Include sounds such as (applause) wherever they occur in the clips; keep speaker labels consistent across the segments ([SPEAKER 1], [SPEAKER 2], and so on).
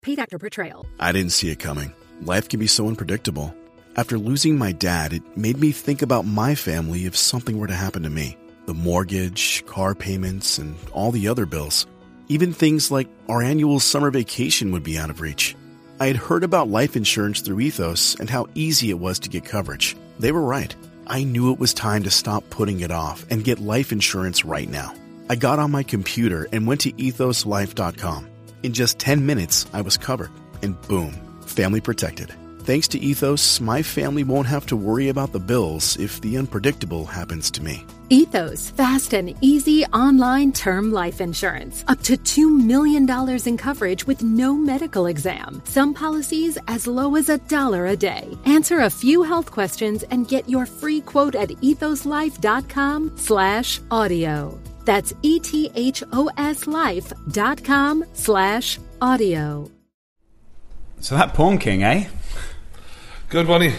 [SPEAKER 1] Paid actor portrayal.
[SPEAKER 2] I didn't see it coming. Life can be so unpredictable. After losing my dad, it made me think about my family if something were to happen to me the mortgage, car payments, and all the other bills. Even things like our annual summer vacation would be out of reach. I had heard about life insurance through Ethos and how easy it was to get coverage. They were right. I knew it was time to stop putting it off and get life insurance right now. I got on my computer and went to ethoslife.com. In just 10 minutes, I was covered. And boom, family protected. Thanks to Ethos, my family won't have to worry about the bills if the unpredictable happens to me.
[SPEAKER 1] Ethos, fast and easy online term life insurance. Up to $2 million in coverage with no medical exam. Some policies as low as a dollar a day. Answer a few health questions and get your free quote at ethoslife.com slash audio. That's E E-T-H-O-S life.com slash audio.
[SPEAKER 3] So that Pawn King, eh?
[SPEAKER 4] Good money.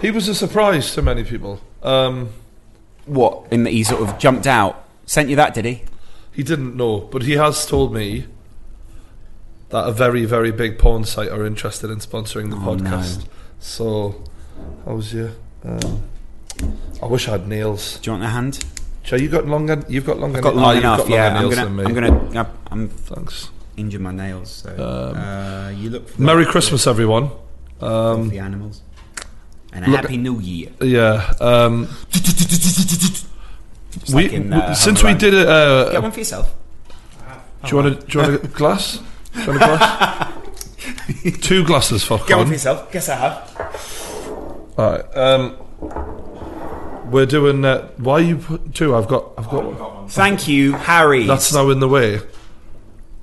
[SPEAKER 4] He was a surprise to many people. Um,
[SPEAKER 3] What? In that he sort of jumped out. Sent you that, did he?
[SPEAKER 4] he didn't know, but he has told me that a very, very big porn site are interested in sponsoring the
[SPEAKER 3] no.
[SPEAKER 4] podcast. So, how was your? Um, I wish I had nails.
[SPEAKER 3] Do you want a hand?
[SPEAKER 4] Joe, you got longer. You've got longer.
[SPEAKER 3] I've got
[SPEAKER 4] na-
[SPEAKER 3] long
[SPEAKER 4] oh, you've
[SPEAKER 3] enough.
[SPEAKER 4] got longer
[SPEAKER 3] yeah, I'm
[SPEAKER 4] nails
[SPEAKER 3] gonna,
[SPEAKER 4] than me.
[SPEAKER 3] I'm gonna. I'm I'm
[SPEAKER 4] Thanks.
[SPEAKER 3] injure my nails. So uh, you look. For
[SPEAKER 4] Um, Merry
[SPEAKER 3] the-
[SPEAKER 4] Christmas, everyone.
[SPEAKER 3] for the animals. And a happy new year.
[SPEAKER 4] Yeah. Um,
[SPEAKER 3] Just
[SPEAKER 4] we,
[SPEAKER 3] like in,
[SPEAKER 4] we-
[SPEAKER 3] uh,
[SPEAKER 4] since
[SPEAKER 3] Home
[SPEAKER 4] we
[SPEAKER 3] Alone.
[SPEAKER 4] did it.
[SPEAKER 3] get
[SPEAKER 4] Uh,
[SPEAKER 3] one for yourself.
[SPEAKER 4] do you want a, do you want a glass? Do you want a glass? Two glasses, fuck
[SPEAKER 3] Get one
[SPEAKER 4] on.
[SPEAKER 3] for yourself. Guess I have.
[SPEAKER 4] All right. Um, we're doing. Uh, why are you put two? I've got. I've got one.
[SPEAKER 3] Thank you, Harry.
[SPEAKER 4] That's now in the way.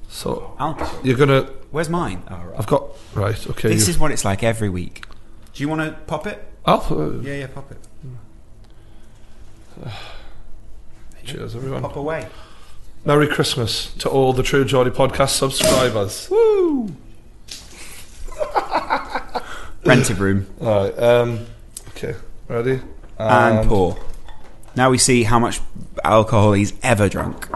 [SPEAKER 4] So
[SPEAKER 3] I'll-
[SPEAKER 4] you're gonna.
[SPEAKER 3] Oh, Where's mine? Oh, right.
[SPEAKER 4] I've got. Right. Okay.
[SPEAKER 3] This
[SPEAKER 4] you-
[SPEAKER 3] is what it's like every week. Do you want to pop it?
[SPEAKER 4] I'll, uh,
[SPEAKER 3] Yeah, yeah, pop it.
[SPEAKER 4] uh, Cheers, everyone.
[SPEAKER 3] Pop away.
[SPEAKER 4] Uh, Merry Christmas to all the True Geordie podcast subscribers.
[SPEAKER 3] Rented room
[SPEAKER 4] all right. Um, okay. Ready? (laughs)
[SPEAKER 3] and, pour. Now we see how much alcohol he's ever drunk.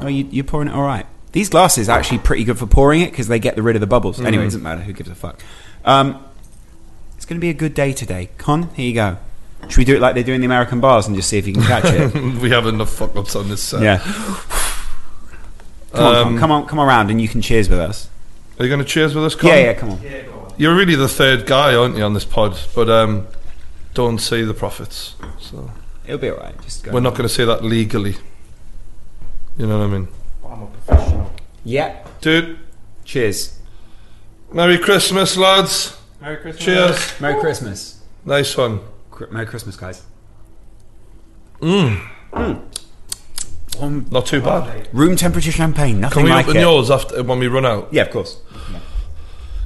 [SPEAKER 3] Oh, you, you're pouring it all right. These glasses are actually pretty good for pouring it because they get rid of the bubbles. Anyway, it doesn't matter. Who gives a fuck? Um, it's going to be a good day today. Con, here you go. Should we do it like they do in the American bars and just see if you can catch
[SPEAKER 4] (laughs)
[SPEAKER 3] it?
[SPEAKER 4] we have enough fuck ups on this set.
[SPEAKER 3] yeah. Come on, Con, come on, come around, and you can cheers with us.
[SPEAKER 4] Are you going to cheers with us? Colin?
[SPEAKER 3] Yeah, yeah, come on.
[SPEAKER 4] You're really the third guy, aren't you, on this pod? But um, don't see the profits. So.
[SPEAKER 3] It'll be all right. Just go.
[SPEAKER 4] We're not going to say that legally. You know what I mean?
[SPEAKER 3] Yeah.
[SPEAKER 4] Dude,
[SPEAKER 3] Cheers.
[SPEAKER 4] Merry Christmas, lads.
[SPEAKER 3] Merry Christmas.
[SPEAKER 4] Cheers.
[SPEAKER 3] Merry Christmas.
[SPEAKER 4] Nice one.
[SPEAKER 3] Cri- Merry Christmas, guys.
[SPEAKER 4] Mm. Not too bad.
[SPEAKER 3] Room temperature champagne. Nothing
[SPEAKER 4] Can we
[SPEAKER 3] like
[SPEAKER 4] open
[SPEAKER 3] it.
[SPEAKER 4] yours after when we run out?
[SPEAKER 3] Yeah, of course.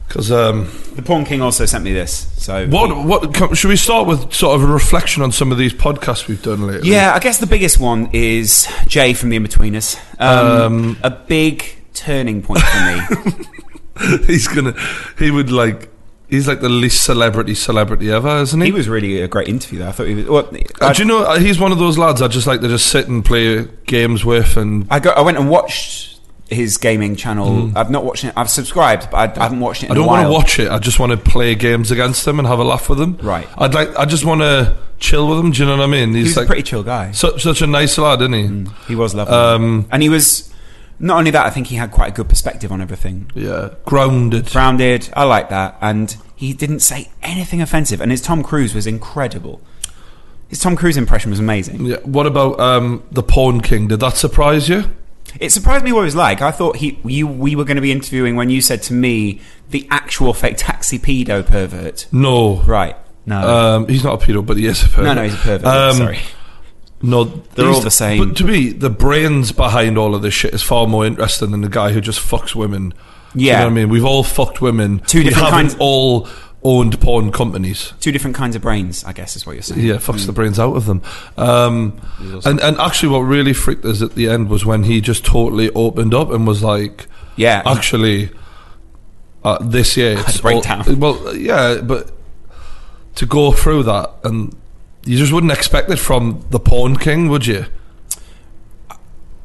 [SPEAKER 4] Because um,
[SPEAKER 3] The Pawn King also sent me this. So
[SPEAKER 4] what what can, should we start with? Sort of a reflection on some of these podcasts we've done lately.
[SPEAKER 3] Yeah, I guess the biggest one is Jay from the In Between Us. Um, a big turning point for
[SPEAKER 4] (laughs)
[SPEAKER 3] me.
[SPEAKER 4] (laughs) he's gonna. He would like. He's like the least celebrity celebrity ever, isn't he?
[SPEAKER 3] he was really a great interview. Though I thought he was. Well,
[SPEAKER 4] Uh,
[SPEAKER 3] I,
[SPEAKER 4] Do you know uh, he's one of those lads I just like to just sit and play games with and
[SPEAKER 3] I, go, I went and watched his gaming channel. I've not watched it. I've subscribed, but I, I haven't watched it. In
[SPEAKER 4] Mm. I don't
[SPEAKER 3] want
[SPEAKER 4] want to watch it. I just want to play games against them and have a laugh with them.
[SPEAKER 3] Right.
[SPEAKER 4] I'd like. I just want to chill with him. Do you know what I mean?
[SPEAKER 3] He's
[SPEAKER 4] like
[SPEAKER 3] a pretty Mm. chill guy.
[SPEAKER 4] such such a nice lad, isn't he?
[SPEAKER 3] He was lovely,
[SPEAKER 4] Um,
[SPEAKER 3] and he was not only that. I think he had quite a good perspective on everything.
[SPEAKER 4] Yeah, grounded.
[SPEAKER 3] Grounded, I like that, and he didn't say anything offensive. And his Tom Cruise was incredible. His Tom Cruise impression was amazing.
[SPEAKER 4] yeah. What about um, the Pawn King? Did that surprise you?
[SPEAKER 3] It surprised me what it was like. I thought he, you, we were going to be interviewing when you said to me the actual fake taxi pedo pervert.
[SPEAKER 4] No.
[SPEAKER 3] Right? No,
[SPEAKER 4] Um, he's not a pedo, but he is a pervert.
[SPEAKER 3] no, no, he's a pervert.
[SPEAKER 4] Um,
[SPEAKER 3] Sorry.
[SPEAKER 4] No,
[SPEAKER 3] They're
[SPEAKER 4] these-
[SPEAKER 3] all the same.
[SPEAKER 4] But to me, the brains behind all of this shit is far more interesting than the guy who just fucks women. Do
[SPEAKER 3] Yeah.
[SPEAKER 4] you know what I mean, we've all fucked women.
[SPEAKER 3] Two
[SPEAKER 4] We
[SPEAKER 3] different
[SPEAKER 4] haven't
[SPEAKER 3] kinds-
[SPEAKER 4] All owned porn companies.
[SPEAKER 3] Two different kinds of brains, I guess, is what you're saying.
[SPEAKER 4] Yeah, fucks the brains out of them. Um, and and actually, what really freaked us at the end was when he just totally opened up and was like,
[SPEAKER 3] Yeah.
[SPEAKER 4] actually, uh, this year it's
[SPEAKER 3] a breakdown.
[SPEAKER 4] all- (laughs) well, yeah, but to go through that and you just wouldn't expect it from the Pawn King, would you?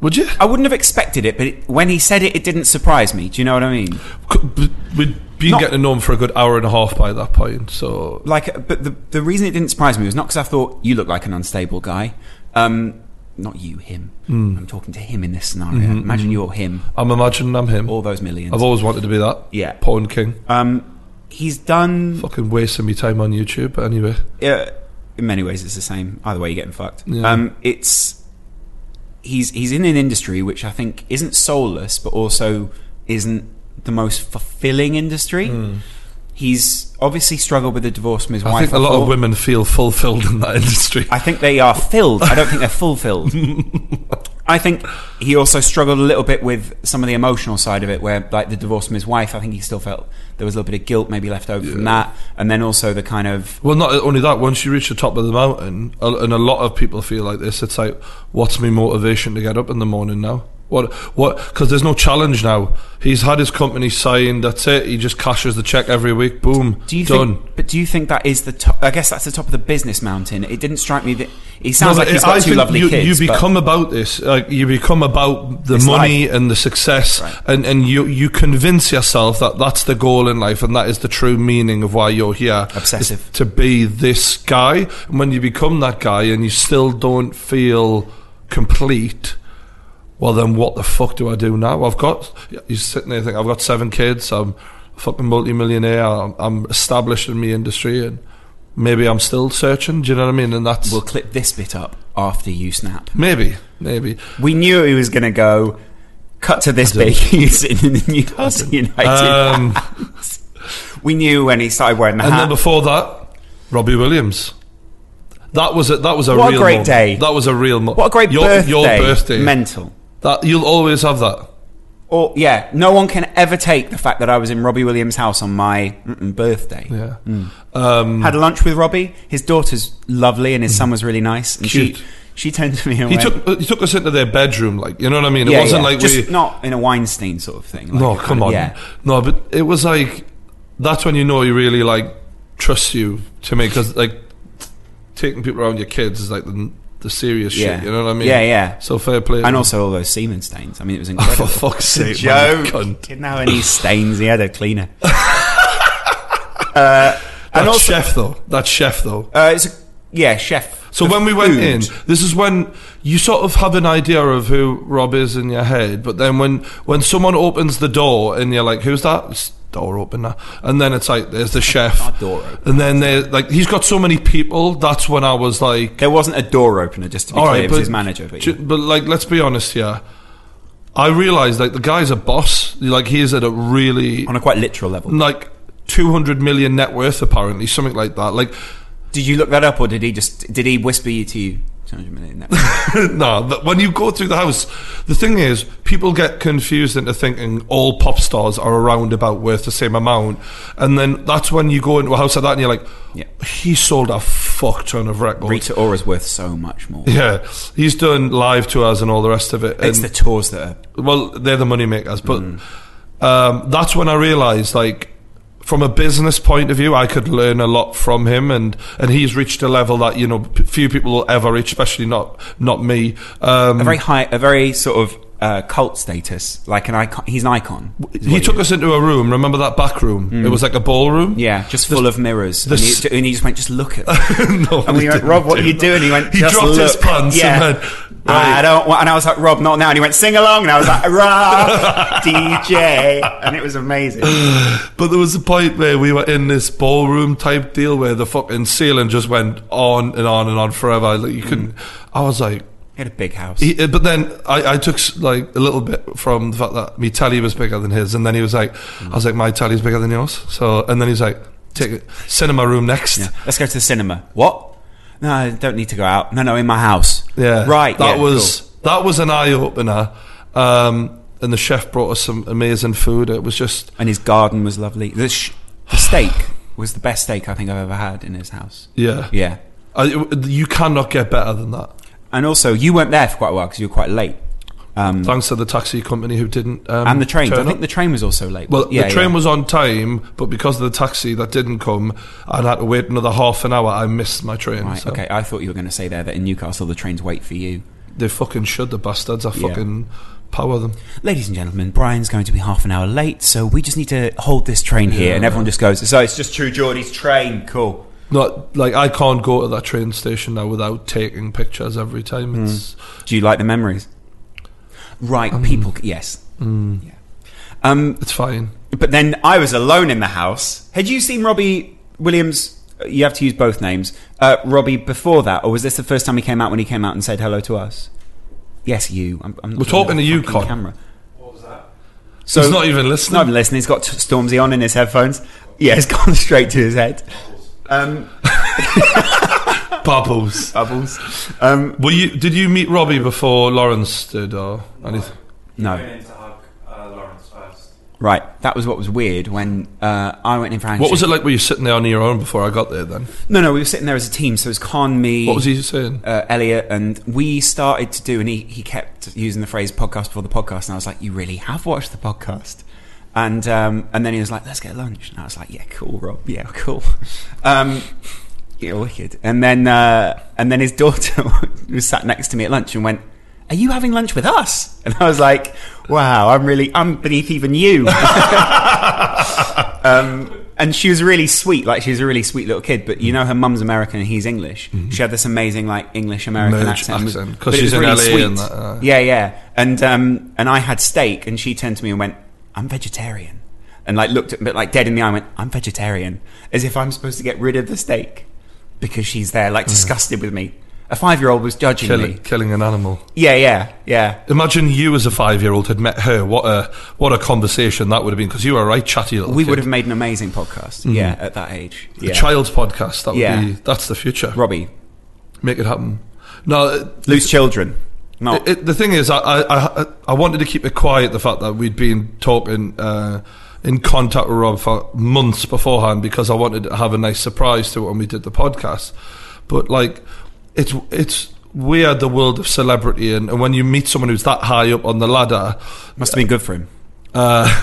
[SPEAKER 4] Would you?
[SPEAKER 3] I wouldn't have expected it, but it, when he said it, it didn't surprise me. Do you know what I mean?
[SPEAKER 4] C- b- We'd been
[SPEAKER 3] Not-
[SPEAKER 4] getting to know him for a good hour and a half by that point, so
[SPEAKER 3] Like, but the the reason it didn't surprise me was not because I thought you look like an unstable guy. Um, not you, him.
[SPEAKER 4] Hmm.
[SPEAKER 3] I'm talking to him in this scenario.
[SPEAKER 4] Mm-hmm,
[SPEAKER 3] Imagine you're him.
[SPEAKER 4] I'm imagining I'm him.
[SPEAKER 3] All those 1000000s
[SPEAKER 4] I've always wanted to be that.
[SPEAKER 3] Yeah.
[SPEAKER 4] Porn king.
[SPEAKER 3] um, he's done.
[SPEAKER 4] Fucking wasting me time on YouTube, but anyway.
[SPEAKER 3] uh, in many ways it's the same. Either way, you're getting fucked.
[SPEAKER 4] Yeah.
[SPEAKER 3] Um, it's he's he's in an industry which I think isn't soulless, but also isn't the most fulfilling industry. He's obviously struggled with a divorce from his
[SPEAKER 4] Hmm. I
[SPEAKER 3] wife.
[SPEAKER 4] think a lot
[SPEAKER 3] thought.
[SPEAKER 4] of women feel fulfilled in that (laughs) industry.
[SPEAKER 3] I think they are filled. I don't think they're
[SPEAKER 4] (laughs)
[SPEAKER 3] fulfilled. I think he also struggled a little bit with some of the emotional side of it, where like the divorce from his wife. I think he still felt there was a little bit of guilt maybe left over from that, and then also the kind of
[SPEAKER 4] Well, not only that, once you reach the top of the mountain, a- and a lot of people feel like this, it's like, what's my motivation to get up in the morning now? What, what, because there's no challenge now. He's had his company signed, that's it. He just cashes the check every week, boom,
[SPEAKER 3] Do you
[SPEAKER 4] done.
[SPEAKER 3] Think, but do you think that is the top? I guess that's the top of the business mountain. It didn't strike me that he sounds
[SPEAKER 4] No,
[SPEAKER 3] like
[SPEAKER 4] but
[SPEAKER 3] he's
[SPEAKER 4] I
[SPEAKER 3] got two
[SPEAKER 4] think
[SPEAKER 3] lovely
[SPEAKER 4] you,
[SPEAKER 3] kids.
[SPEAKER 4] You
[SPEAKER 3] but-
[SPEAKER 4] become about this. Like you become about the
[SPEAKER 3] It's
[SPEAKER 4] money and the success, and and you you convince yourself that that's the goal in life, and that is the true meaning of why you're here. is
[SPEAKER 3] Obsessive.
[SPEAKER 4] to be this guy. And when you become that guy, and you still don't feel complete. Well, then what the fuck do I do now? I've got, you're sitting there thinking, I've got seven kids, I'm a fucking multi-millionaire, I'm, I'm established in my industry, and maybe I'm still searching, do you know what I mean? And that's...
[SPEAKER 3] we'll clip this bit up after you snap.
[SPEAKER 4] Maybe, maybe.
[SPEAKER 3] We knew he was going to go. Cut to this bit. (laughs) He's in the Newcastle United.
[SPEAKER 4] Um,
[SPEAKER 3] we knew when he started wearing the
[SPEAKER 4] and
[SPEAKER 3] hat.
[SPEAKER 4] then before that, Robbie Williams. That was a, that was a
[SPEAKER 3] What a
[SPEAKER 4] real
[SPEAKER 3] great
[SPEAKER 4] moment.
[SPEAKER 3] day.
[SPEAKER 4] That was a real moment.
[SPEAKER 3] what a great
[SPEAKER 4] your,
[SPEAKER 3] birthday!
[SPEAKER 4] Your birthday.
[SPEAKER 3] Mental.
[SPEAKER 4] That you'll always have that.
[SPEAKER 3] Or yeah, no one can ever take the fact that I was in Robbie Williams' house on my mm-mm, birthday.
[SPEAKER 4] Yeah.
[SPEAKER 3] Mm.
[SPEAKER 4] Um,
[SPEAKER 3] Had lunch with Robbie. His daughter's lovely, and his son was really nice. And
[SPEAKER 4] Mm-hmm. Cute.
[SPEAKER 3] she she turned to me and
[SPEAKER 4] he
[SPEAKER 3] went,
[SPEAKER 4] took uh, he took us into their bedroom, like you know what I mean. It
[SPEAKER 3] Yeah,
[SPEAKER 4] wasn't
[SPEAKER 3] yeah.
[SPEAKER 4] like
[SPEAKER 3] just
[SPEAKER 4] we.
[SPEAKER 3] not in a Weinstein sort of thing. like
[SPEAKER 4] no,
[SPEAKER 3] a kind
[SPEAKER 4] come
[SPEAKER 3] of-
[SPEAKER 4] on.
[SPEAKER 3] Yeah,
[SPEAKER 4] No, but it was like that's when you know he really like trusts you to me because like taking people around your kids is like the the serious
[SPEAKER 3] Yeah.
[SPEAKER 4] shit. You know what I mean?
[SPEAKER 3] Yeah, yeah.
[SPEAKER 4] So fair play. to
[SPEAKER 3] and
[SPEAKER 4] him.
[SPEAKER 3] also all those semen stains. I mean, it (laughs) was incredible.
[SPEAKER 4] for fuck's sake, man,
[SPEAKER 3] Joe
[SPEAKER 4] cunt.
[SPEAKER 3] didn't have any stains. He had a (laughs) cleaner. Uh,
[SPEAKER 4] That
[SPEAKER 3] And also-
[SPEAKER 4] chef though. That chef though.
[SPEAKER 3] Uh, it's a, yeah, chef.
[SPEAKER 4] So
[SPEAKER 3] The
[SPEAKER 4] when we went
[SPEAKER 3] food.
[SPEAKER 4] in, this is when you sort of have an idea of who Rob is in your head, but then when when someone opens the door and you're like, "Who's that?" It's door opener, and then it's like, "There's the chef."
[SPEAKER 3] That door opener.
[SPEAKER 4] And then they like, he's got so many people. That's when I was like,
[SPEAKER 3] there wasn't a door opener. Just to be
[SPEAKER 4] "All
[SPEAKER 3] clear,
[SPEAKER 4] right,"
[SPEAKER 3] it was his manager. But
[SPEAKER 4] ju-
[SPEAKER 3] yeah.
[SPEAKER 4] but, like, let's be honest here. I realized like the guy's a boss. Like he is at a really
[SPEAKER 3] on a quite literal level.
[SPEAKER 4] like 200 million net worth apparently, something like that. Like.
[SPEAKER 3] Did you look that up, or did he just did he whisper you to you? 200 million. that- (laughs)
[SPEAKER 4] no, but when you go through the house, the thing is, people get confused into thinking all pop stars are around about worth the same amount, and then that's when you go into a house like that and you're like,
[SPEAKER 3] Yeah.
[SPEAKER 4] he sold a fuck ton of records.
[SPEAKER 3] Rita Ora's worth so much more.
[SPEAKER 4] Yeah, he's done live tours and all the rest of it.
[SPEAKER 3] It's
[SPEAKER 4] and-
[SPEAKER 3] the Mm. tours that are
[SPEAKER 4] well, they're the money makers, but um, that's when I realised, like, from a business point of view, I could learn a lot from him, and, and he's reached a level that you know p- few people will ever reach, especially not not me. Um,
[SPEAKER 3] a very high, a very sort of uh, cult status. Like an icon. He's an icon. is
[SPEAKER 4] he
[SPEAKER 3] what
[SPEAKER 4] took us into a room. Remember that back room? It was like a ballroom.
[SPEAKER 3] Mm. Yeah, just full of mirrors.
[SPEAKER 4] the
[SPEAKER 3] and,
[SPEAKER 4] s-
[SPEAKER 3] he, and he just went, just look at.
[SPEAKER 4] (laughs) no,
[SPEAKER 3] and we
[SPEAKER 4] he
[SPEAKER 3] went,
[SPEAKER 4] didn't
[SPEAKER 3] Rob, what
[SPEAKER 4] do
[SPEAKER 3] are you
[SPEAKER 4] that.
[SPEAKER 3] doing? He went,
[SPEAKER 4] He
[SPEAKER 3] just
[SPEAKER 4] dropped his
[SPEAKER 3] look."
[SPEAKER 4] pants
[SPEAKER 3] Yeah.
[SPEAKER 4] and went,
[SPEAKER 3] I
[SPEAKER 4] "Right."
[SPEAKER 3] don't want, and I was like, Rob, not now. And he went, sing along. And I was like, Rob,
[SPEAKER 4] (laughs)
[SPEAKER 3] DJ. And it was amazing.
[SPEAKER 4] But there was a point where we were in this ballroom type deal where the fucking ceiling just went on and on and on forever. Like you
[SPEAKER 3] Mm.
[SPEAKER 4] couldn't. I was like,
[SPEAKER 3] He had a big house.
[SPEAKER 4] He, uh, but then I, I took s- like a little bit from the fact that my tally was bigger than his, and then he was like,
[SPEAKER 3] Mm.
[SPEAKER 4] "I was like, my tally's bigger than yours." So, and then he's like, "Take it, cinema room next." Yeah,
[SPEAKER 3] Let's go to the cinema. What? No, I don't need to go out. No, no, in my house. Right.
[SPEAKER 4] That
[SPEAKER 3] yeah,
[SPEAKER 4] was that was an eye opener. Um, and the chef brought us some amazing food. It was just
[SPEAKER 3] cool. And his garden was lovely. The, sh- the steak was the best steak I think I've ever had in his house.
[SPEAKER 4] yeah,
[SPEAKER 3] Yeah.
[SPEAKER 4] I, it- you cannot get better than that.
[SPEAKER 3] And also, you weren't there for quite a while because you were quite late. Um,
[SPEAKER 4] Thanks to the taxi company who didn't um,
[SPEAKER 3] and the train.
[SPEAKER 4] turn
[SPEAKER 3] I think
[SPEAKER 4] up.
[SPEAKER 3] the train was also late.
[SPEAKER 4] Well,
[SPEAKER 3] Yeah,
[SPEAKER 4] the train
[SPEAKER 3] yeah.
[SPEAKER 4] was on time, but because of the taxi that didn't come, I had to wait another half an hour. I missed my train.
[SPEAKER 3] Right,
[SPEAKER 4] so.
[SPEAKER 3] okay. I thought you were going to say there that in Newcastle the trains wait for you.
[SPEAKER 4] They fucking should, the bastards. I
[SPEAKER 3] Yeah.
[SPEAKER 4] fucking power them.
[SPEAKER 3] Ladies and gentlemen, Brian's going to be half an hour late, so we just need to hold this train here. And everyone just goes, so it's just True Geordie's train. Cool.
[SPEAKER 4] Not like I can't go to that train station now without taking pictures every time.
[SPEAKER 3] Hmm.
[SPEAKER 4] It's
[SPEAKER 3] Do you like the memories? Right,
[SPEAKER 4] Um,
[SPEAKER 3] people. Yes.
[SPEAKER 4] mm.
[SPEAKER 3] Yeah. Um,
[SPEAKER 4] it's fine.
[SPEAKER 3] but then I was alone in the house. Had you seen Robbie Williams? Uh, You have to use both names. Uh, Robbie before that, or was this the first time he came out when he came out and said hello to us? Yes, you. I'm, I'm not
[SPEAKER 4] We're talking to you,
[SPEAKER 3] fucking
[SPEAKER 4] Con.
[SPEAKER 3] Camera.
[SPEAKER 4] So he's not even listening.
[SPEAKER 3] Not even listening. He's got t- Stormzy on in his headphones. Yeah, it's (laughs) gone straight to his head. Um,
[SPEAKER 4] Bubbles.
[SPEAKER 3] bubbles. Um,
[SPEAKER 4] Were you? Did you meet Robbie before Lawrence did or anything?
[SPEAKER 3] no. Right, that was what was weird when uh, I went in for a
[SPEAKER 4] What was it
[SPEAKER 3] handshake.
[SPEAKER 4] like? Were you sitting there on your own before I got there? Then
[SPEAKER 3] No, no, we were sitting there as a team. So it was Con, me,
[SPEAKER 4] what was he saying?
[SPEAKER 3] uh, Elliot, and we started to do, and he, he kept using the phrase podcast before the podcast, and I was like, you really have watched the podcast. And um, and then he was like, let's get lunch. And I was like, yeah, cool, Rob. Yeah, cool. (laughs) Um, yeah, wicked. And then uh, and then his daughter (laughs) was sat next to me at lunch and went, are you having lunch with us? And I was like, wow, I'm really, I'm beneath even you. (laughs) Um, and she was really sweet, like she was a really sweet little kid. But you
[SPEAKER 4] Mm.
[SPEAKER 3] know, her mum's American and he's English. She had this amazing like English American
[SPEAKER 4] Merged
[SPEAKER 3] accent,
[SPEAKER 4] Mm-hmm. accent,
[SPEAKER 3] But
[SPEAKER 4] 'cause
[SPEAKER 3] it
[SPEAKER 4] she's
[SPEAKER 3] was
[SPEAKER 4] in
[SPEAKER 3] really
[SPEAKER 4] LA and
[SPEAKER 3] sweet.
[SPEAKER 4] that, uh,
[SPEAKER 3] yeah, yeah. And um, and I had steak, and she turned to me and went, "I'm vegetarian," and like looked at me like dead in the eye, and went, "I'm vegetarian," as if I'm supposed to get rid of the steak because she's there like disgusted with me. A five year old was judging
[SPEAKER 4] Killing,
[SPEAKER 3] me.
[SPEAKER 4] killing an animal.
[SPEAKER 3] Yeah, yeah, yeah.
[SPEAKER 4] Imagine you as a five-year-old had met her. What a what a conversation that would have been. Because you were a right chatty little.
[SPEAKER 3] We
[SPEAKER 4] kid.
[SPEAKER 3] would have made an amazing podcast.
[SPEAKER 4] Mm-hmm.
[SPEAKER 3] Yeah, at that age.
[SPEAKER 4] a
[SPEAKER 3] Yeah.
[SPEAKER 4] child's podcast. That would
[SPEAKER 3] Yeah.
[SPEAKER 4] be that's the future.
[SPEAKER 3] Robbie,
[SPEAKER 4] Make it happen. uh, No, it-
[SPEAKER 3] lose children. No.
[SPEAKER 4] it, it- the thing is, I, I I I wanted to keep it quiet. The fact that we'd been talking. Uh, in contact with Rob for months beforehand because I wanted to have a nice surprise to it when we did the podcast. But like, it's it's weird the world of celebrity and, and when you meet someone who's that high up on the ladder,
[SPEAKER 3] Must have been good for him.
[SPEAKER 4] uh,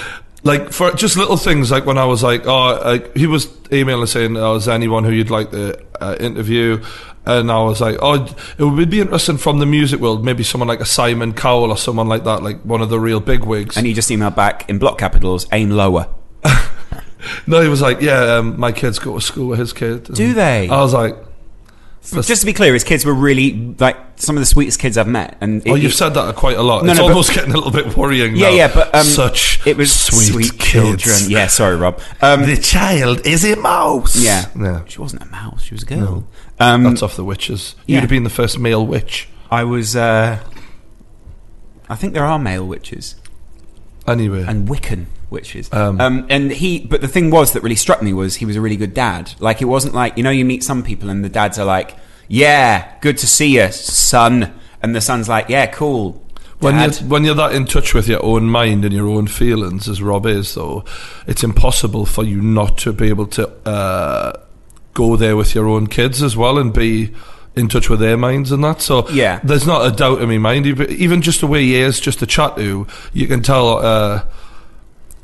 [SPEAKER 4] (laughs) like for just little things like when I was like, oh, like he was emailing saying, oh, is there anyone who you'd like to uh, interview? And I was like, oh, it would be interesting from the music world, maybe someone like a Simon Cowell or someone like that, like one of the real big wigs.
[SPEAKER 3] And you just emailed back in block capitals, aim lower.
[SPEAKER 4] no, he was like, yeah, um, my kids go to school with his kid. And
[SPEAKER 3] Do they?
[SPEAKER 4] I was like,
[SPEAKER 3] Just to be clear, his kids were really like some of the sweetest kids I've met. And it-
[SPEAKER 4] oh, you've
[SPEAKER 3] it-
[SPEAKER 4] said that quite a lot.
[SPEAKER 3] No,
[SPEAKER 4] it's
[SPEAKER 3] no, but-
[SPEAKER 4] almost getting a little bit worrying.
[SPEAKER 3] yeah,
[SPEAKER 4] now.
[SPEAKER 3] yeah, but um,
[SPEAKER 4] such
[SPEAKER 3] it was
[SPEAKER 4] sweet, kids.
[SPEAKER 3] children. Yeah, sorry, Rob. Um,
[SPEAKER 4] The child is a mouse.
[SPEAKER 3] yeah.
[SPEAKER 4] yeah.
[SPEAKER 3] she wasn't a mouse; she was a girl. Um,
[SPEAKER 4] That's off the witches.
[SPEAKER 3] Yeah.
[SPEAKER 4] You'd have been the first male witch.
[SPEAKER 3] I was. Uh, I think there are male witches.
[SPEAKER 4] Anyway.
[SPEAKER 3] and Wiccan witches. Um,
[SPEAKER 4] Um.
[SPEAKER 3] and he, but the thing was that really struck me was he was a really good dad. Like it wasn't like you know you meet some people and the dads are like, "Yeah, good to see you, son," and the son's like, "Yeah, cool."
[SPEAKER 4] when
[SPEAKER 3] dad."
[SPEAKER 4] you're, when you're that in touch with your own mind and your own feelings, as Rob is, though, it's impossible for you not to be able to uh, go there with your own kids as well and be in touch with their minds and that. So
[SPEAKER 3] Yeah.
[SPEAKER 4] there's not a doubt in my mind. Ev- Even just the way he is, just to chat to, you can tell uh,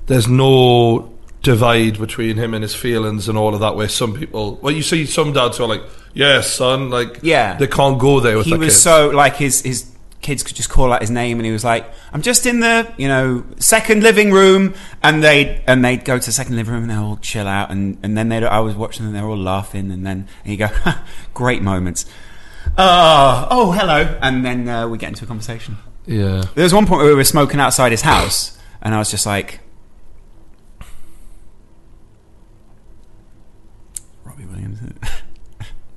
[SPEAKER 4] there's no divide between him and his feelings and all of that. Where some people, well, you see some dads who are like, "Yes, son," like
[SPEAKER 3] Yeah.
[SPEAKER 4] they can't go there with
[SPEAKER 3] he
[SPEAKER 4] their
[SPEAKER 3] was
[SPEAKER 4] kids.
[SPEAKER 3] so like his his kids could just call out his name and he was like i'm just in the you know second living room and they'd and they'd go to the second living room and they'd all chill out and and then they'd i was watching them and they're all laughing and then and you go (laughs) great moments uh, oh hello and then uh, we get into a conversation
[SPEAKER 4] yeah.
[SPEAKER 3] there was one point where we were smoking outside his house and i was just like robbie williams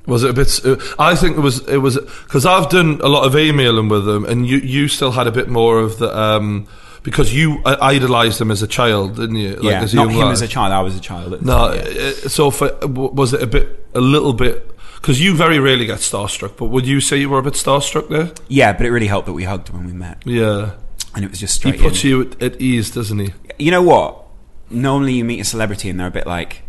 [SPEAKER 4] Was it a bit? Uh, I think it was. It was because I've done a lot of emailing with them, and you you still had a bit more of the um because you uh, idolized him as a child, didn't you? Like,
[SPEAKER 3] yeah
[SPEAKER 4] as a
[SPEAKER 3] not
[SPEAKER 4] young
[SPEAKER 3] him
[SPEAKER 4] lad.
[SPEAKER 3] as a child i was a child at the
[SPEAKER 4] No,
[SPEAKER 3] time, yeah.
[SPEAKER 4] uh, so for, w- was it a bit, a little bit? Because you very rarely get starstruck, but would you say you were a bit starstruck there?
[SPEAKER 3] Yeah, but it really helped that we hugged when we met,
[SPEAKER 4] Yeah,
[SPEAKER 3] and it was just
[SPEAKER 4] he
[SPEAKER 3] straight.
[SPEAKER 4] puts
[SPEAKER 3] in.
[SPEAKER 4] you at, at ease, doesn't he?
[SPEAKER 3] You know what? Normally, you meet a celebrity, and they're a bit like,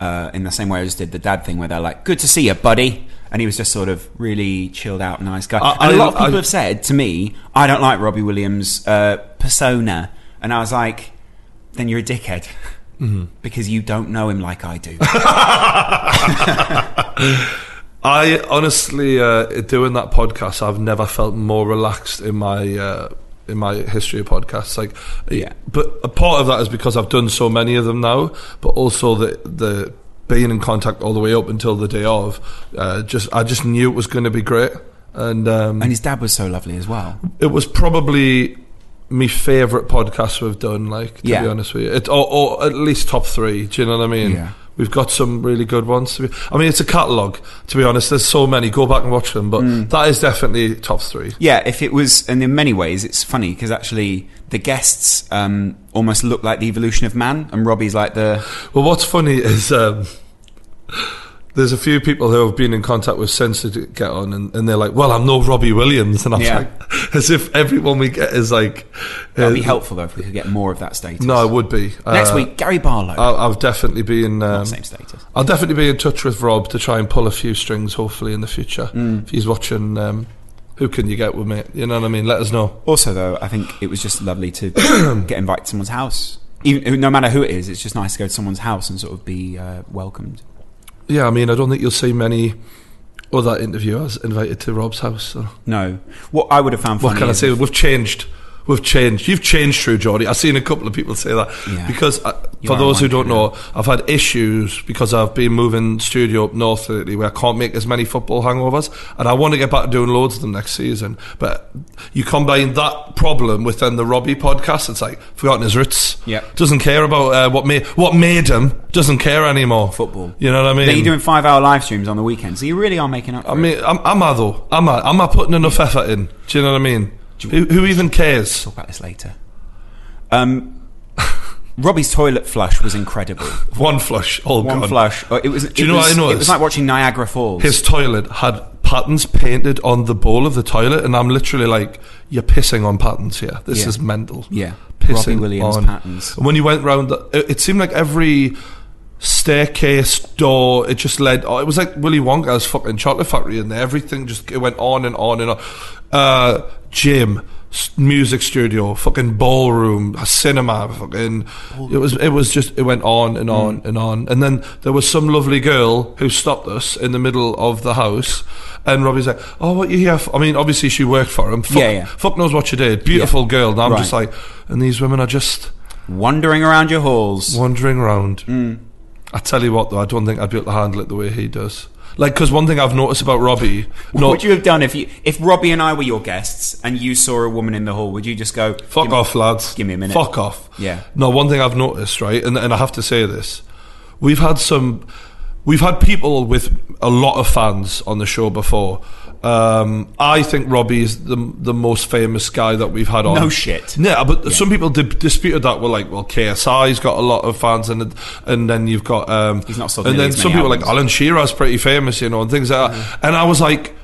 [SPEAKER 3] uh, in the same way I just did the dad thing, where they're like, "Good to see you, buddy," and he was just sort of really chilled out, nice guy.
[SPEAKER 4] I-
[SPEAKER 3] And a
[SPEAKER 4] I-
[SPEAKER 3] lot of people
[SPEAKER 4] I-
[SPEAKER 3] have said to me, "I don't like Robbie Williams' uh, persona," and I was like, "Then you're a dickhead."
[SPEAKER 4] Mm-hmm.
[SPEAKER 3] (laughs) Because you don't know him like I do.
[SPEAKER 4] I honestly, uh, doing that podcast, I've never felt more relaxed in my uh, in my history of podcasts. Like,
[SPEAKER 3] Yeah.
[SPEAKER 4] But a part of that is because I've done so many of them now, but also the the being in contact all the way up until the day of. Uh, just I just knew it was going to be great, and um,
[SPEAKER 3] And his dad was so lovely as well.
[SPEAKER 4] it was probably my favourite podcast we've done. Like to
[SPEAKER 3] Yeah.
[SPEAKER 4] be honest with you, it, or, or at least top three. Do you know what I mean?
[SPEAKER 3] Yeah.
[SPEAKER 4] We've got some really good ones. To be, I mean, it's a catalogue. To be honest, there's so many. Go back and watch them, but
[SPEAKER 3] Mm.
[SPEAKER 4] that is definitely top three.
[SPEAKER 3] Yeah, if it was, and in many ways, it's funny because actually the guests um, almost look like the evolution of man, and Robbie's like the
[SPEAKER 4] Well, what's funny is um, there's a few people who have been in contact with since to get on, and, and they're like, "Well, I'm no Robbie Williams," and I'm
[SPEAKER 3] Yeah.
[SPEAKER 4] like, (laughs) as if everyone we get is like,
[SPEAKER 3] That'd be
[SPEAKER 4] uh,
[SPEAKER 3] helpful though if we could get more of that status.
[SPEAKER 4] No, it would be
[SPEAKER 3] Next
[SPEAKER 4] Uh,
[SPEAKER 3] week, Gary Barlow.
[SPEAKER 4] I'll, I'll definitely be in. Um,
[SPEAKER 3] same status.
[SPEAKER 4] I'll definitely be in touch with Rob to try and pull a few strings, hopefully in the future. If he's watching, um, who can you get with me? You know what I mean. Let us know.
[SPEAKER 3] Also, though, I think it was just lovely
[SPEAKER 4] (clears throat)
[SPEAKER 3] to get invited to someone's house. Even, uh, no matter who it is, it's just nice to go to someone's house and sort of be uh, welcomed.
[SPEAKER 4] Yeah, I mean, I don't think you'll see many other interviewers invited to Rob's house. So.
[SPEAKER 3] No, what I would have found funny.
[SPEAKER 4] What can I
[SPEAKER 3] is
[SPEAKER 4] say?
[SPEAKER 3] if-
[SPEAKER 4] We've changed. We've changed. You've changed, True Geordie. I've seen a couple of people say that
[SPEAKER 3] Yeah.
[SPEAKER 4] because I,
[SPEAKER 3] You
[SPEAKER 4] for
[SPEAKER 3] are
[SPEAKER 4] those who
[SPEAKER 3] one
[SPEAKER 4] don't
[SPEAKER 3] now.
[SPEAKER 4] know, I've had issues because I've been moving studio up north lately, where I can't make as many football hangovers, and I want to get back to doing loads of them next season. But you combine that problem with then the Robbie podcast. It's like forgotten his roots.
[SPEAKER 3] Yeah.
[SPEAKER 4] doesn't care about uh, what made what made him. Doesn't care anymore.
[SPEAKER 3] Football.
[SPEAKER 4] You know what I mean?
[SPEAKER 3] Then you're doing five-hour live streams on the weekend, so you really are making up. For
[SPEAKER 4] I
[SPEAKER 3] it.
[SPEAKER 4] mean, am, am I though? Am I? Am I putting enough effort in? Do you know what I mean? Who, who even cares?
[SPEAKER 3] talk about this later. Um, (laughs) Robbie's toilet flush was
[SPEAKER 4] (laughs)
[SPEAKER 3] incredible.
[SPEAKER 4] One flush, all
[SPEAKER 3] One
[SPEAKER 4] gone.
[SPEAKER 3] flush. uh, It was.
[SPEAKER 4] Oh, you
[SPEAKER 3] it
[SPEAKER 4] know what
[SPEAKER 3] was,
[SPEAKER 4] I noticed?
[SPEAKER 3] It was like watching Niagara Falls.
[SPEAKER 4] His toilet had patterns painted on the bowl of the toilet, and I'm literally like, "You're pissing on patterns here. This
[SPEAKER 3] Yeah.
[SPEAKER 4] is mental."
[SPEAKER 3] Yeah.
[SPEAKER 4] pissing
[SPEAKER 3] Robbie Williams
[SPEAKER 4] on
[SPEAKER 3] patterns.
[SPEAKER 4] And when you went round, the, it, it seemed like every staircase door, it just led. Oh, it was like Willy Wonka's fucking chocolate factory, and everything just it went on and on and on. Uh, gym. s- Music studio, fucking ballroom, a cinema, fucking. It was. It was just. It went on
[SPEAKER 3] Hmm.
[SPEAKER 4] and on and on. And then there was some lovely girl who stopped us in the middle of the house, and Robbie's like, "Oh, what you here?" For? I mean, obviously she worked for him. Fuck,
[SPEAKER 3] Yeah, yeah.
[SPEAKER 4] Fuck knows what she did. Beautiful girl. And I'm
[SPEAKER 3] Right.
[SPEAKER 4] just like, and these women are just
[SPEAKER 3] Wandering around your halls.
[SPEAKER 4] wandering around.
[SPEAKER 3] Mm.
[SPEAKER 4] I tell you what, though, I don't think I'd be able to handle it the way he does. Like, because one thing I've noticed about Robbie,
[SPEAKER 3] What
[SPEAKER 4] no,
[SPEAKER 3] would you have done if you, if Robbie and I were your guests and you saw a woman in the hall? Would you just go
[SPEAKER 4] fuck off, lads.
[SPEAKER 3] give me a minute.
[SPEAKER 4] Fuck off.
[SPEAKER 3] Yeah.
[SPEAKER 4] No, one thing I've noticed, right, and, and I have to say this, we've had some, we've had people with a lot of fans on the show before. Um, I think Robbie is the the most famous guy that we've had on.
[SPEAKER 3] No shit.
[SPEAKER 4] Yeah, but some people dib- disputed that. Were like, well, KSI's got a lot of fans, and and then you've got um,
[SPEAKER 3] He's not sold
[SPEAKER 4] and
[SPEAKER 3] nearly
[SPEAKER 4] then
[SPEAKER 3] as
[SPEAKER 4] some
[SPEAKER 3] many
[SPEAKER 4] people were like
[SPEAKER 3] albums.
[SPEAKER 4] Alan Shearer's pretty famous, you know, and things like that. And I was like,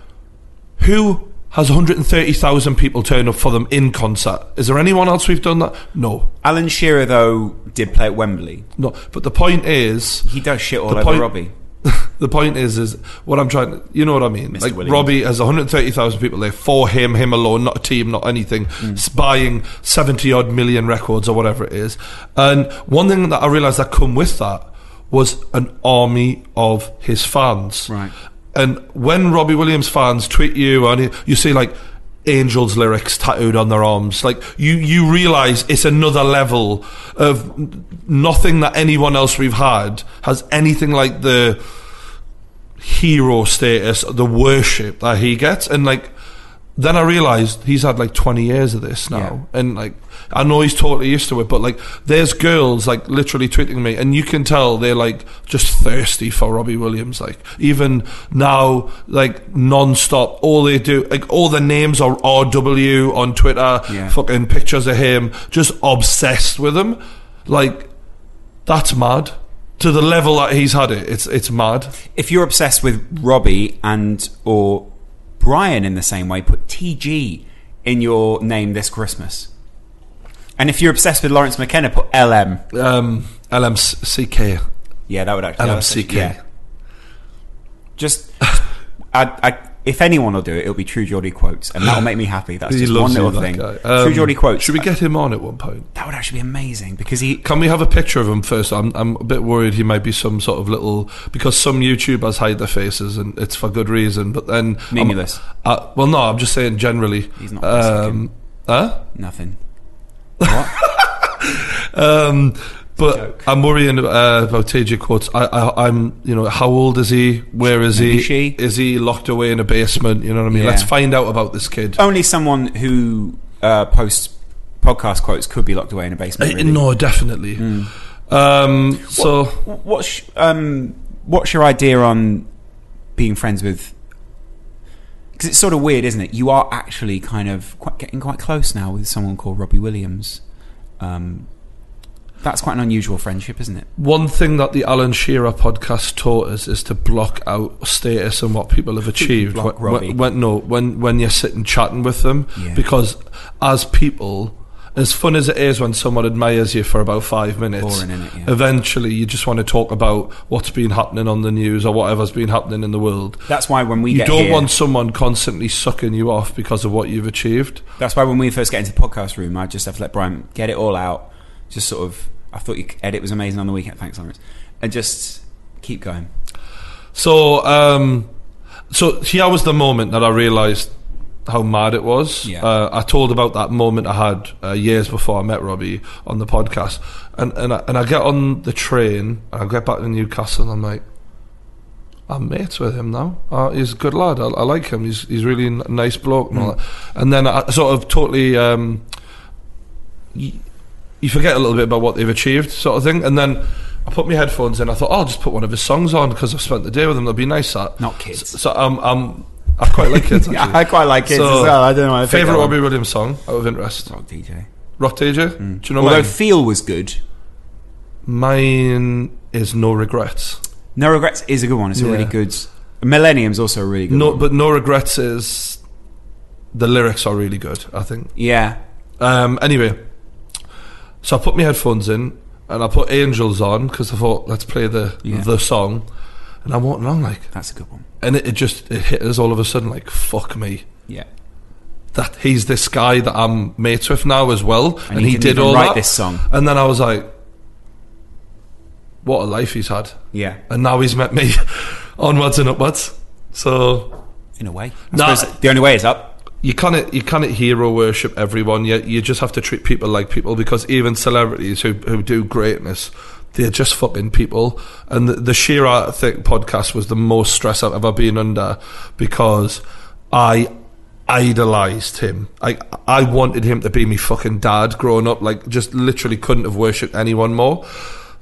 [SPEAKER 4] who has 130,000 people turn up for them in concert? Is there anyone else we've done that? No,
[SPEAKER 3] Alan Shearer though did play at Wembley.
[SPEAKER 4] no. But the point is,
[SPEAKER 3] He does shit all
[SPEAKER 4] The
[SPEAKER 3] over
[SPEAKER 4] point-
[SPEAKER 3] Robbie.
[SPEAKER 4] (laughs) the point is, is what I'm trying. to... You know what I mean?
[SPEAKER 3] Mr.
[SPEAKER 4] Like
[SPEAKER 3] Williams.
[SPEAKER 4] Robbie has 130,000 people there for him, him alone, not a team, not anything. s- Buying 70 odd million records or whatever it is. And one thing that I realised that come with that was an army of his fans.
[SPEAKER 3] Right.
[SPEAKER 4] And when Robbie Williams fans tweet you and you see like Angels lyrics tattooed on their arms, like you you realise it's another level of nothing that anyone else we've had has anything like the hero status, the worship that he gets, and like. Then I realised he's had like 20 years of this now. And like, I know he's totally used to it, but like, there's girls like literally tweeting me, and you can tell they're like just thirsty for Robbie Williams. Like, even now, like, non stop, all they do, like, all the names are RW on Twitter,
[SPEAKER 3] Yeah.
[SPEAKER 4] fucking pictures of him, just obsessed with him. Like, that's mad. To the level that he's had it, it's it's mad.
[SPEAKER 3] If you're obsessed with Robbie and or Brian in the same way, put TG in your name this Christmas. And if you're obsessed with Lawrence McKenna, put LM.
[SPEAKER 4] Um, LMCK.
[SPEAKER 3] Yeah, that would actually that would
[SPEAKER 4] LMCK.
[SPEAKER 3] actually- yeah. Just I I If anyone will do it, it'll be True Geordie quotes, and that'll make me happy. That's
[SPEAKER 4] He
[SPEAKER 3] just one
[SPEAKER 4] loves you,
[SPEAKER 3] little
[SPEAKER 4] that
[SPEAKER 3] thing.
[SPEAKER 4] guy.
[SPEAKER 3] True
[SPEAKER 4] Um,
[SPEAKER 3] Geordie quotes.
[SPEAKER 4] Should we get him on at one point?
[SPEAKER 3] that would actually be amazing because he
[SPEAKER 4] Can we have a picture of him first? I'm, I'm a bit worried he might be some sort of little because some YouTubers hide their faces and it's for good reason. But then I'm-
[SPEAKER 3] Meaningless.
[SPEAKER 4] uh, well, no, I'm just saying generally.
[SPEAKER 3] He's not
[SPEAKER 4] Um, huh?
[SPEAKER 3] nothing.
[SPEAKER 4] (laughs)
[SPEAKER 3] What?
[SPEAKER 4] Um, but
[SPEAKER 3] joke.
[SPEAKER 4] I'm worrying uh, about TJ quotes. I, I, I'm, you know, how old is he? Where is
[SPEAKER 3] Maybe
[SPEAKER 4] he?
[SPEAKER 3] she.
[SPEAKER 4] Is he locked away in a basement? You know what I mean?
[SPEAKER 3] Yeah.
[SPEAKER 4] Let's find out about this kid.
[SPEAKER 3] Only someone who uh, posts podcast quotes could be locked away in a basement.
[SPEAKER 4] Uh,
[SPEAKER 3] really. Hmm.
[SPEAKER 4] No, definitely. Um, so
[SPEAKER 3] What's um, what's your idea on being friends with? Because it's sort of weird, isn't it? You are actually kind of quite, getting quite close now with someone called Robbie Williams. Um, that's quite an unusual friendship, isn't it?
[SPEAKER 4] one thing that the Alan Shearer podcast taught us is to block out status and what
[SPEAKER 3] (laughs)
[SPEAKER 4] people have achieved.
[SPEAKER 3] Block
[SPEAKER 4] when,
[SPEAKER 3] Robbie.
[SPEAKER 4] when, when- no, when when you're sitting chatting with them,
[SPEAKER 3] Yeah.
[SPEAKER 4] because as people. As fun as it is when someone admires you for about five minutes,
[SPEAKER 3] Boring, innit? Yeah.
[SPEAKER 4] eventually you just want to talk about what's been happening on the news or whatever's been happening in the world.
[SPEAKER 3] That's why when we
[SPEAKER 4] You
[SPEAKER 3] get
[SPEAKER 4] don't
[SPEAKER 3] here-
[SPEAKER 4] want someone constantly sucking you off because of what you've achieved.
[SPEAKER 3] That's why when we first get into the podcast room, I just have to let Brian get it all out. Just sort of, I thought your edit was amazing on the weekend. Thanks, Lawrence. And just keep going.
[SPEAKER 4] So, um, so here was the moment that I realised how mad it was.
[SPEAKER 3] Yeah.
[SPEAKER 4] Uh, I told about that moment I had uh, years before I met Robbie on the podcast, and and I, and I get on the train and I get back to Newcastle. and I'm like, I'm mates with him now. Uh, he's a good lad. I, I like him. He's he's really n- nice bloke and
[SPEAKER 3] Hmm.
[SPEAKER 4] all that. And then I sort of totally. Um, y- you forget a little bit about what they've achieved, sort of thing. And then I put my headphones in. I thought, oh, I'll just put one of his songs on because I've spent the day with him. That'd be nice. That
[SPEAKER 3] Not kids.
[SPEAKER 4] So, so um, um, I quite
[SPEAKER 3] (laughs)
[SPEAKER 4] like kids.
[SPEAKER 3] Yeah,
[SPEAKER 4] actually.
[SPEAKER 3] I quite like kids as well. I don't know why I picked
[SPEAKER 4] favorite
[SPEAKER 3] that one.
[SPEAKER 4] Robbie Williams song out of interest.
[SPEAKER 3] Rock DJ.
[SPEAKER 4] Rock DJ. Do you know
[SPEAKER 3] Although
[SPEAKER 4] mine?
[SPEAKER 3] Feel was good.
[SPEAKER 4] mine is No Regrets.
[SPEAKER 3] No Regrets is a good one. It's a
[SPEAKER 4] Yeah.
[SPEAKER 3] really good. Millennium's also a really good
[SPEAKER 4] No,
[SPEAKER 3] one.
[SPEAKER 4] but No Regrets is the lyrics are really good. I think.
[SPEAKER 3] Yeah.
[SPEAKER 4] Um, anyway, so I put my headphones in and I put Angels on because I thought let's play the
[SPEAKER 3] Yeah.
[SPEAKER 4] the song, and I'm walking along like,
[SPEAKER 3] That's a good one.
[SPEAKER 4] and it, it just it hit us all of a sudden like fuck me
[SPEAKER 3] Yeah.
[SPEAKER 4] that he's this guy that I'm mates with now as well,
[SPEAKER 3] And
[SPEAKER 4] and,
[SPEAKER 3] he
[SPEAKER 4] he,
[SPEAKER 3] didn't
[SPEAKER 4] did
[SPEAKER 3] even
[SPEAKER 4] all
[SPEAKER 3] write
[SPEAKER 4] that.
[SPEAKER 3] this song.
[SPEAKER 4] and then I was like, what a life he's had,
[SPEAKER 3] Yeah.
[SPEAKER 4] and now he's met me (laughs) onwards and upwards. So
[SPEAKER 3] In a way. I
[SPEAKER 4] No.
[SPEAKER 3] suppose the only way is up.
[SPEAKER 4] you can't you can't hero worship everyone. You you just have to treat people like people because even celebrities who who do greatness, they're just fucking people. And the, the Shearer Thick podcast was the most stress I've ever been under because I idolized him. I I wanted him to be me fucking dad growing up. Like just literally couldn't have worshipped anyone more.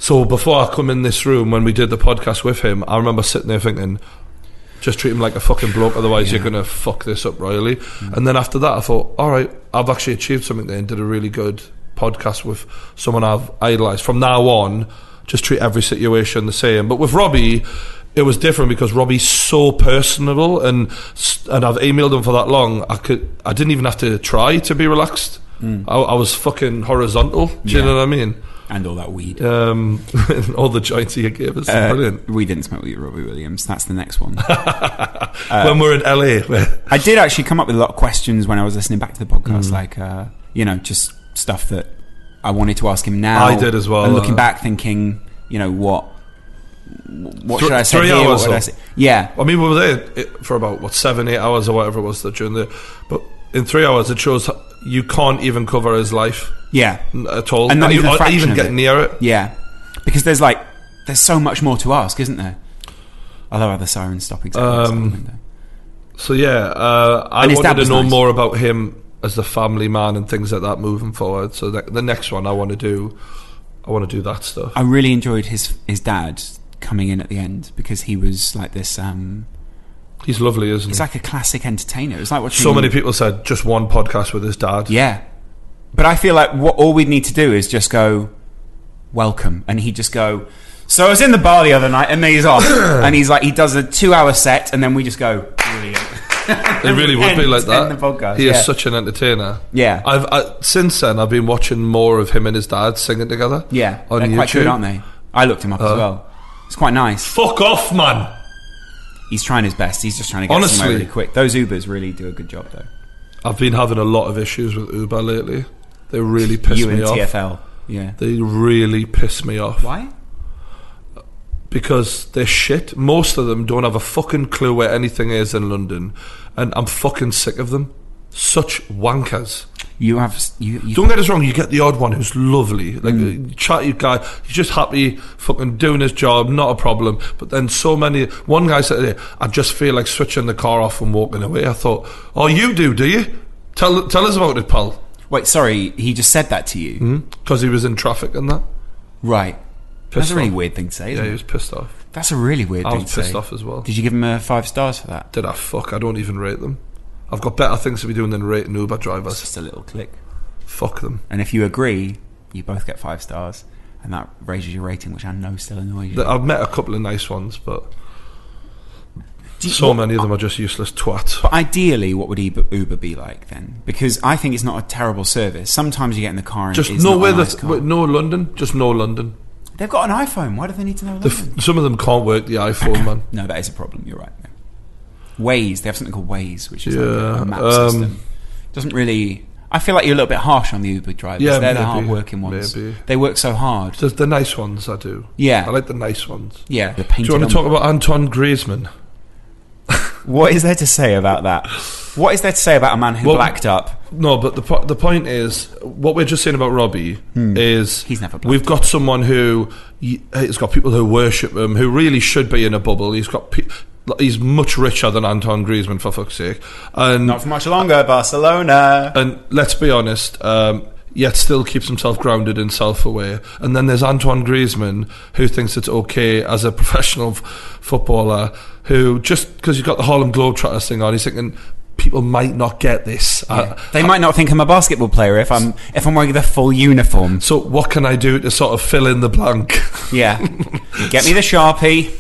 [SPEAKER 4] So before I come in this room when we did the podcast with him, I remember sitting there thinking, just treat him like a fucking bloke, otherwise you're gonna fuck this up royally. And then after that, I thought, all right, I've actually achieved something there and did a really good podcast with someone I've idolized. From now on, just treat every situation the same. But with Robbie, it was different because Robbie's so personable, and s- and I've emailed him for that long. I could, I didn't even have to try to be relaxed. I, I was fucking horizontal. Do you
[SPEAKER 3] Mm. Yeah.
[SPEAKER 4] know what I mean?
[SPEAKER 3] And all that weed.
[SPEAKER 4] Um, (laughs) all the joints he gave us,
[SPEAKER 3] Uh,
[SPEAKER 4] brilliant.
[SPEAKER 3] We didn't smoke with Robbie Williams. That's the next one. (laughs) uh,
[SPEAKER 4] when we're in LA, we're-
[SPEAKER 3] I did actually come up with a lot of questions when I was listening back to the podcast,
[SPEAKER 4] Mm.
[SPEAKER 3] like uh, you know, just stuff that I wanted to ask him now.
[SPEAKER 4] I did as well,
[SPEAKER 3] And looking
[SPEAKER 4] uh,
[SPEAKER 3] back, thinking, you know, what what
[SPEAKER 4] Three-
[SPEAKER 3] should I say
[SPEAKER 4] three
[SPEAKER 3] here?
[SPEAKER 4] hours
[SPEAKER 3] what would I
[SPEAKER 4] or-
[SPEAKER 3] say? Yeah,
[SPEAKER 4] I mean, we were there it- for about what seven, eight hours or whatever it was that during the. But in three hours, it shows you can't even cover his life
[SPEAKER 3] yeah,
[SPEAKER 4] n- at all,
[SPEAKER 3] And not
[SPEAKER 4] you-
[SPEAKER 3] even a
[SPEAKER 4] or
[SPEAKER 3] fraction of
[SPEAKER 4] get
[SPEAKER 3] it.
[SPEAKER 4] near it.
[SPEAKER 3] yeah, because there's like there's so much more to ask, isn't there? Although other sirens stop exactly outside the
[SPEAKER 4] Um,
[SPEAKER 3] window.
[SPEAKER 4] So yeah, uh, I
[SPEAKER 3] And his dad
[SPEAKER 4] wanted
[SPEAKER 3] was
[SPEAKER 4] to know
[SPEAKER 3] nice.
[SPEAKER 4] more about him as the family man and things like that moving forward. So the, the next one I want to do, I want to do that stuff.
[SPEAKER 3] I really enjoyed his his dad coming in at the end because he was like this. Um,
[SPEAKER 4] He's lovely, isn't
[SPEAKER 3] it's
[SPEAKER 4] he?
[SPEAKER 3] like a classic entertainer. It's like watching
[SPEAKER 4] So many people said just one podcast with his dad.
[SPEAKER 3] Yeah. But I feel like what all we need to do is just go, welcome. And he just go, so I was in the bar the other night and then he's
[SPEAKER 4] (coughs)
[SPEAKER 3] off. and he's like, he does a two hour set and then we just go, brilliant.
[SPEAKER 4] It really would be
[SPEAKER 3] End-
[SPEAKER 4] like that.
[SPEAKER 3] end the podcast,
[SPEAKER 4] he
[SPEAKER 3] yeah.
[SPEAKER 4] is such an entertainer.
[SPEAKER 3] Yeah.
[SPEAKER 4] I've I, since then I've been watching more of him and his dad singing together.
[SPEAKER 3] Yeah.
[SPEAKER 4] on
[SPEAKER 3] They're
[SPEAKER 4] YouTube, Uh.
[SPEAKER 3] quite good, aren't they? I looked him up as well. It's quite nice.
[SPEAKER 4] Fuck off, man!
[SPEAKER 3] he's trying his best. He's just trying to get
[SPEAKER 4] Honestly.
[SPEAKER 3] somewhere really quick. Those Ubers really do a good job, though.
[SPEAKER 4] I've been having a lot of issues with Uber lately. They really piss
[SPEAKER 3] you
[SPEAKER 4] me
[SPEAKER 3] and
[SPEAKER 4] off.
[SPEAKER 3] TFL, yeah.
[SPEAKER 4] They really piss me off.
[SPEAKER 3] Why?
[SPEAKER 4] because they're shit. Most of them don't have a fucking clue where anything is in London, and I'm fucking sick of them. Such wankers.
[SPEAKER 3] You have you. you
[SPEAKER 4] Don't get us wrong. You get the odd one who's lovely, like
[SPEAKER 3] Mm.
[SPEAKER 4] a chatty guy. He's just happy, fucking doing his job, not a problem. But then so many. One guy said, "Hey, "I just feel like switching the car off and walking away." I thought, "Oh, you do, do you? Tell tell us about it, pal."
[SPEAKER 3] wait, sorry. He just said that to
[SPEAKER 4] Hmm?
[SPEAKER 3] you,
[SPEAKER 4] Because he was in traffic and that.
[SPEAKER 3] right? That's
[SPEAKER 4] Pissed
[SPEAKER 3] a really
[SPEAKER 4] off.
[SPEAKER 3] weird thing to say.
[SPEAKER 4] Yeah,
[SPEAKER 3] Isn't
[SPEAKER 4] he
[SPEAKER 3] it?
[SPEAKER 4] was pissed off.
[SPEAKER 3] That's a really weird
[SPEAKER 4] I
[SPEAKER 3] thing
[SPEAKER 4] was
[SPEAKER 3] to
[SPEAKER 4] pissed
[SPEAKER 3] say.
[SPEAKER 4] off as well.
[SPEAKER 3] Did you give him uh, five stars for that?
[SPEAKER 4] Did I fuck? I don't even rate them. I've got better things to be doing than rating Uber
[SPEAKER 3] It's
[SPEAKER 4] drivers.
[SPEAKER 3] just a little click.
[SPEAKER 4] Fuck them.
[SPEAKER 3] And if you agree, you both get five stars, and that raises your rating, which I know still annoys you.
[SPEAKER 4] Th- I've met a couple of nice ones, but
[SPEAKER 3] Do you-
[SPEAKER 4] so
[SPEAKER 3] what-
[SPEAKER 4] many of them are just useless twats.
[SPEAKER 3] But ideally, what would Uber, Uber be like then? Because I think it's not a terrible service. Sometimes you get in the car and
[SPEAKER 4] Just
[SPEAKER 3] it's
[SPEAKER 4] no
[SPEAKER 3] not a
[SPEAKER 4] where
[SPEAKER 3] nice
[SPEAKER 4] the
[SPEAKER 3] car.
[SPEAKER 4] wait, no London. Just no London.
[SPEAKER 3] They've got an iPhone. Why do they need to know?
[SPEAKER 4] The
[SPEAKER 3] London?
[SPEAKER 4] f- some of them can't work the iPhone, man.
[SPEAKER 3] no, that is a problem. You're right. Yeah. Waze. They have something called Waze, which is like
[SPEAKER 4] Yeah,
[SPEAKER 3] a map
[SPEAKER 4] um,
[SPEAKER 3] system. Doesn't really. I feel like you're a little bit harsh on the Uber drivers.
[SPEAKER 4] Yeah,
[SPEAKER 3] They're the
[SPEAKER 4] maybe,
[SPEAKER 3] hard-working ones.
[SPEAKER 4] maybe.
[SPEAKER 3] They work so hard.
[SPEAKER 4] Just the nice ones, I do.
[SPEAKER 3] Yeah.
[SPEAKER 4] I like the nice ones.
[SPEAKER 3] Yeah. The
[SPEAKER 4] Do you want to talk about Antoine Griezmann?
[SPEAKER 3] What is there to say about that? What is there to say about a man who
[SPEAKER 4] Well-
[SPEAKER 3] blacked up?
[SPEAKER 4] No, but the po- the point is what we're just saying about Robbie is
[SPEAKER 3] Hmm. He's never blacked
[SPEAKER 4] we've got someone who y- he's got people who worship him who really should be in a bubble. He's got pe- like, he's much richer than Anton Griezmann for fuck's sake, and
[SPEAKER 3] Not for much longer, Barcelona.
[SPEAKER 4] and let's be honest, um, yet still keeps himself grounded and self-aware. And then there's Antoine Griezmann, who thinks it's okay as a (laughs) professional f- footballer, who just because you've got the Harlem Globetrotters thing on, he's thinking people might not get this. Uh, I-
[SPEAKER 3] They might not think I'm a basketball player if I'm if I'm wearing the full uniform.
[SPEAKER 4] So what can I do to sort of fill in the (laughs) blank?
[SPEAKER 3] Yeah, get me the sharpie.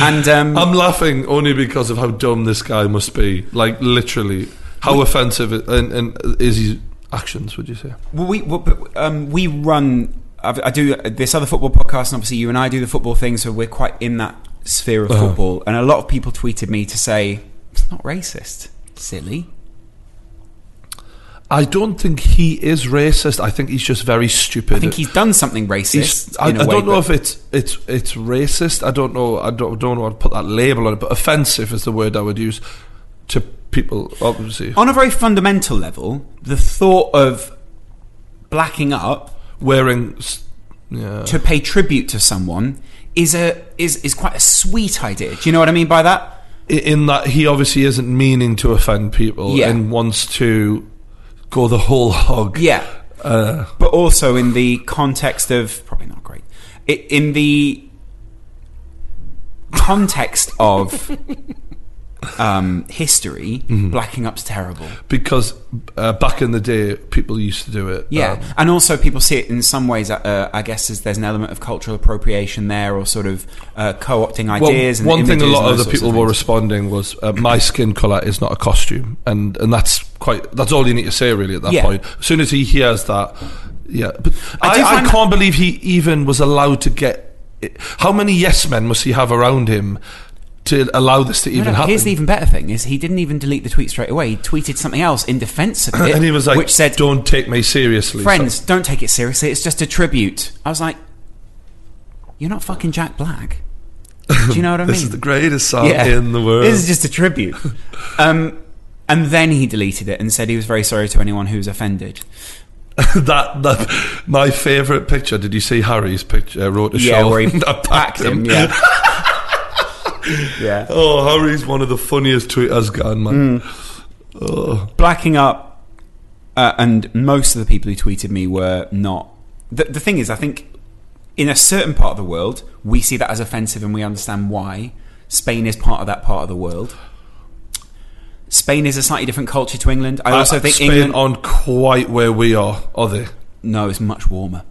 [SPEAKER 3] And um,
[SPEAKER 4] I'm laughing only because of how dumb this guy must be. Like literally, how offensive i- and, and is his actions? Would you say?
[SPEAKER 3] Well, we well, but, um, we run. I've, I do this other football podcast, and obviously you and I do the football thing, so we're quite in that sphere of
[SPEAKER 4] Uh-huh.
[SPEAKER 3] football. And a lot of people tweeted me to say it's not racist, silly.
[SPEAKER 4] I don't think he is racist. I think he's just very stupid.
[SPEAKER 3] I think he's done something racist.
[SPEAKER 4] He's- I,
[SPEAKER 3] in a
[SPEAKER 4] I
[SPEAKER 3] way,
[SPEAKER 4] don't know
[SPEAKER 3] but-
[SPEAKER 4] if it's it's it's racist. I don't know. I don't don't know how to put that label on it. But offensive is the word I would use to people. Obviously,
[SPEAKER 3] on a very fundamental level, the thought of blacking up
[SPEAKER 4] wearing s- yeah.
[SPEAKER 3] to pay tribute to someone is a is is quite a sweet idea. Do you know what I mean by that?
[SPEAKER 4] I- in that he obviously isn't meaning to offend people
[SPEAKER 3] Yeah.
[SPEAKER 4] and wants to go the whole hog.
[SPEAKER 3] Yeah.
[SPEAKER 4] Uh.
[SPEAKER 3] but also in the context of probably not great. i in the context
[SPEAKER 4] (laughs)
[SPEAKER 3] of um, history,
[SPEAKER 4] Mm-hmm.
[SPEAKER 3] blacking up's terrible.
[SPEAKER 4] Um. Because uh, back in the day, people used to do it.
[SPEAKER 3] Yeah,
[SPEAKER 4] Um,
[SPEAKER 3] and also people see it in some ways. Uh, I guess as there's an element of cultural appropriation there, or sort of uh, co-opting
[SPEAKER 4] well,
[SPEAKER 3] ideas. and
[SPEAKER 4] one thing a
[SPEAKER 3] images
[SPEAKER 4] lot
[SPEAKER 3] and
[SPEAKER 4] of
[SPEAKER 3] those
[SPEAKER 4] the
[SPEAKER 3] sorts
[SPEAKER 4] people were
[SPEAKER 3] things.
[SPEAKER 4] responding was, uh, "My skin color is not a costume," and and that's quite that's all you need to say really at that
[SPEAKER 3] Yeah.
[SPEAKER 4] point. As soon as he hears that, yeah, but
[SPEAKER 3] I
[SPEAKER 4] I,
[SPEAKER 3] do
[SPEAKER 4] I,
[SPEAKER 3] find
[SPEAKER 4] can't believe he even was allowed to get. It. How many yes men must he have around him to allow this to
[SPEAKER 3] No,
[SPEAKER 4] even
[SPEAKER 3] no,
[SPEAKER 4] happen?
[SPEAKER 3] here's the even better thing: is he didn't even delete the tweet straight away. He tweeted something else in
[SPEAKER 4] (clears throat)
[SPEAKER 3] defence of it,
[SPEAKER 4] and he was like,
[SPEAKER 3] which said,
[SPEAKER 4] "Don't take me seriously,
[SPEAKER 3] Friends, don't take it seriously. It's just a tribute. I was like, you're not fucking Jack Black. Do you know what I
[SPEAKER 4] (laughs) This
[SPEAKER 3] mean?
[SPEAKER 4] is the greatest song in the world.
[SPEAKER 3] This is just a tribute. um, and then he deleted it and said he was very sorry to anyone who was offended.
[SPEAKER 4] (laughs) that that my favourite picture. Did you see Harry's picture? Uh, wrote a
[SPEAKER 3] Yeah,
[SPEAKER 4] show
[SPEAKER 3] where he
[SPEAKER 4] and (laughs) I
[SPEAKER 3] packed him.
[SPEAKER 4] (laughs)
[SPEAKER 3] Yeah. yeah.
[SPEAKER 4] Oh, Harry's one of the funniest tweeters gone,
[SPEAKER 3] Hmm.
[SPEAKER 4] man. Oh.
[SPEAKER 3] Blacking up, uh, and most of the people who tweeted me were not. The, the thing is, I think in a certain part of the world, we see that as offensive and we understand why. Spain is part of that part of the world. Spain is a slightly different culture to England. I also
[SPEAKER 4] Uh,
[SPEAKER 3] think
[SPEAKER 4] Spain
[SPEAKER 3] England.
[SPEAKER 4] aren't quite where we are, are they?
[SPEAKER 3] no, it's much warmer.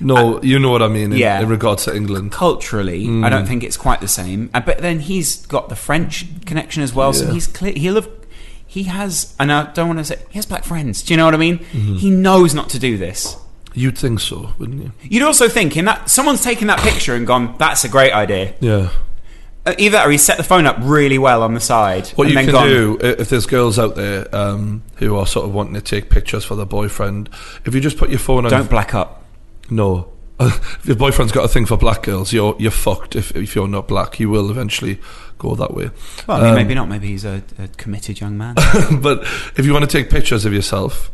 [SPEAKER 4] No, you know what I mean in,
[SPEAKER 3] yeah.
[SPEAKER 4] in regards to England.
[SPEAKER 3] Culturally, I
[SPEAKER 4] Hmm.
[SPEAKER 3] don't think it's quite the same. Uh, But then he's got the French connection as well, so
[SPEAKER 4] Yeah.
[SPEAKER 3] he's clear. He'll have. He has, and I don't want to say he has black friends. Do you know what I mean?
[SPEAKER 4] Mm-hmm.
[SPEAKER 3] He knows not to do this.
[SPEAKER 4] You'd think so, wouldn't you?
[SPEAKER 3] You'd also think in that someone's taken that picture and gone, "That's a great idea,"
[SPEAKER 4] Yeah.
[SPEAKER 3] uh, either that or he's set the phone up really well on the side.
[SPEAKER 4] What
[SPEAKER 3] and
[SPEAKER 4] you
[SPEAKER 3] then
[SPEAKER 4] can
[SPEAKER 3] gone,
[SPEAKER 4] do i- if there's girls out there um, who are sort of wanting to take pictures for their boyfriend, if you just put your phone on,
[SPEAKER 3] Don't black up.
[SPEAKER 4] no. (laughs) if your boyfriend's got a thing for black girls, you're you're fucked. If if you're not black, you will eventually go that way.
[SPEAKER 3] Well, I mean,
[SPEAKER 4] Um,
[SPEAKER 3] maybe not. Maybe he's a, a committed young
[SPEAKER 4] (laughs)
[SPEAKER 3] man.
[SPEAKER 4] but if you want to take pictures of yourself,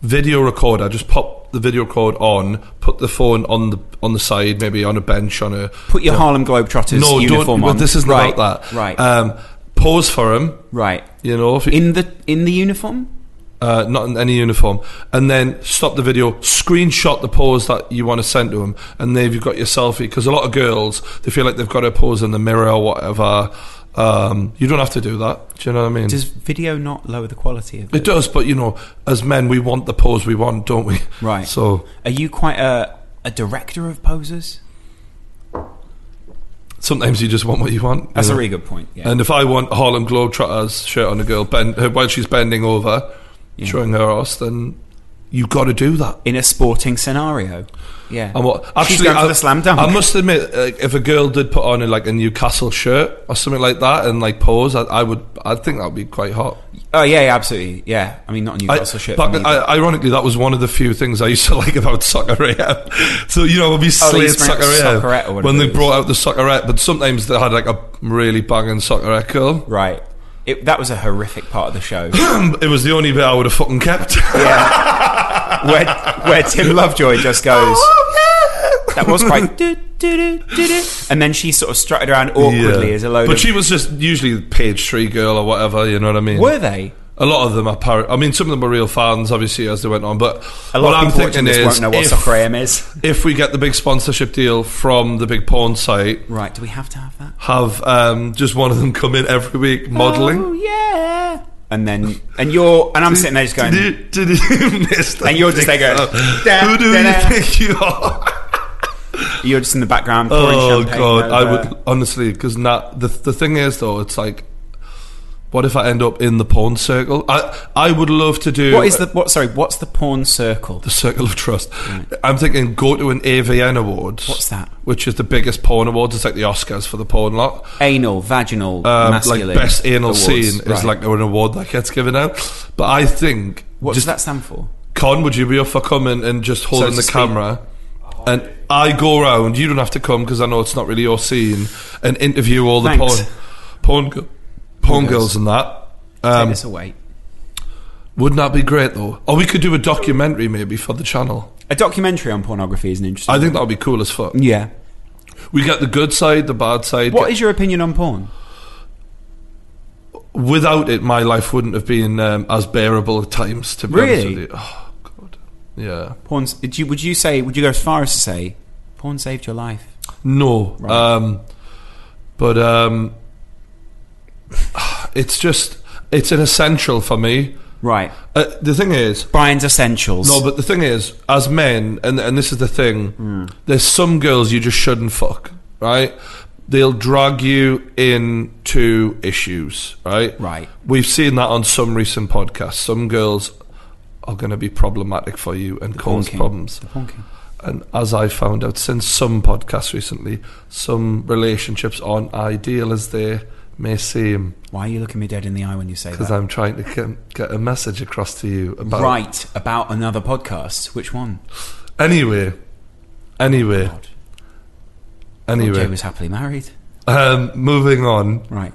[SPEAKER 4] video recorder, just pop the video record on, put the phone on the on the side, maybe on a bench, on a
[SPEAKER 3] Put your Harlem Globetrotters
[SPEAKER 4] no,
[SPEAKER 3] uniform
[SPEAKER 4] don't.
[SPEAKER 3] on.
[SPEAKER 4] This isn't
[SPEAKER 3] right,
[SPEAKER 4] about that.
[SPEAKER 3] Right,
[SPEAKER 4] Um, pose for him.
[SPEAKER 3] right.
[SPEAKER 4] You know, if you-
[SPEAKER 3] In the in the uniform.
[SPEAKER 4] uh, not in any uniform, and then stop the video, screenshot the pose that you want to send to them, and then you've got your selfie. Because a lot of girls, they feel like they've got to pose in the mirror or whatever. Um, you don't have to do that. Do you know what I mean?
[SPEAKER 3] Does video not lower the quality of
[SPEAKER 4] it
[SPEAKER 3] it?
[SPEAKER 4] does, but you know, as men, we want the pose we want, don't we?
[SPEAKER 3] Right.
[SPEAKER 4] So,
[SPEAKER 3] Are you quite a a director of poses?
[SPEAKER 4] sometimes you just want what you want. you
[SPEAKER 3] That's
[SPEAKER 4] know?
[SPEAKER 3] a really good point. Yeah.
[SPEAKER 4] And if I want a Harlem Globetrotters shirt on a girl bend, her, while she's bending over,
[SPEAKER 3] Yeah.
[SPEAKER 4] showing her ass, then you got to do that.
[SPEAKER 3] in a sporting scenario. Yeah.
[SPEAKER 4] And what, actually,
[SPEAKER 3] She's going
[SPEAKER 4] I,
[SPEAKER 3] for the slam dunk.
[SPEAKER 4] I must admit, like, if a girl did put on a, like a Newcastle shirt or something like that and like pose, I, I would, I think that would be quite hot.
[SPEAKER 3] oh yeah, yeah, absolutely. Yeah. I mean, not a
[SPEAKER 4] I,
[SPEAKER 3] Newcastle shirt.
[SPEAKER 4] back-
[SPEAKER 3] for me,
[SPEAKER 4] I- ironically, that was one of the few things I used to (laughs) like about Soccer AM. So you know,
[SPEAKER 3] Oh,
[SPEAKER 4] when we slayed
[SPEAKER 3] used to bring out
[SPEAKER 4] Soccer AM,
[SPEAKER 3] Soccerette or whatever
[SPEAKER 4] when
[SPEAKER 3] it
[SPEAKER 4] they
[SPEAKER 3] was.
[SPEAKER 4] brought out the Soccerette, but sometimes they had like a really banging Soccerette girl.
[SPEAKER 3] but- right. It, that was a horrific part of the show. (laughs)
[SPEAKER 4] It was the only bit I would have fucking kept.
[SPEAKER 3] yeah. Where where Tim Lovejoy just
[SPEAKER 4] (laughs)
[SPEAKER 3] goes.
[SPEAKER 4] Oh,
[SPEAKER 3] That was quite. (laughs) do, do, do, do, do. And then she sort of strutted around awkwardly
[SPEAKER 4] Yeah.
[SPEAKER 3] as a load
[SPEAKER 4] But
[SPEAKER 3] of.
[SPEAKER 4] she was just usually page three girl or whatever, you know what I
[SPEAKER 3] (laughs)
[SPEAKER 4] mean?
[SPEAKER 3] were they?
[SPEAKER 4] A lot of them are par- I mean, some of them are real fans, obviously, as they went on. But
[SPEAKER 3] A lot of
[SPEAKER 4] what I'm
[SPEAKER 3] people watching
[SPEAKER 4] thinking
[SPEAKER 3] this
[SPEAKER 4] is,
[SPEAKER 3] won't know what Soccer
[SPEAKER 4] if,
[SPEAKER 3] AM is. (laughs)
[SPEAKER 4] if we get the big sponsorship deal from the big porn site,
[SPEAKER 3] Right, do we have to have that?
[SPEAKER 4] have um, just one of them come in every week modelling.
[SPEAKER 3] Oh, yeah. And then, and you're, and I'm sitting there just going,
[SPEAKER 4] Did you, did you (laughs) miss that
[SPEAKER 3] And you're just there going,
[SPEAKER 4] picture?
[SPEAKER 3] "Da,
[SPEAKER 4] Who do
[SPEAKER 3] da,
[SPEAKER 4] you
[SPEAKER 3] da."
[SPEAKER 4] think you are?
[SPEAKER 3] you're just in the background pouring
[SPEAKER 4] Oh
[SPEAKER 3] champagne.
[SPEAKER 4] god, I
[SPEAKER 3] over-
[SPEAKER 4] would honestly because not the the thing is though, it's like, what if I end up in the porn circle? I I would love to do
[SPEAKER 3] What is the what? Sorry, what's the porn circle?
[SPEAKER 4] the circle of trust? I'm thinking go to an AVN awards.
[SPEAKER 3] Mm. What's that?
[SPEAKER 4] Which is the biggest porn awards? It's like the Oscars for the porn lot.
[SPEAKER 3] Anal, vaginal,
[SPEAKER 4] Um, like
[SPEAKER 3] masculine.
[SPEAKER 4] best anal
[SPEAKER 3] awards.
[SPEAKER 4] scene
[SPEAKER 3] Right.
[SPEAKER 4] is like an award that gets given out. But I think
[SPEAKER 3] What
[SPEAKER 4] just
[SPEAKER 3] does that stand for?
[SPEAKER 4] Con, would you be up for coming and just holding
[SPEAKER 3] to
[SPEAKER 4] the
[SPEAKER 3] speak.
[SPEAKER 4] camera? And I go round. You don't have to come because I know it's not really your scene. And interview all the
[SPEAKER 3] Thanks.
[SPEAKER 4] porn, porn, gu- porn girls and that.
[SPEAKER 3] Take
[SPEAKER 4] Um,
[SPEAKER 3] this away.
[SPEAKER 4] wouldn't that be great though? Or we could do a documentary maybe for the channel.
[SPEAKER 3] A documentary on pornography is an interesting.
[SPEAKER 4] I think that would be cool as fuck.
[SPEAKER 3] yeah.
[SPEAKER 4] We get the good side, the bad side.
[SPEAKER 3] What is your opinion on porn?
[SPEAKER 4] Without it, my life wouldn't have been um, as bearable at times. To be honest
[SPEAKER 3] Really?
[SPEAKER 4] with you. Oh god, yeah.
[SPEAKER 3] Porn's. Did you, would you say? Would you go as far as to say, porn saved your life?
[SPEAKER 4] No.
[SPEAKER 3] Right.
[SPEAKER 4] Um, but um, it's just it's an essential for me.
[SPEAKER 3] Right.
[SPEAKER 4] Uh, the thing is,
[SPEAKER 3] Brian's essentials.
[SPEAKER 4] no, but the thing is, as men, and and this is the thing,
[SPEAKER 3] Hmm.
[SPEAKER 4] there's some girls you just shouldn't fuck, right? They'll drag you into issues, right?
[SPEAKER 3] Right.
[SPEAKER 4] We've seen that on some recent podcasts. Some girls are going to be problematic for you and
[SPEAKER 3] Porn
[SPEAKER 4] cause
[SPEAKER 3] king.
[SPEAKER 4] problems.
[SPEAKER 3] The porn king.
[SPEAKER 4] And as I found out since some podcasts recently, some relationships aren't ideal as they may seem.
[SPEAKER 3] Why are you looking me dead in the eye when you say
[SPEAKER 4] Because
[SPEAKER 3] that?
[SPEAKER 4] I'm trying to get, get a message across to you about.
[SPEAKER 3] right about another podcast. Which one?
[SPEAKER 4] Anyway, anyway,
[SPEAKER 3] God. Jay
[SPEAKER 4] anyway.
[SPEAKER 3] was happily married.
[SPEAKER 4] Um, moving on.
[SPEAKER 3] Right.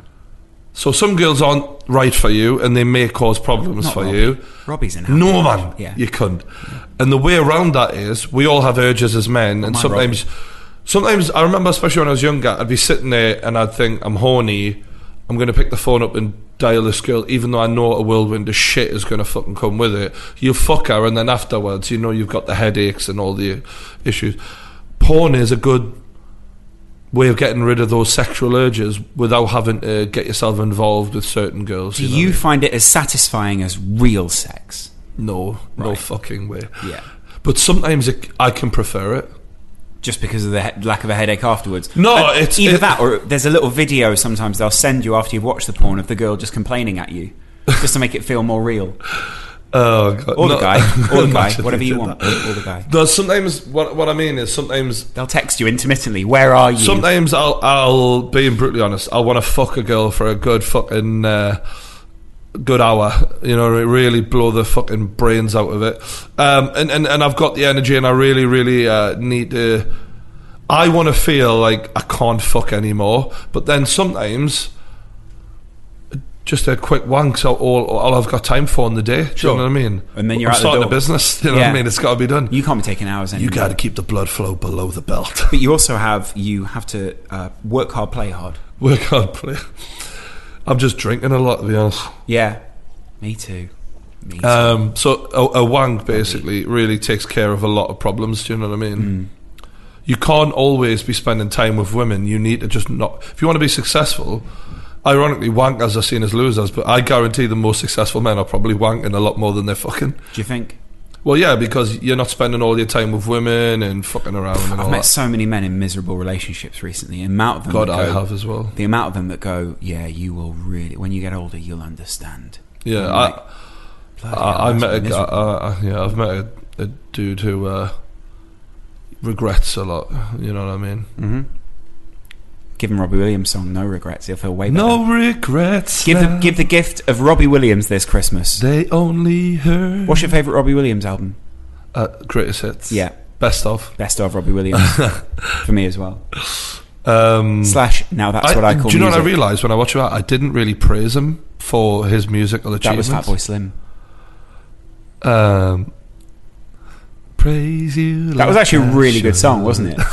[SPEAKER 4] So some girls aren't right for you, and they may cause problems
[SPEAKER 3] Not
[SPEAKER 4] for
[SPEAKER 3] Robbie.
[SPEAKER 4] you.
[SPEAKER 3] Robbie's an
[SPEAKER 4] No man,
[SPEAKER 3] Yeah.
[SPEAKER 4] you cunt. And the way around that is we all have urges as men, and
[SPEAKER 3] my
[SPEAKER 4] sometimes, sometimes I remember, especially when I was younger, I'd be sitting there and I'd think I'm horny. I'm going to pick the phone up and dial this girl, even though I know a whirlwind of shit is going to fucking come with it. You fuck her, and then afterwards, you know you've got the headaches and all the issues. Porn is a good way of getting rid of those sexual urges without having to get yourself involved with certain girls.
[SPEAKER 3] Do
[SPEAKER 4] you know
[SPEAKER 3] you
[SPEAKER 4] what
[SPEAKER 3] find it as satisfying as real sex?
[SPEAKER 4] I mean? no, no fucking way.
[SPEAKER 3] Yeah.
[SPEAKER 4] But sometimes it, I can prefer it.
[SPEAKER 3] Just because of the he- lack of a headache afterwards.
[SPEAKER 4] No,
[SPEAKER 3] But
[SPEAKER 4] it's-
[SPEAKER 3] either
[SPEAKER 4] it-
[SPEAKER 3] that or there's a little video sometimes they'll send you after you've watched the porn of the girl just complaining at you, just to make it feel more real.
[SPEAKER 4] Oh God.
[SPEAKER 3] Or the
[SPEAKER 4] (laughs) No.
[SPEAKER 3] guy. Or the guy.
[SPEAKER 4] Imagine
[SPEAKER 3] Whatever
[SPEAKER 4] they
[SPEAKER 3] you
[SPEAKER 4] did
[SPEAKER 3] want.
[SPEAKER 4] that.
[SPEAKER 3] Or the guy.
[SPEAKER 4] No, sometimes what what I mean is sometimes
[SPEAKER 3] They'll text you intermittently. Where are you?
[SPEAKER 4] sometimes I'll I'll being brutally honest. I want to fuck a girl for a good fucking uh, good hour. You know, really blow the fucking brains out of it. Um, and and and I've got the energy, and I really really uh, need to. I want to feel like I can't fuck anymore. But then sometimes. Just a quick wank's all, all, all I've got time for in the day. Do
[SPEAKER 3] Sure.
[SPEAKER 4] you know what I mean?
[SPEAKER 3] And then you're
[SPEAKER 4] I'm
[SPEAKER 3] out the
[SPEAKER 4] starting
[SPEAKER 3] door.
[SPEAKER 4] a business. You know what
[SPEAKER 3] Yeah.
[SPEAKER 4] I mean? It's got to be done.
[SPEAKER 3] You can't be taking hours
[SPEAKER 4] You
[SPEAKER 3] anymore.
[SPEAKER 4] got to keep the blood flow below the belt.
[SPEAKER 3] But you also have you have to uh, work hard, play hard.
[SPEAKER 4] Work hard, (laughs) play. I'm just drinking a lot, to be honest.
[SPEAKER 3] Yeah, me too. Me too.
[SPEAKER 4] Um, so a, a wank basically really takes care of a lot of problems. Do you know what I mean?
[SPEAKER 3] Hmm.
[SPEAKER 4] You can't always be spending time with women. You need to just not. If you want to be successful, ironically, wankers are seen as losers. But I guarantee the most successful men are probably wanking a lot more than they're fucking.
[SPEAKER 3] Do you think?
[SPEAKER 4] Well, yeah, because you're not spending all your time with women and fucking around and
[SPEAKER 3] I've
[SPEAKER 4] all
[SPEAKER 3] met
[SPEAKER 4] that.
[SPEAKER 3] so many men in miserable relationships recently. The amount of them
[SPEAKER 4] God,
[SPEAKER 3] that
[SPEAKER 4] I
[SPEAKER 3] go-
[SPEAKER 4] have as well.
[SPEAKER 3] The amount of them that go, yeah, you will really. When you get older, you'll understand.
[SPEAKER 4] Yeah,
[SPEAKER 3] I'm
[SPEAKER 4] I,
[SPEAKER 3] like, Bloody hell,
[SPEAKER 4] I, I
[SPEAKER 3] that's
[SPEAKER 4] met a guy,
[SPEAKER 3] miserable.
[SPEAKER 4] uh, uh, yeah, I've met a, a dude who uh, regrets a lot. You know what I mean?
[SPEAKER 3] Mhm. Give him Robbie Williams' song "No Regrets." He'll feel way better.
[SPEAKER 4] No regrets.
[SPEAKER 3] Give the
[SPEAKER 4] left.
[SPEAKER 3] give the gift of Robbie Williams this Christmas.
[SPEAKER 4] They only hurt.
[SPEAKER 3] What's your favourite Robbie Williams album?
[SPEAKER 4] uh, greatest hits?
[SPEAKER 3] Yeah,
[SPEAKER 4] best of.
[SPEAKER 3] best of Robbie
[SPEAKER 4] (laughs)
[SPEAKER 3] Williams for me as well.
[SPEAKER 4] Um,
[SPEAKER 3] Slash. Now that's what I call.
[SPEAKER 4] Do you know what I
[SPEAKER 3] music.
[SPEAKER 4] realised when I watched that? I didn't really praise him for his musical
[SPEAKER 3] That was
[SPEAKER 4] achievements.
[SPEAKER 3] Fatboy Slim.
[SPEAKER 4] Um, praise you.
[SPEAKER 3] That was actually a really good song, wasn't it?
[SPEAKER 4] (laughs)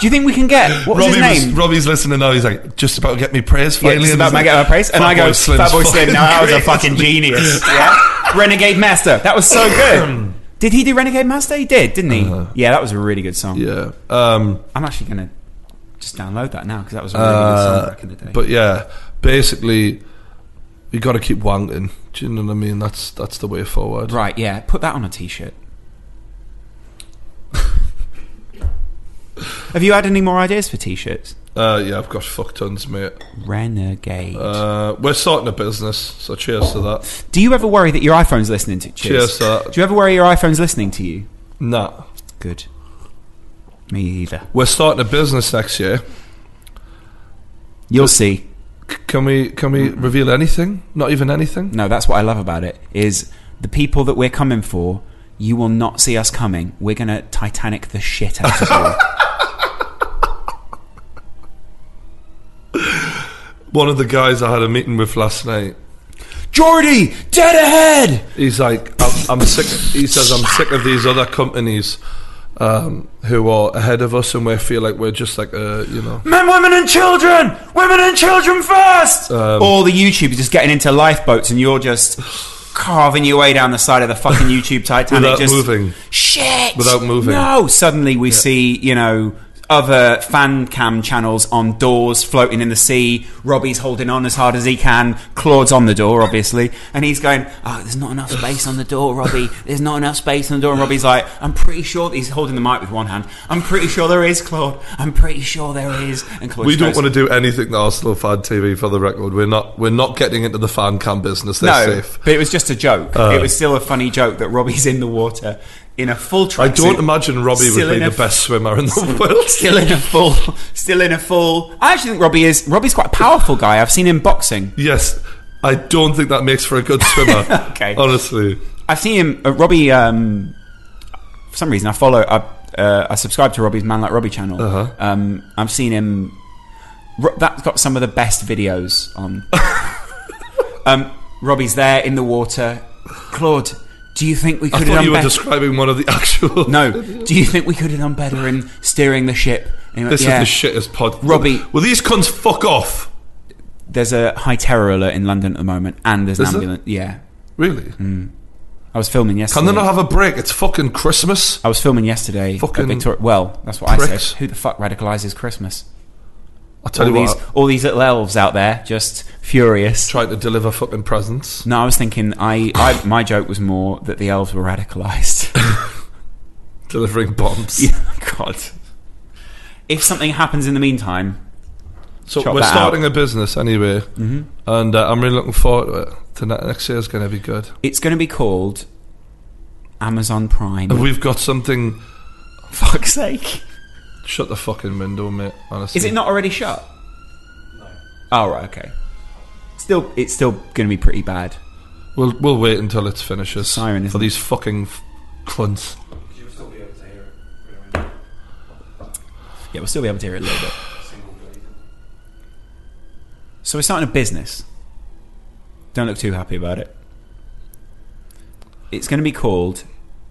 [SPEAKER 3] Do you think we can get what was
[SPEAKER 4] Robbie
[SPEAKER 3] his name?
[SPEAKER 4] Was, Robbie's listening now. He's like, just about to get me praise
[SPEAKER 3] yeah,
[SPEAKER 4] finally.
[SPEAKER 3] it's
[SPEAKER 4] and
[SPEAKER 3] about
[SPEAKER 4] he's
[SPEAKER 3] my
[SPEAKER 4] like,
[SPEAKER 3] get my praise, and I go,
[SPEAKER 4] Fatboy Slim's
[SPEAKER 3] Fatboy Slim.
[SPEAKER 4] (laughs) fucking
[SPEAKER 3] Now that was a
[SPEAKER 4] great."
[SPEAKER 3] fucking
[SPEAKER 4] (laughs)
[SPEAKER 3] genius. Yeah, Renegade Master. That was so
[SPEAKER 4] (clears throat)
[SPEAKER 3] good. Did he do Renegade Master? He did, didn't he? yeah, that was a really good song.
[SPEAKER 4] Uh-huh. Yeah. Um,
[SPEAKER 3] I'm actually gonna just download that now because that was a really good
[SPEAKER 4] Uh,
[SPEAKER 3] song back in the day.
[SPEAKER 4] But yeah, basically, you got to keep wanking. Do you know what I mean? That's that's the way forward.
[SPEAKER 3] right, yeah, put that on a
[SPEAKER 4] (laughs)
[SPEAKER 3] t-shirt. Have you had any more ideas for t-shirts?
[SPEAKER 4] Uh, yeah, I've got fuck tons, mate.
[SPEAKER 3] Renegade.
[SPEAKER 4] Uh, we're starting a business, so cheers to that.
[SPEAKER 3] Do you ever worry that your iPhone's listening to?
[SPEAKER 4] Cheers to that.
[SPEAKER 3] Do you ever worry your iPhone's listening to you?
[SPEAKER 4] Nah,
[SPEAKER 3] Good. Me either.
[SPEAKER 4] we're starting a business next year.
[SPEAKER 3] You'll see.
[SPEAKER 4] C- can we can we reveal anything? Not even anything.
[SPEAKER 3] No, that's what I love about it is the people that we're coming for. You will not see us coming. We're gonna Titanic the shit out of
[SPEAKER 4] (laughs)
[SPEAKER 3] you.
[SPEAKER 4] One of the guys I had a meeting with last night.
[SPEAKER 3] Jordy, dead ahead.
[SPEAKER 4] He's like, I'm, I'm sick. He says, I'm sick of these other companies um, who are ahead of us, and we feel like we're just like, uh, you know.
[SPEAKER 3] Men, women, and children! Women and children first!
[SPEAKER 4] Um,
[SPEAKER 3] All the YouTubers just getting into lifeboats and you're
[SPEAKER 4] (sighs)
[SPEAKER 3] just carving your way down the side of the fucking YouTube Titanic.
[SPEAKER 4] Without
[SPEAKER 3] just,
[SPEAKER 4] moving.
[SPEAKER 3] Shit!
[SPEAKER 4] Without moving.
[SPEAKER 3] No! Suddenly we see, you know, other fan cam channels on doors floating in the sea. Robbie's holding on as hard as he can. Claude's on the door, obviously. And he's going, Oh, there's not enough space on the door, Robbie. There's not enough space on the door. And Robbie's like, I'm pretty sure he's holding the mic with one hand. I'm pretty sure there is, Claude. I'm pretty sure there is. And Claude
[SPEAKER 4] We
[SPEAKER 3] just
[SPEAKER 4] don't
[SPEAKER 3] goes,
[SPEAKER 4] want to do anything to Arsenal fan TV for the record. We're not. We're not getting into the fan cam business. They're
[SPEAKER 3] No,
[SPEAKER 4] safe. Uh.
[SPEAKER 3] but it was just a joke. it was still a funny joke that Robbie's in the water in a full
[SPEAKER 4] I
[SPEAKER 3] tracksuit.
[SPEAKER 4] don't imagine Robbie
[SPEAKER 3] Still
[SPEAKER 4] would be
[SPEAKER 3] in a
[SPEAKER 4] the
[SPEAKER 3] f-
[SPEAKER 4] best swimmer
[SPEAKER 3] (laughs)
[SPEAKER 4] in the world.
[SPEAKER 3] Still in a full, still in a full. I actually think Robbie is. Robbie's quite a powerful guy. I've seen him boxing.
[SPEAKER 4] Yes, I don't think that makes for a good swimmer.
[SPEAKER 3] (laughs) Okay.
[SPEAKER 4] honestly,
[SPEAKER 3] I've seen him. Uh, Robbie. Um, for some reason, I follow. I, uh, I subscribe to Robbie's Man Like Robbie channel.
[SPEAKER 4] Uh-huh.
[SPEAKER 3] Um, I've seen him. Ro- that's got some of the best videos
[SPEAKER 4] (laughs)
[SPEAKER 3] on. um, Robbie's there in the water. Claude, do you think we could
[SPEAKER 4] I
[SPEAKER 3] have
[SPEAKER 4] thought
[SPEAKER 3] done
[SPEAKER 4] you were
[SPEAKER 3] better?
[SPEAKER 4] describing one of the (laughs) actual.
[SPEAKER 3] No. Do you think we could have done better in steering the ship? And he went,
[SPEAKER 4] this
[SPEAKER 3] "Yeah."
[SPEAKER 4] is the shittest pod.
[SPEAKER 3] Robbie-
[SPEAKER 4] well, these cunts fuck off.
[SPEAKER 3] There's a high terror alert in London at the moment, and there's an
[SPEAKER 4] Is there?
[SPEAKER 3] ambulance. Yeah,
[SPEAKER 4] Really?
[SPEAKER 3] Mm. I was filming yesterday.
[SPEAKER 4] Can they not have a break? It's fucking Christmas.
[SPEAKER 3] I was filming yesterday. at
[SPEAKER 4] Fucking
[SPEAKER 3] Victoria. Well, that's what I
[SPEAKER 4] pricks.
[SPEAKER 3] said. Who the fuck radicalizes Christmas?
[SPEAKER 4] I tell
[SPEAKER 3] All
[SPEAKER 4] you
[SPEAKER 3] these,
[SPEAKER 4] what, I
[SPEAKER 3] all these little elves out there, just furious.
[SPEAKER 4] tried to deliver fucking presents.
[SPEAKER 3] No, I was thinking. I, I my joke was more that the elves were
[SPEAKER 4] (laughs)
[SPEAKER 3] radicalized. (laughs)
[SPEAKER 4] Delivering bombs.
[SPEAKER 3] Yeah, God. If something happens in the meantime,
[SPEAKER 4] So
[SPEAKER 3] Chop
[SPEAKER 4] we're
[SPEAKER 3] that Mm-hmm.
[SPEAKER 4] starting a business anyway, and uh, I'm really looking forward to it. The ne- next year's going to be good.
[SPEAKER 3] It's going to be called Amazon Prime.
[SPEAKER 4] And we've got something.
[SPEAKER 3] (laughs) fuck's sake.
[SPEAKER 4] Shut the fucking window, mate. Honestly,
[SPEAKER 3] Is it not already shut? No. Oh, right, okay. Still, it's still going to be pretty bad.
[SPEAKER 4] We'll we'll wait until it finishes.
[SPEAKER 3] Siren, isn't
[SPEAKER 4] for
[SPEAKER 3] it?
[SPEAKER 4] these fucking f- cunts.
[SPEAKER 3] Yeah, we'll still be able to hear it a little bit. So we're starting a business. Don't look too happy about it. It's going to be called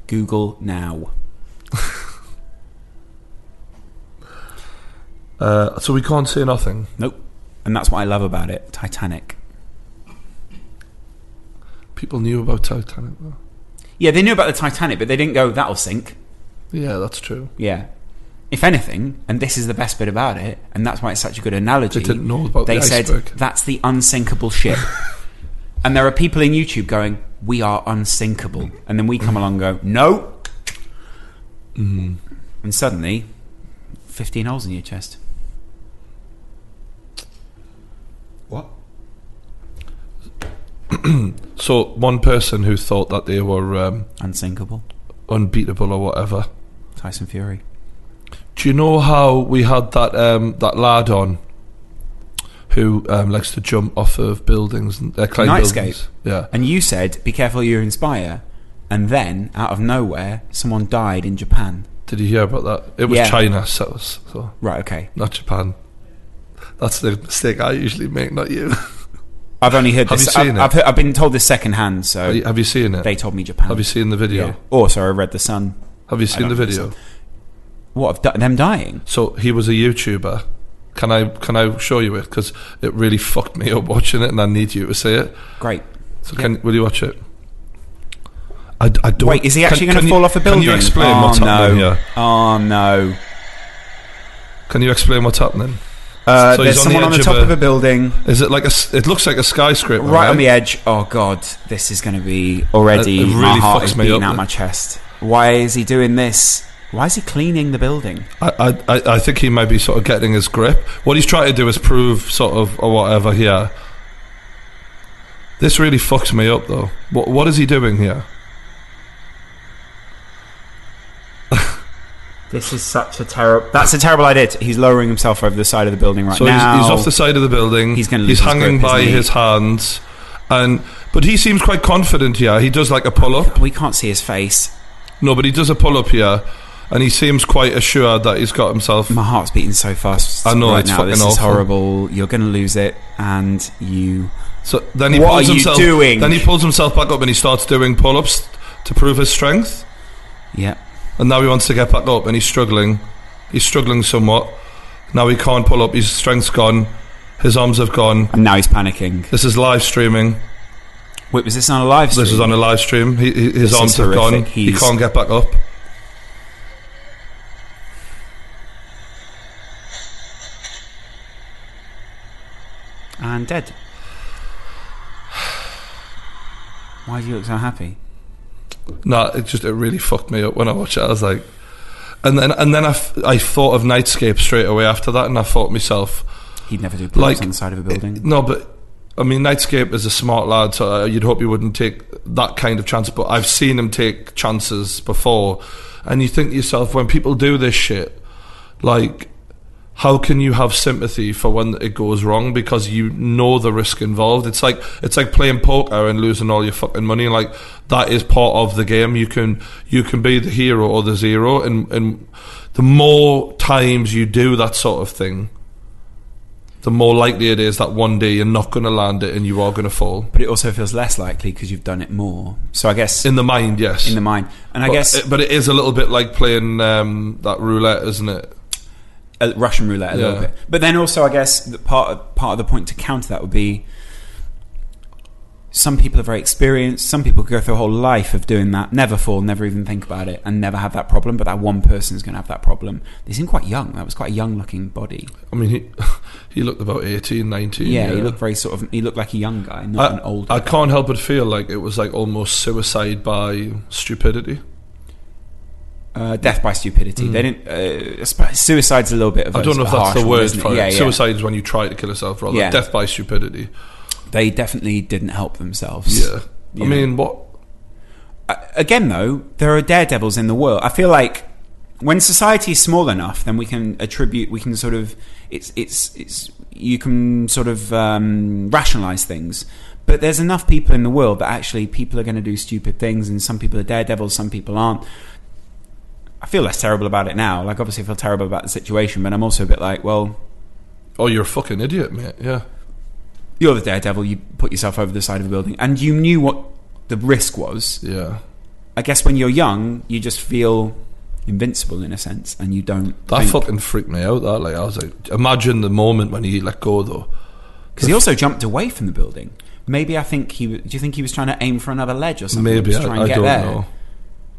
[SPEAKER 3] Google Now.
[SPEAKER 4] Uh, so we can't say nothing.
[SPEAKER 3] Nope. And that's what I love about it. Titanic.
[SPEAKER 4] People knew about Titanic. Though.
[SPEAKER 3] Yeah, they knew about the Titanic, but they didn't go, that'll sink.
[SPEAKER 4] Yeah, that's true.
[SPEAKER 3] Yeah. If anything, and this is the best bit about it, and that's why it's such a good analogy.
[SPEAKER 4] They didn't know about
[SPEAKER 3] They
[SPEAKER 4] the
[SPEAKER 3] said
[SPEAKER 4] iceberg.
[SPEAKER 3] that's the unsinkable
[SPEAKER 4] (laughs)
[SPEAKER 3] ship, and there are people in YouTube going, "We are unsinkable," and then we come along and go, "No,"
[SPEAKER 4] Mm.
[SPEAKER 3] and suddenly, fifteen holes in your chest. What?
[SPEAKER 4] So one person who thought that they were um,
[SPEAKER 3] Unsinkable,
[SPEAKER 4] unbeatable or whatever.
[SPEAKER 3] Tyson Fury.
[SPEAKER 4] Do you know how we had that um, that lad on who um, likes to jump off of buildings and uh, climb
[SPEAKER 3] Nightscape.
[SPEAKER 4] buildings? Yeah.
[SPEAKER 3] And you said, "Be careful, you inspire," and then out of nowhere, someone died in Japan.
[SPEAKER 4] Did you hear about that? It was
[SPEAKER 3] Yeah.
[SPEAKER 4] China, so, so
[SPEAKER 3] Right? Okay.
[SPEAKER 4] not Japan. That's the mistake I usually make, not you.
[SPEAKER 3] Oh. I've only heard
[SPEAKER 4] Have
[SPEAKER 3] this.
[SPEAKER 4] you seen
[SPEAKER 3] I've,
[SPEAKER 4] it? Oh,
[SPEAKER 3] I've, heard- I've been told this secondhand, so
[SPEAKER 4] Have you- Have you seen it?
[SPEAKER 3] they told me Japan.
[SPEAKER 4] Have you seen the video?
[SPEAKER 3] Yeah. Oh, sorry, I read The Sun.
[SPEAKER 4] Have you seen the
[SPEAKER 3] don't
[SPEAKER 4] video?
[SPEAKER 3] What, of di- them dying?
[SPEAKER 4] So he was a YouTuber. Can I can I show you it? Because it really fucked me up watching it, and I need you to see it.
[SPEAKER 3] Great.
[SPEAKER 4] So can will you watch it? I, d- I don't.
[SPEAKER 3] Wait, is he
[SPEAKER 4] can-
[SPEAKER 3] actually going
[SPEAKER 4] can
[SPEAKER 3] to
[SPEAKER 4] you-
[SPEAKER 3] fall off a building?
[SPEAKER 4] Can you explain
[SPEAKER 3] oh,
[SPEAKER 4] what's
[SPEAKER 3] no.
[SPEAKER 4] happening here?
[SPEAKER 3] Oh, no.
[SPEAKER 4] Can you explain what's happening?
[SPEAKER 3] Uh,
[SPEAKER 4] So he's
[SPEAKER 3] there's
[SPEAKER 4] on the
[SPEAKER 3] someone on the
[SPEAKER 4] edge of
[SPEAKER 3] top
[SPEAKER 4] a-
[SPEAKER 3] of a building,
[SPEAKER 4] Is it like a? s- It looks like a skyscraper,
[SPEAKER 3] right,
[SPEAKER 4] right?
[SPEAKER 3] on the edge. Oh, God. This is going to be already.
[SPEAKER 4] It- it
[SPEAKER 3] my
[SPEAKER 4] really
[SPEAKER 3] heart
[SPEAKER 4] fucks
[SPEAKER 3] is
[SPEAKER 4] me
[SPEAKER 3] beating
[SPEAKER 4] up.
[SPEAKER 3] out my chest. Why is he doing this? Why is he cleaning the building?
[SPEAKER 4] I, I- I, I think he might be sort of getting his grip. What he's trying to do is prove sort of or whatever here. This really fucks me up though. What what is he doing here?
[SPEAKER 3] This is such a terrible. That's a terrible idea. He's lowering himself over the side of the building right
[SPEAKER 4] So he's,
[SPEAKER 3] now.
[SPEAKER 4] he's off the side of the building.
[SPEAKER 3] He's gonna lose
[SPEAKER 4] he's
[SPEAKER 3] his
[SPEAKER 4] hanging
[SPEAKER 3] grip,
[SPEAKER 4] by
[SPEAKER 3] isn't he?
[SPEAKER 4] his hands, and but he seems quite confident here. He does like a pull up.
[SPEAKER 3] we can't see his face.
[SPEAKER 4] No, but he does a pull up here, and he seems quite assured that he's got himself.
[SPEAKER 3] My heart's beating so fast.
[SPEAKER 4] I know,
[SPEAKER 3] right
[SPEAKER 4] it's
[SPEAKER 3] now.
[SPEAKER 4] fucking
[SPEAKER 3] this is
[SPEAKER 4] awful.
[SPEAKER 3] horrible. You're going to lose it, and you.
[SPEAKER 4] So then he
[SPEAKER 3] What
[SPEAKER 4] pulls
[SPEAKER 3] are you
[SPEAKER 4] himself.
[SPEAKER 3] doing?
[SPEAKER 4] Then he pulls himself back up and he starts doing pull ups to prove his strength.
[SPEAKER 3] Yeah.
[SPEAKER 4] And now he wants to get back up and he's struggling. He's struggling somewhat. Now he can't pull up. His strength's gone. His arms have gone.
[SPEAKER 3] And now he's panicking.
[SPEAKER 4] This is live streaming.
[SPEAKER 3] Wait, was this on a live stream?
[SPEAKER 4] This is on a live stream. He, he- his
[SPEAKER 3] This
[SPEAKER 4] arms
[SPEAKER 3] is
[SPEAKER 4] have
[SPEAKER 3] horrific.
[SPEAKER 4] gone. He
[SPEAKER 3] He's-
[SPEAKER 4] can't get back up.
[SPEAKER 3] And dead. Why do you look so happy?
[SPEAKER 4] No, it just it really fucked me up when I watched it. I was like, and then and then I, f- I thought of Nightscape straight away after that, and I thought to myself,
[SPEAKER 3] He'd never do pull
[SPEAKER 4] Like-
[SPEAKER 3] on the side of a building.
[SPEAKER 4] no, but I mean, Nightscape is a smart lad, so uh, you'd hope he wouldn't take that kind of chance. But I've seen him take chances before, and you think to yourself, when people do this shit, like, how can you have sympathy for when it goes wrong because you know the risk involved? It's like it's like playing poker and losing all your fucking money. Like that is part of the game. You can you can be the hero or the zero, and and the more times you do that sort of thing, the more likely it is that one day you're not going to land it and you are going to fall.
[SPEAKER 3] but it also feels less likely because you've done it more. So I guess in,
[SPEAKER 4] In the mind, yes.
[SPEAKER 3] the mind. And I
[SPEAKER 4] but,
[SPEAKER 3] guess
[SPEAKER 4] it, but it is a little bit like playing um, that roulette, isn't it?
[SPEAKER 3] uh, Russian roulette a little
[SPEAKER 4] Yeah.
[SPEAKER 3] bit. But then also, I guess that part of, part of the point to counter that would be some people are very experienced. Some people go through a whole life of doing that, never fall, never even think about it, and never have that problem. But that one person is going to have that problem. They seem quite young. That was quite a young-looking body.
[SPEAKER 4] I mean, he (laughs) he looked about 18, 19.
[SPEAKER 3] Yeah, he looked very sort of. He looked like a young guy, not an old.
[SPEAKER 4] I can't help but feel like it was like almost suicide by stupidity.
[SPEAKER 3] uh, death by stupidity. They didn't. Uh, sp- suicide's a little bit of.
[SPEAKER 4] Mm. I
[SPEAKER 3] a
[SPEAKER 4] don't know if
[SPEAKER 3] harsh
[SPEAKER 4] that's the
[SPEAKER 3] one,
[SPEAKER 4] word
[SPEAKER 3] isn't it?
[SPEAKER 4] for it.
[SPEAKER 3] Yeah, yeah.
[SPEAKER 4] Suicide is when you try to kill yourself, rather
[SPEAKER 3] Yeah.
[SPEAKER 4] death by stupidity.
[SPEAKER 3] They definitely didn't help themselves.
[SPEAKER 4] Yeah.
[SPEAKER 3] You
[SPEAKER 4] I
[SPEAKER 3] know.
[SPEAKER 4] mean, what?
[SPEAKER 3] A- again, though, there are daredevils in the world. I feel like when society is small enough, then we can attribute, we can sort of, it's, it's, it's, you can sort of um, rationalize things. But there's enough people in the world that actually people are going to do stupid things, and some people are daredevils, some people aren't. I feel less terrible about it now. Like, obviously, I feel terrible about the situation, but I'm also a bit like, well,
[SPEAKER 4] Oh, you're a fucking idiot, mate. Yeah.
[SPEAKER 3] you're the daredevil. You put yourself over the side of a building, and you knew what the risk was.
[SPEAKER 4] Yeah.
[SPEAKER 3] I guess when you're young, you just feel invincible in a sense, and you don't.
[SPEAKER 4] That fucking freaked me out. That like I was like, imagine the moment when he let go though.
[SPEAKER 3] because he also jumped away from the building. Maybe I think he. w- Do you think he was trying to aim for another ledge or something?
[SPEAKER 4] Maybe
[SPEAKER 3] to
[SPEAKER 4] I,
[SPEAKER 3] try and
[SPEAKER 4] I
[SPEAKER 3] get
[SPEAKER 4] don't
[SPEAKER 3] there?
[SPEAKER 4] know.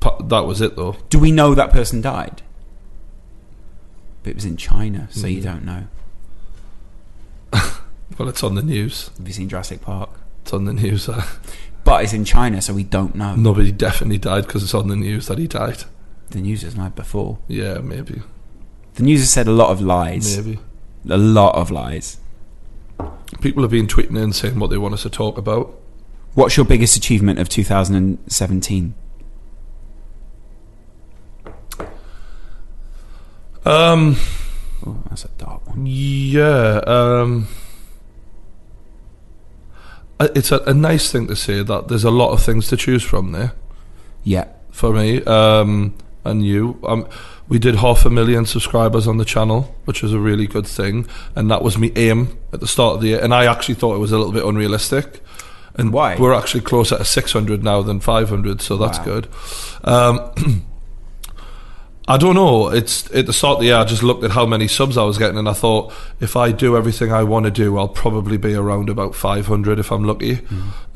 [SPEAKER 4] Pa- that was it though.
[SPEAKER 3] Do we know that person died? But it was in China, so
[SPEAKER 4] Hmm.
[SPEAKER 3] you don't know.
[SPEAKER 4] Well, it's on the news.
[SPEAKER 3] Have you seen Jurassic Park?
[SPEAKER 4] It's on the news. (laughs) Uh,
[SPEAKER 3] But it's in China, so we don't know.
[SPEAKER 4] no, but he definitely died because it's on the news that he died.
[SPEAKER 3] The news has lied before.
[SPEAKER 4] Yeah, maybe,
[SPEAKER 3] The news has said a lot of lies.
[SPEAKER 4] maybe.
[SPEAKER 3] A lot of lies.
[SPEAKER 4] People have been tweeting in saying what they want us to talk about.
[SPEAKER 3] What's your biggest achievement of 2017?
[SPEAKER 4] Um,
[SPEAKER 3] Oh, that's a dark one.
[SPEAKER 4] yeah. Um, uh, it's a, a nice thing to say that there's a lot of things to choose from there.
[SPEAKER 3] Yeah.
[SPEAKER 4] for me um, and you. Um, we did half a million subscribers on the channel, which was a really good thing, and that was my aim at the start of the year. And I actually thought it was a little bit unrealistic. And
[SPEAKER 3] Why?
[SPEAKER 4] We're actually closer to 600 now than 500, so that's
[SPEAKER 3] Wow.
[SPEAKER 4] good. Um, (clears throat) I don't know. It's at the start of the year. I just looked at how many subs I was getting, and I thought, if I do everything I want to do, I'll probably be around about 500 if I'm lucky.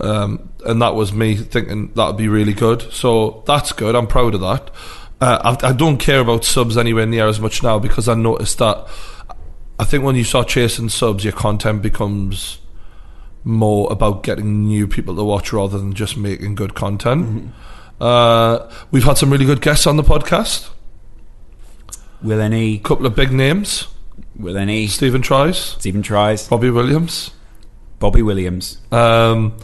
[SPEAKER 4] Um, and that was me thinking that'd be really good. So that's good. I'm proud of that. Uh, I, I don't care about subs anywhere near as much now because I noticed that. I think when you start chasing subs, your content becomes more about getting new people to watch rather than just making good content. Uh, we've had some really good guests on the podcast
[SPEAKER 3] Will any?
[SPEAKER 4] couple of big names
[SPEAKER 3] Will any?
[SPEAKER 4] Stephen Trice,
[SPEAKER 3] Stephen tries.
[SPEAKER 4] Bobby Williams,
[SPEAKER 3] Bobby Williams.
[SPEAKER 4] um,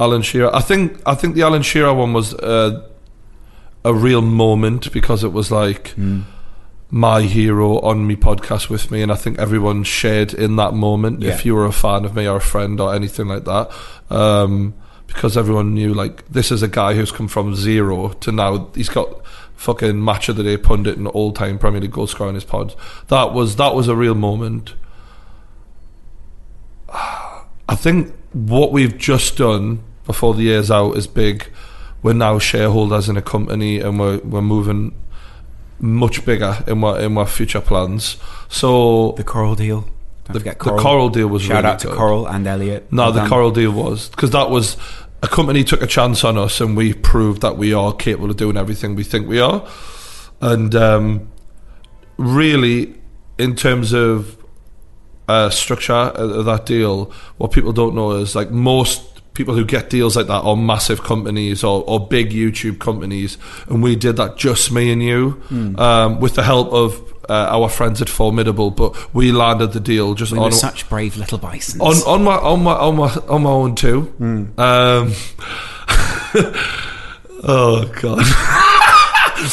[SPEAKER 4] Alan Shearer. I think I think the Alan Shearer one was uh, a real moment because it was like my hero on me podcast with me, and I think everyone shared in that moment.
[SPEAKER 3] Yeah.
[SPEAKER 4] If you were a fan of me or a friend or anything like that. Um, because everyone knew, like, this is a guy who's come from zero to now he's got fucking match of the day pundit and all time Premier League goal scorer in his pod. That was that was a real moment. I think what we've just done before the year's out is big. We're now shareholders in a company, and we're we're moving much bigger in our in our future plans. So
[SPEAKER 3] The Coral deal. Don't
[SPEAKER 4] The-
[SPEAKER 3] forget
[SPEAKER 4] the Coral deal was
[SPEAKER 3] shout
[SPEAKER 4] really
[SPEAKER 3] out to
[SPEAKER 4] good.
[SPEAKER 3] Coral and Elliot.
[SPEAKER 4] no,
[SPEAKER 3] Well
[SPEAKER 4] the
[SPEAKER 3] done.
[SPEAKER 4] Coral deal was because that was a company took a chance on us, and we proved that we are capable of doing everything we think we are. And um, really, in terms of uh, structure of that deal, what people don't know is like most people who get deals like that are massive companies or, or big YouTube companies, and we did that just me and you um, with the help of. Uh, our friends at Formidable, but we landed the deal just
[SPEAKER 3] We
[SPEAKER 4] on
[SPEAKER 3] were such brave little bison.
[SPEAKER 4] on on my on my on my on my own too. Um, (laughs) oh god.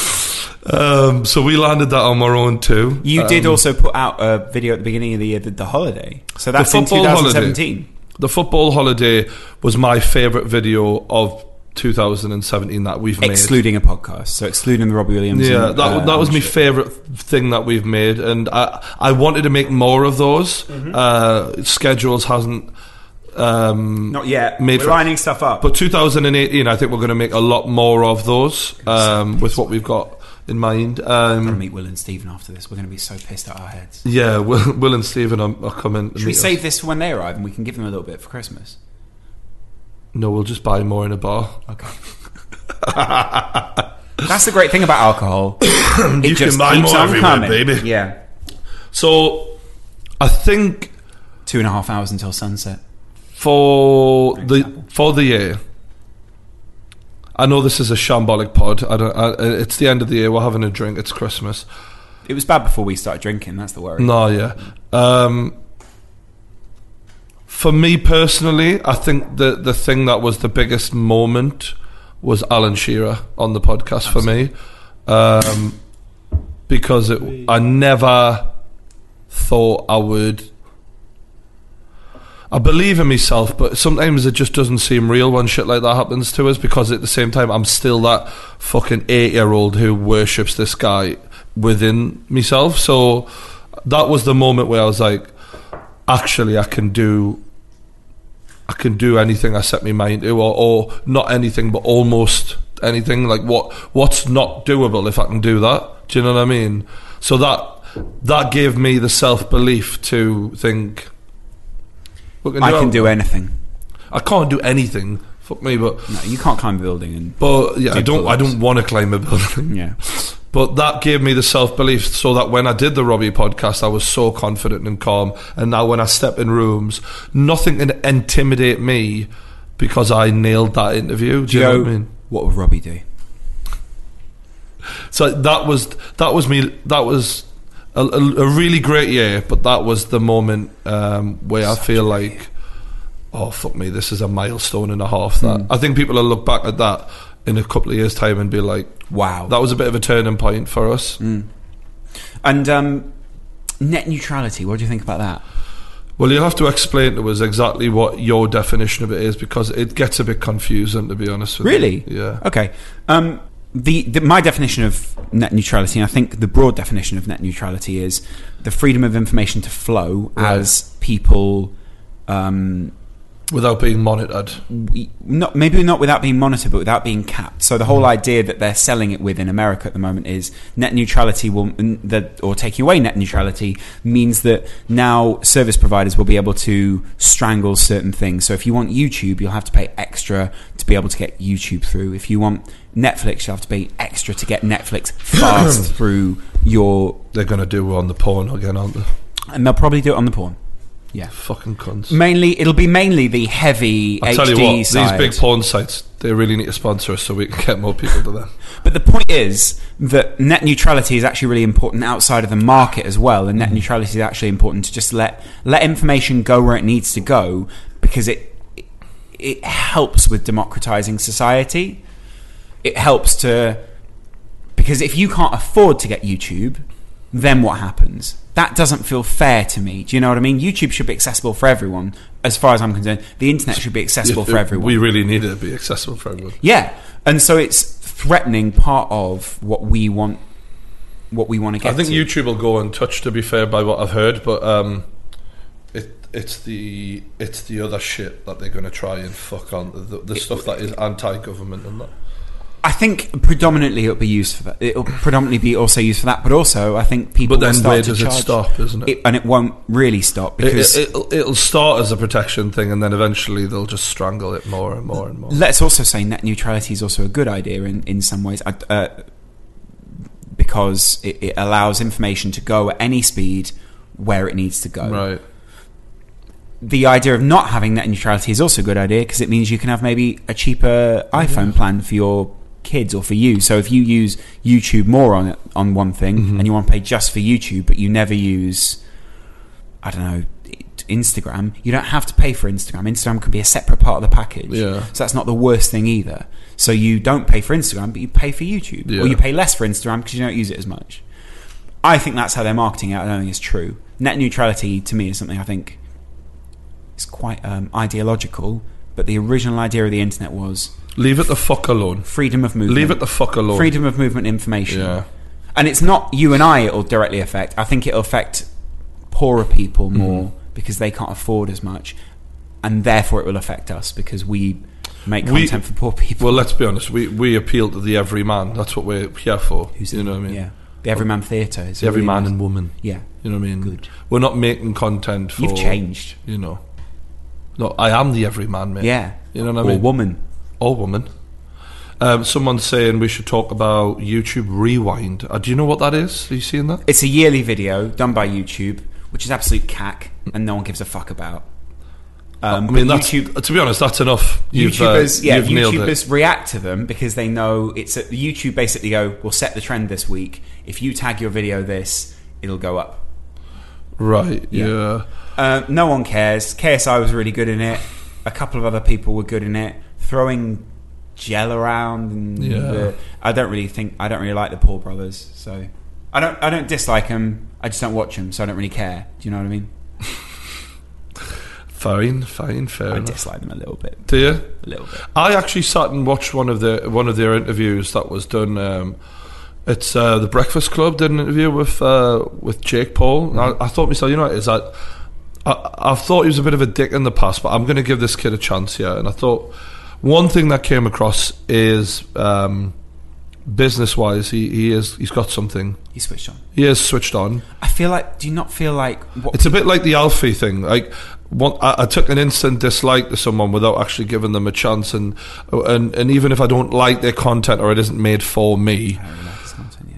[SPEAKER 4] (laughs) um, so we landed that on our own too.
[SPEAKER 3] you
[SPEAKER 4] Uh,
[SPEAKER 3] did also put out a video at the beginning of the year, the, the holiday. So that's in
[SPEAKER 4] football holiday.
[SPEAKER 3] 2017.
[SPEAKER 4] the football holiday was my favorite video of 2017 that we've made.
[SPEAKER 3] Excluding a podcast, so excluding the Robbie Williams.
[SPEAKER 4] Yeah,
[SPEAKER 3] and,
[SPEAKER 4] that,
[SPEAKER 3] uh,
[SPEAKER 4] that was my
[SPEAKER 3] and shit.
[SPEAKER 4] favourite thing that we've made, and I I wanted to make more of those. Uh, schedules hasn't um,
[SPEAKER 3] Not yet.
[SPEAKER 4] made
[SPEAKER 3] We're
[SPEAKER 4] for-
[SPEAKER 3] lining stuff up.
[SPEAKER 4] But 2018, I think we're going to make a lot more of those um, with what we've got in mind.
[SPEAKER 3] We're gonna
[SPEAKER 4] Um,
[SPEAKER 3] meet Will and Stephen after this. We're going to be so pissed at our heads.
[SPEAKER 4] yeah, Will, Will and Stephen are, are coming. to
[SPEAKER 3] Should we
[SPEAKER 4] meet us.
[SPEAKER 3] save this for when they arrive and we can give them a little bit for Christmas?
[SPEAKER 4] No, we'll just buy more in a bar.
[SPEAKER 3] Okay. That's the great thing about alcohol. it
[SPEAKER 4] (coughs) You can buy more everywhere, baby.
[SPEAKER 3] Yeah.
[SPEAKER 4] So, I think
[SPEAKER 3] Two and a half hours until sunset.
[SPEAKER 4] for the
[SPEAKER 3] example.
[SPEAKER 4] for the year. I know this is a shambolic pod. I don't. I, it's the end of the year. We're having a drink. It's Christmas.
[SPEAKER 3] It was bad before we started drinking. That's the worry.
[SPEAKER 4] No, yeah. Um, For me personally, I think the the thing that was the biggest moment was Alan Shearer on the podcast for me, um, because it, I never thought I would. I believe in myself, but sometimes it just doesn't seem real when shit like that happens to us. Because at the same time, I'm still that fucking eight year old who worships this guy within myself. So that was the moment where I was like, actually, I can do I can do anything I set my mind to, or, or not anything, but almost anything. Like what what's not doable if I can do that? Do you know what I mean? So that that gave me the self belief to think. "We
[SPEAKER 3] I can
[SPEAKER 4] it."
[SPEAKER 3] do anything.
[SPEAKER 4] I can't do anything. Fuck me, but
[SPEAKER 3] No, you can't climb a building and
[SPEAKER 4] but yeah, I
[SPEAKER 3] Do
[SPEAKER 4] don't. I
[SPEAKER 3] pull-ups.
[SPEAKER 4] don't want to climb a building.
[SPEAKER 3] yeah.
[SPEAKER 4] But that gave me the self belief so that when I did the Robbie podcast, I was so confident and calm. And now when I step in rooms, nothing can intimidate me because I nailed that interview. Do you know
[SPEAKER 3] Joe,
[SPEAKER 4] what I mean?
[SPEAKER 3] what would Robbie do?
[SPEAKER 4] So that was that was me. That was a, a- a really great year, but that was the moment um, where I feel like, oh fuck me, this is a milestone and a half. That I think people will look back at that in a couple of years' time and be like,
[SPEAKER 3] Wow.
[SPEAKER 4] that was a bit of a turning point for us.
[SPEAKER 3] and um, net neutrality. What do you think about that?
[SPEAKER 4] Well, you'll have to explain to us exactly what your definition of it is because it gets a bit confusing, to be honest with
[SPEAKER 3] Really?
[SPEAKER 4] you. Yeah.
[SPEAKER 3] Okay. Um, the, the my definition of net neutrality, and I think the broad definition of net neutrality is the freedom of information to flow
[SPEAKER 4] Right.
[SPEAKER 3] as people. Um,
[SPEAKER 4] Without being monitored.
[SPEAKER 3] we- not maybe not without being monitored, but without being capped. So the whole
[SPEAKER 4] Mm.
[SPEAKER 3] idea that they're selling it with in America at the moment is net neutrality will n- the, or taking away net neutrality means that now service providers will be able to strangle certain things. So if you want YouTube, you'll have to pay extra to be able to get YouTube through. If you want Netflix, you'll have to pay extra to get
[SPEAKER 4] (coughs)
[SPEAKER 3] Netflix fast through your,
[SPEAKER 4] They're going to do on the porn again, aren't they?
[SPEAKER 3] and they'll probably do it on the porn. Yeah,
[SPEAKER 4] Fucking cunts.
[SPEAKER 3] mainly it'll be mainly the heavy
[SPEAKER 4] I
[SPEAKER 3] HD
[SPEAKER 4] tell you what,
[SPEAKER 3] side.
[SPEAKER 4] these big porn sites, they really need to sponsor us so we can get more people to them.
[SPEAKER 3] But the point is that net neutrality is actually really important outside of the market as well, and net neutrality is actually important to just let let information go where it needs to go because it it, it helps with democratizing society. It helps to because if you can't afford to get YouTube, then what happens? That doesn't feel fair to me. Do you know what I mean? YouTube should be accessible for everyone, as far as I'm concerned. The internet should be
[SPEAKER 4] (laughs)
[SPEAKER 3] accessible for everyone.
[SPEAKER 4] We really need it to be accessible for everyone.
[SPEAKER 3] Yeah, and so it's threatening part of what we want, what we want to get.
[SPEAKER 4] I think
[SPEAKER 3] to.
[SPEAKER 4] YouTube will go untouched, to be fair, by what I've heard, but um, it it's the it's the other shit that they're going to try and fuck on the, the stuff that is anti-government and that.
[SPEAKER 3] I think predominantly it'll be used for that. It'll predominantly be also used for that, but also I think people.
[SPEAKER 4] But then
[SPEAKER 3] will start
[SPEAKER 4] where
[SPEAKER 3] to
[SPEAKER 4] does it
[SPEAKER 3] charge-
[SPEAKER 4] stop, isn't it?
[SPEAKER 3] it? And it won't really stop because
[SPEAKER 4] It, it, will it'll start as a protection thing, and then eventually they'll just strangle it more and more and more.
[SPEAKER 3] let's also say net neutrality is also a good idea in, in some ways I- uh, because it, it allows information to go at any speed where it needs to go.
[SPEAKER 4] Right.
[SPEAKER 3] the idea of not having net neutrality is also a good idea because it means you can have maybe a cheaper iPhone plan for your kids or for you. So if you use YouTube more on it, on one thing and you want to pay just for YouTube, but you never use, I don't know, Instagram, you don't have to pay for Instagram. Instagram can be a separate part of the package.
[SPEAKER 4] Yeah.
[SPEAKER 3] So that's not the worst thing either. So you don't pay for Instagram, but you pay for YouTube,
[SPEAKER 4] Yeah.
[SPEAKER 3] or you pay less for Instagram because you don't use it as much. I think that's how they're marketing it. I don't think it's true. Net neutrality to me is something I think is quite um, ideological. But the original idea of the internet was
[SPEAKER 4] Leave it the fuck alone.
[SPEAKER 3] freedom of movement.
[SPEAKER 4] Leave it the fuck alone.
[SPEAKER 3] freedom of movement information.
[SPEAKER 4] Yeah.
[SPEAKER 3] And it's not you and I it'll directly affect. I think it'll affect poorer
[SPEAKER 4] Mm-hmm.
[SPEAKER 3] people more because they can't afford as much. And therefore it will affect us because we make
[SPEAKER 4] We-
[SPEAKER 3] content for poor people.
[SPEAKER 4] Well, let's be honest. We we appeal to the everyman. That's what we're here for. you know what I mean?
[SPEAKER 3] Yeah. The Everyman Theatre is
[SPEAKER 4] The
[SPEAKER 3] a really
[SPEAKER 4] everyman
[SPEAKER 3] nice-
[SPEAKER 4] and woman.
[SPEAKER 3] Yeah.
[SPEAKER 4] You know what I mean?
[SPEAKER 3] Good.
[SPEAKER 4] We're not making content for.
[SPEAKER 3] You've changed.
[SPEAKER 4] You know. No, I am the everyman, mate.
[SPEAKER 3] Yeah.
[SPEAKER 4] You know what I
[SPEAKER 3] or
[SPEAKER 4] mean?
[SPEAKER 3] woman.
[SPEAKER 4] Or woman. Um, someone's saying we should talk about YouTube Rewind. Uh, do you know what that is? Are you seeing that?
[SPEAKER 3] It's a yearly video done by YouTube, which is absolute cack and no one gives a fuck about. Um,
[SPEAKER 4] I mean,
[SPEAKER 3] but
[SPEAKER 4] that's,
[SPEAKER 3] YouTube
[SPEAKER 4] uh, to be honest, that's enough. You've, uh,
[SPEAKER 3] YouTubers, yeah,
[SPEAKER 4] you've nailed it.
[SPEAKER 3] YouTubers react to them because they know it's a, YouTube. Basically, go we'll set the trend this week. If you tag your video this, it'll go up.
[SPEAKER 4] Right.
[SPEAKER 3] Yeah.
[SPEAKER 4] Yeah.
[SPEAKER 3] Uh, no one cares. KSI was really good in it. A couple of other people were good in it. Throwing gel around. And
[SPEAKER 4] Yeah.
[SPEAKER 3] the- I don't really think I don't really like the Paul brothers. So I don't I don't dislike them. I just don't watch them, so I don't really care. Do you know what I mean?
[SPEAKER 4] Fine. Fine. Fair
[SPEAKER 3] I
[SPEAKER 4] enough.
[SPEAKER 3] dislike them a little bit.
[SPEAKER 4] Do you?
[SPEAKER 3] A little bit.
[SPEAKER 4] I actually sat and watched one of the one of their interviews that was done. Um, it's uh, the Breakfast Club did an interview with uh, with Jake Paul. And I, I thought to myself, you know, what, is that I, I've thought he was a bit of a dick in the past, but I'm going to give this kid a chance here. And I thought one thing that came across is um, business wise, he, he is he's got something.
[SPEAKER 3] He switched on.
[SPEAKER 4] He is switched on.
[SPEAKER 3] I feel like. Do you not feel like what?
[SPEAKER 4] It's a bit like the Alfie thing. Like, one, I, I took an instant dislike to someone without actually giving them a chance, and and and even if I don't like their content or it isn't made for me,
[SPEAKER 3] (laughs) I don't really like this content, yeah.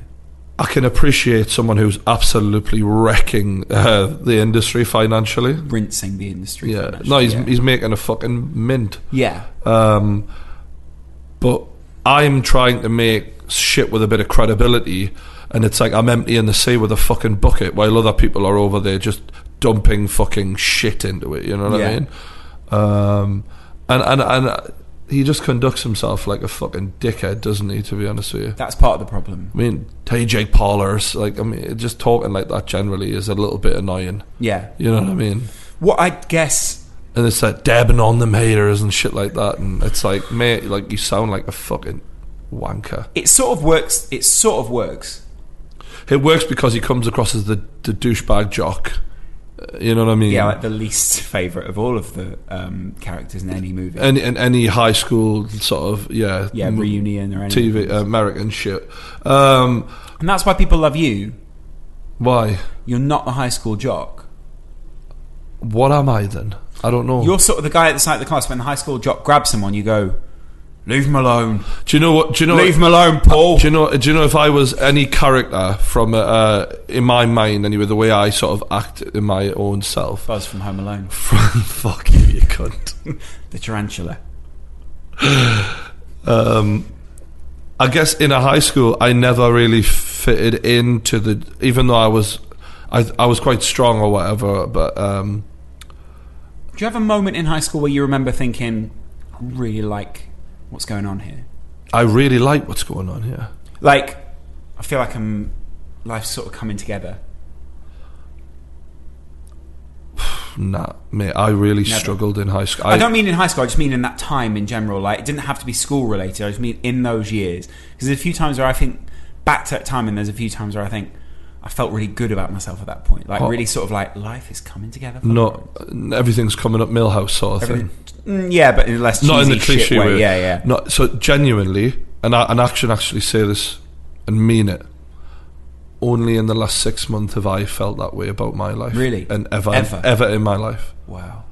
[SPEAKER 4] I can appreciate someone who's absolutely wrecking uh, the industry financially.
[SPEAKER 3] Rinsing the industry.
[SPEAKER 4] Yeah,
[SPEAKER 3] financially,
[SPEAKER 4] no, he's
[SPEAKER 3] yeah.
[SPEAKER 4] he's making a fucking mint.
[SPEAKER 3] yeah.
[SPEAKER 4] Um, but I'm trying to make shit with a bit of credibility, and it's like I'm emptying the sea with a fucking bucket while other people are over there just dumping fucking shit into it. You know what
[SPEAKER 3] Yeah.
[SPEAKER 4] I mean? Um, and and and uh, he just conducts himself like a fucking dickhead, doesn't he? To be honest with you.
[SPEAKER 3] That's part of the problem.
[SPEAKER 4] I mean, hey, Jake Paulers, like, I mean, just talking like that generally is a little bit annoying.
[SPEAKER 3] Yeah.
[SPEAKER 4] You know what I mean?
[SPEAKER 3] What I guess
[SPEAKER 4] and it's like dabbing on them haters and shit like that, and it's like, mate, like you sound like a fucking wanker.
[SPEAKER 3] it sort of works. It sort of works.
[SPEAKER 4] It works because he comes across as the, the douchebag jock. Uh, You know what I mean?
[SPEAKER 3] Yeah, like the least (laughs) favorite of all of the um, characters in any movie.
[SPEAKER 4] any, and any high school sort of yeah
[SPEAKER 3] yeah,
[SPEAKER 4] Uh, m-
[SPEAKER 3] reunion or anything.
[SPEAKER 4] TV American shit. Um,
[SPEAKER 3] And that's why people love you.
[SPEAKER 4] why?
[SPEAKER 3] You're not the high school jock.
[SPEAKER 4] What am I then? I don't know.
[SPEAKER 3] You're sort of the guy at the side of the class when the high school jock grabs someone, you go, "Leave him alone.
[SPEAKER 4] do you know what? Do you know?
[SPEAKER 3] Leave him alone, Paul."
[SPEAKER 4] Do you know? Do you know if I was any character from uh, uh, in my mind anyway, the way I sort of act in my own self?
[SPEAKER 3] Buzz from Home Alone,
[SPEAKER 4] (laughs) Fuck you, you cunt.
[SPEAKER 3] the tarantula.
[SPEAKER 4] um, I guess in a high school, I never really fitted into the. Even though I was, I I was quite strong or whatever, but um,
[SPEAKER 3] Do you have a moment in high school where you remember thinking, "I really like what's going on here"?
[SPEAKER 4] I really like what's going on here.
[SPEAKER 3] Like, I feel like I'm life's sort of coming together.
[SPEAKER 4] Nah, mate, I really
[SPEAKER 3] Never.
[SPEAKER 4] struggled in high school.
[SPEAKER 3] I, don't mean in high school. I just mean in that time in general. Like it didn't have to be school related. I just mean in those years. Because there's a few times where I think back to that time, and there's a few times where I think I felt really good about myself at that point. Like
[SPEAKER 4] Oh.
[SPEAKER 3] really sort of like life is coming together. for
[SPEAKER 4] not everything's coming up Millhouse sort of
[SPEAKER 3] everything.
[SPEAKER 4] thing.
[SPEAKER 3] Mm, yeah, but in a less
[SPEAKER 4] Not in the
[SPEAKER 3] cheesy shit
[SPEAKER 4] cliche
[SPEAKER 3] way.
[SPEAKER 4] way.
[SPEAKER 3] Yeah, yeah.
[SPEAKER 4] Not so genuinely, and I, and I can actually say this and mean it. Only in the last six months have I felt that way about my life.
[SPEAKER 3] Really?
[SPEAKER 4] and ever,
[SPEAKER 3] Ever?
[SPEAKER 4] ever in my life.
[SPEAKER 3] Wow.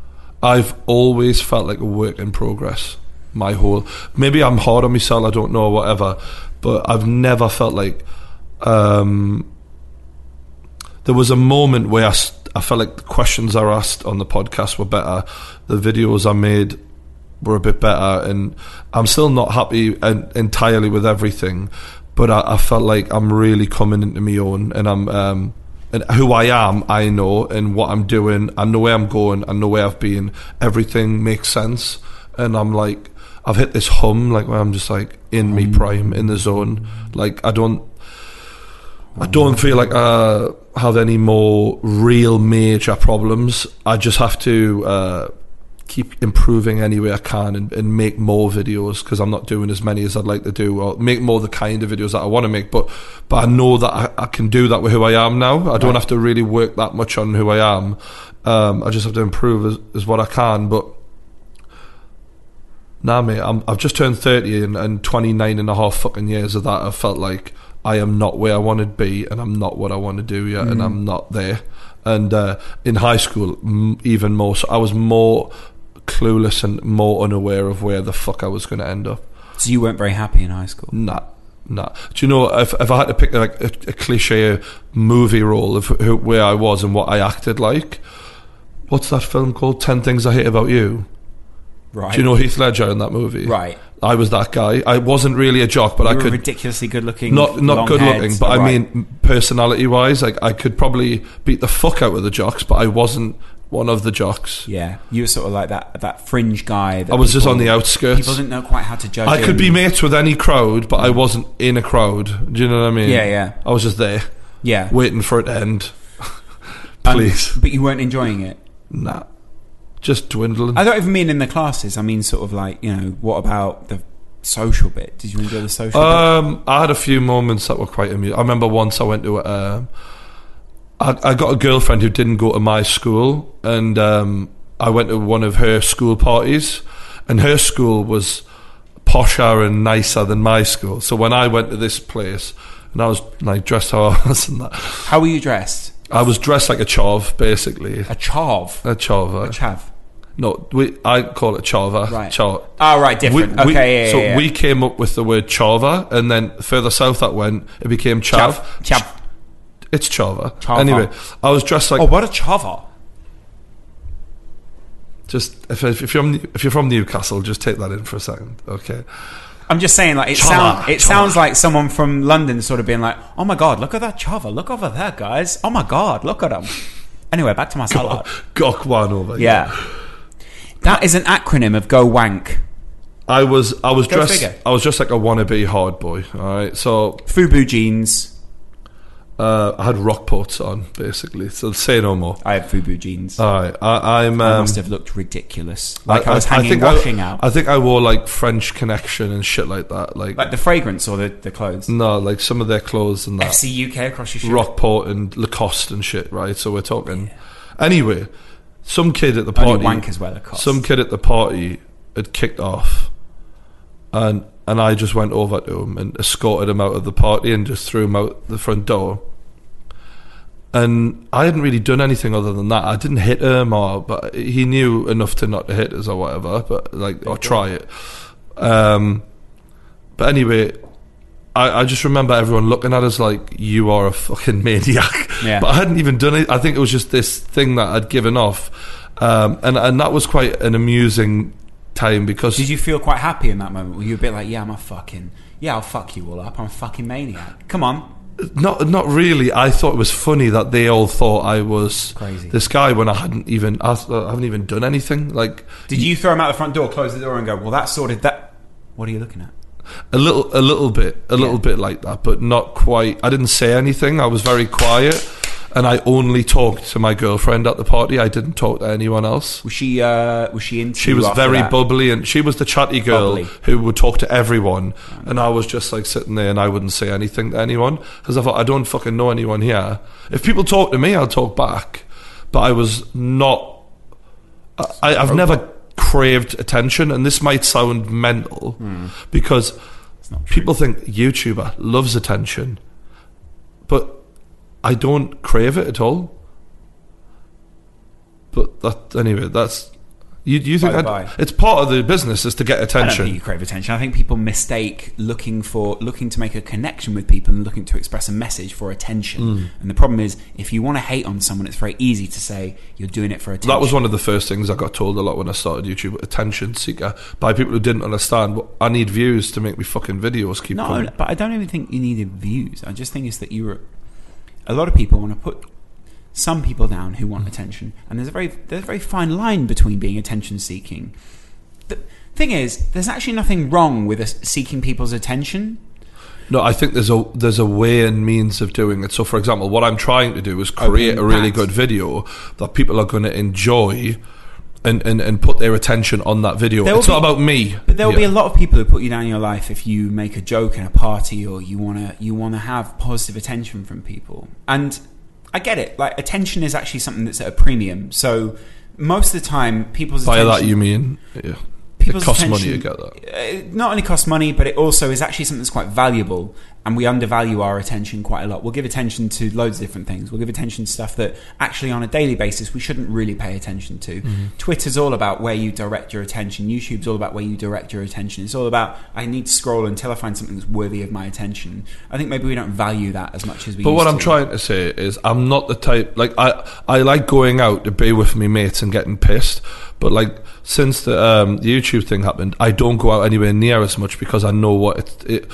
[SPEAKER 4] I've always felt like a work in progress. My whole maybe I'm hard on myself. I don't know, whatever. But I've never felt like um, there was a moment where I, s- I felt like the questions I asked on the podcast were better, the videos I made were a bit better, and I'm still not happy and entirely with everything. But I, I felt like I'm really coming into my own, and I'm um, and who I am, I know, and what I'm doing, I know where I'm going, I know where I've been. Everything makes sense, and I'm like, I've hit this hum, like where I'm just like in me prime, in the zone. Like I don't, I don't feel like I have any more real major problems. I just have to uh, keep improving any way I can and, and make more videos because I'm not doing as many as I'd like to do, or make more the kind of videos that I want to make. But but I know that I, I can do that with who I am now. I don't have to really work that much on who I am. Um, I just have to improve as, as what I can. But Nah, mate, I'm, I've just turned 30 and, and 29 and a half fucking years of that. I felt like I am not where I want to be and I'm not what I want to do yet and I'm not there. And uh, in high school, m- even more. So I was more clueless and more unaware of where the fuck I was going to end up.
[SPEAKER 3] So you weren't very happy in high school.
[SPEAKER 4] Nah. Nah. Do you know if if I had to pick like a, a cliche movie role of who, where I was and what I acted like? What's that film called? Ten Things I Hate About You.
[SPEAKER 3] Right.
[SPEAKER 4] Do you know Heath Ledger in that movie?
[SPEAKER 3] Right.
[SPEAKER 4] I was that guy. I wasn't really a jock, but
[SPEAKER 3] You
[SPEAKER 4] I
[SPEAKER 3] were
[SPEAKER 4] could
[SPEAKER 3] ridiculously good looking.
[SPEAKER 4] not
[SPEAKER 3] long
[SPEAKER 4] not good
[SPEAKER 3] haired,
[SPEAKER 4] looking, but
[SPEAKER 3] all
[SPEAKER 4] I
[SPEAKER 3] right.
[SPEAKER 4] mean personality wise, like I could probably beat the fuck out of the jocks, but I wasn't one of the jocks.
[SPEAKER 3] yeah, you were sort of like that that fringe guy. That
[SPEAKER 4] I was just
[SPEAKER 3] people-
[SPEAKER 4] on the outskirts.
[SPEAKER 3] People didn't know quite how to judge.
[SPEAKER 4] I could
[SPEAKER 3] him.
[SPEAKER 4] be mates with any crowd, but I wasn't in a crowd. Do you know what I mean?
[SPEAKER 3] Yeah, yeah.
[SPEAKER 4] I was just there,
[SPEAKER 3] yeah,
[SPEAKER 4] waiting for it to end.
[SPEAKER 3] Um,
[SPEAKER 4] Please,
[SPEAKER 3] but you weren't enjoying it.
[SPEAKER 4] nah, just dwindling.
[SPEAKER 3] I don't even mean in the classes. I mean sort of like you know what about the social bit? Did you enjoy the social?
[SPEAKER 4] Um, I had a few moments that were quite amusing. I remember once I went to um, I, I got a girlfriend who didn't go to my school, and um, I went to one of her school parties, and her school was posher and nicer than my school. So when I went to this place, and I was like dressed how I (laughs) was, and that,
[SPEAKER 3] bit? How were you dressed?
[SPEAKER 4] I was dressed like a chov, basically.
[SPEAKER 3] A chav.
[SPEAKER 4] A chov.
[SPEAKER 3] A
[SPEAKER 4] eh?
[SPEAKER 3] chav.
[SPEAKER 4] No, we, I call it uh, chava.
[SPEAKER 3] Right.
[SPEAKER 4] Chav.
[SPEAKER 3] Oh, right, different.
[SPEAKER 4] We- we-
[SPEAKER 3] okay, yeah,
[SPEAKER 4] so
[SPEAKER 3] yeah, yeah.
[SPEAKER 4] we came up with the word chava, and then further south that went, it became chav.
[SPEAKER 3] chav. Chav.
[SPEAKER 4] It's chava.
[SPEAKER 3] Chava.
[SPEAKER 4] Anyway, I was dressed like
[SPEAKER 3] Oh, what a chava!
[SPEAKER 4] just if, if you're if you're from Newcastle, just take that in for a second, okay?
[SPEAKER 3] I'm just saying, like it
[SPEAKER 4] Chava,
[SPEAKER 3] sounds. It
[SPEAKER 4] chava.
[SPEAKER 3] sounds like someone from London sort of being like, "Oh my god, look at that chava! Look over there, guys! Oh my god, look at them!" Anyway, back to my salad.
[SPEAKER 4] Gok one over. here.
[SPEAKER 3] Yeah, that is an acronym of go wank.
[SPEAKER 4] I was I was
[SPEAKER 3] Go
[SPEAKER 4] dressed
[SPEAKER 3] figure.
[SPEAKER 4] I was just like a wannabe hard boy. All right, so
[SPEAKER 3] Fubu jeans.
[SPEAKER 4] uh, I had rock ports on basically. So say no more.
[SPEAKER 3] I have Fubu jeans.
[SPEAKER 4] All right, I, I'm. Um,
[SPEAKER 3] I must have looked ridiculous. Like I, was hanging
[SPEAKER 4] think
[SPEAKER 3] washing
[SPEAKER 4] I,
[SPEAKER 3] out.
[SPEAKER 4] I think I wore like French Connection and shit like that. Like,
[SPEAKER 3] like the fragrance or the, the clothes.
[SPEAKER 4] no, like some of their clothes and that.
[SPEAKER 3] FC UK across your shirt.
[SPEAKER 4] Rockport and Lacoste and shit, right? So we're talking. Anyway, some kid at the
[SPEAKER 3] Only
[SPEAKER 4] party,
[SPEAKER 3] wankers wear the cost.
[SPEAKER 4] some kid at the party had kicked off, and and I just went over to him and escorted him out of the party and just threw him out the front door. And I hadn't really done anything other than that. I didn't hit him, or but he knew enough to not to hit us or whatever, but like or try it. Um, but anyway, I, I just remember everyone looking at us like you are a fucking (laughs) maniac.
[SPEAKER 3] Yeah.
[SPEAKER 4] But I hadn't even done it. I think it was just this thing that I'd given off, um, and and that was quite an amusing time because
[SPEAKER 3] Did you feel quite happy in that moment? Were you a bit like, yeah, I'm a fucking, yeah, I'll fuck you all up. I'm a fucking maniac. Come on.
[SPEAKER 4] not not really. I thought it was funny that they all thought I was
[SPEAKER 3] Crazy.
[SPEAKER 4] This guy when I hadn't even I, th- I haven't even done anything. Like
[SPEAKER 3] Did you throw him out the front door, close the door, and go, well, that sorted that? What are you looking at?
[SPEAKER 4] a little a little bit a little bit like that, but not quite. I didn't say anything. I was very quiet. And I only talked to my girlfriend at the party. I didn't talk to anyone else.
[SPEAKER 3] Was she, uh, was she into
[SPEAKER 4] She
[SPEAKER 3] you
[SPEAKER 4] was
[SPEAKER 3] after
[SPEAKER 4] very
[SPEAKER 3] that?
[SPEAKER 4] bubbly, and she was the chatty girl
[SPEAKER 3] Bubbly.
[SPEAKER 4] who would talk to everyone. And I was just like sitting there, and I wouldn't say anything to anyone because I thought I don't fucking know anyone here. If people talk to me, I'll talk back. But I was not. I, I- I've never craved attention, and this might sound mental
[SPEAKER 3] Hmm.
[SPEAKER 4] because people think YouTuber loves attention, but I don't crave it at all. But that anyway, that's you. You think
[SPEAKER 3] By the
[SPEAKER 4] I'd-
[SPEAKER 3] by.
[SPEAKER 4] it's part of the business is to get
[SPEAKER 3] I don't think you
[SPEAKER 4] attention?
[SPEAKER 3] crave attention. I think people mistake looking for looking to make a connection with people and looking to express a message for attention.
[SPEAKER 4] Mm.
[SPEAKER 3] And the problem is, if you want to hate on someone, it's very easy to say you're doing it for attention.
[SPEAKER 4] That was one of the first things I got told a lot when I started YouTube: attention seeker by people who didn't understand. Well, I need views to make me fucking videos keep
[SPEAKER 3] No,
[SPEAKER 4] coming.
[SPEAKER 3] but I don't even think you needed views. I just think it's that you were. A lot of people want to put some people down who
[SPEAKER 4] Mm.
[SPEAKER 3] want attention, and there's a very there's a very fine line between being attention seeking. The thing is, there's actually nothing wrong with us seeking people's attention.
[SPEAKER 4] No, I think there's a there's a way and means of doing it. So, for example, what I'm trying to do is create a really
[SPEAKER 3] impact.
[SPEAKER 4] good video that people are going to enjoy. And, and, and put their attention on that video.
[SPEAKER 3] There will
[SPEAKER 4] it's not
[SPEAKER 3] be-
[SPEAKER 4] about me.
[SPEAKER 3] But there will be
[SPEAKER 4] Yeah.
[SPEAKER 3] a lot of people who put you down in your life if you make a joke in a party or you wanna you wanna have positive attention from people. And I get it. Like attention is actually something that's at a premium. So most of the time, people's
[SPEAKER 4] By
[SPEAKER 3] attention,
[SPEAKER 4] that you mean yeah. it
[SPEAKER 3] people's
[SPEAKER 4] costs money
[SPEAKER 3] attention- Uh,
[SPEAKER 4] to get that.
[SPEAKER 3] it not only costs money, but it also is actually something that's quite valuable. and we undervalue our attention quite a lot. We'll give attention to loads of different things. We'll give attention to stuff that actually on a daily basis we shouldn't really pay attention to.
[SPEAKER 4] Mm-hmm.
[SPEAKER 3] Twitter's all about where you direct your attention. YouTube's all about where you direct your attention. It's all about I need to scroll until I find something that's worthy of my attention. I think maybe we don't value that as much as we.
[SPEAKER 4] But what
[SPEAKER 3] used
[SPEAKER 4] I'm
[SPEAKER 3] to.
[SPEAKER 4] trying to say is, I'm not the type like I. I like going out to be with me mates and getting pissed. But like since the um, the YouTube thing happened, I don't go out anywhere near as much because I know what it. it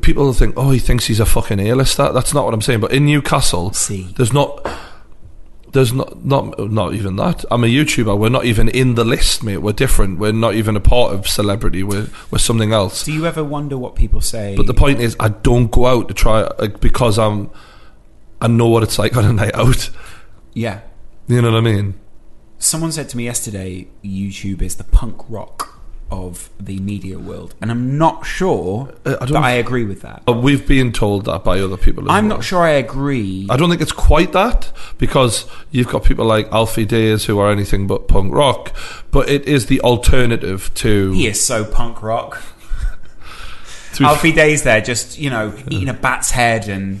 [SPEAKER 4] people think, oh, he thinks he's a fucking A-lister. That's not what I'm saying. But in Newcastle,
[SPEAKER 3] See.
[SPEAKER 4] there's not. There's not, not not even that. I'm a YouTuber. We're not even in the list, mate. We're different. We're not even a part of celebrity. We're we're something else.
[SPEAKER 3] Do you ever wonder what people say?
[SPEAKER 4] But the point is, I don't go out to try like, because I'm. I know what it's like on a night out. (laughs)
[SPEAKER 3] yeah.
[SPEAKER 4] You know what I mean?
[SPEAKER 3] Someone said to me yesterday, YouTube is the punk rock of the media world, and I'm not sure
[SPEAKER 4] Uh, I
[SPEAKER 3] that
[SPEAKER 4] don't know
[SPEAKER 3] I
[SPEAKER 4] if- Oh,
[SPEAKER 3] agree with that.
[SPEAKER 4] But we've been told that by other people. As
[SPEAKER 3] I'm
[SPEAKER 4] well.
[SPEAKER 3] not sure I agree.
[SPEAKER 4] I don't think it's quite that because you've got people like Alfie Days who are anything but punk rock, but it is the alternative to.
[SPEAKER 3] He is so punk rock.
[SPEAKER 4] to
[SPEAKER 3] Alfie Day's there, just you know,
[SPEAKER 4] Uh.
[SPEAKER 3] eating a bat's head, and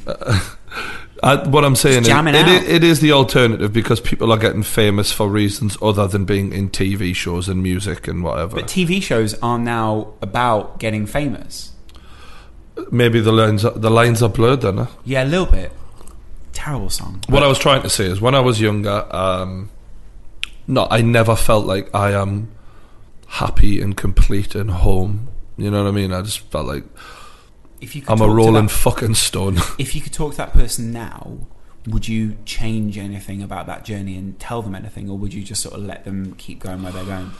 [SPEAKER 4] I, what I'm saying is,
[SPEAKER 3] Just jamming
[SPEAKER 4] it,
[SPEAKER 3] out.
[SPEAKER 4] i- it is the alternative because people are getting famous for reasons other than being in TV shows and music and whatever.
[SPEAKER 3] but TV shows are now about getting famous.
[SPEAKER 4] Maybe the lines are, the lines are blurred then. Huh?
[SPEAKER 3] Yeah, a little bit. Terrible song.
[SPEAKER 4] What I was trying to say is, when I was younger, um, no, I never felt like I am happy and complete and home. You know what I mean? I just felt like
[SPEAKER 3] If you could
[SPEAKER 4] I'm a
[SPEAKER 3] talk to
[SPEAKER 4] rolling
[SPEAKER 3] that-
[SPEAKER 4] fucking stone. (laughs)
[SPEAKER 3] if you could talk to that person now, would you change anything about that journey and tell them anything, or would you just sort of let them keep going where they're going?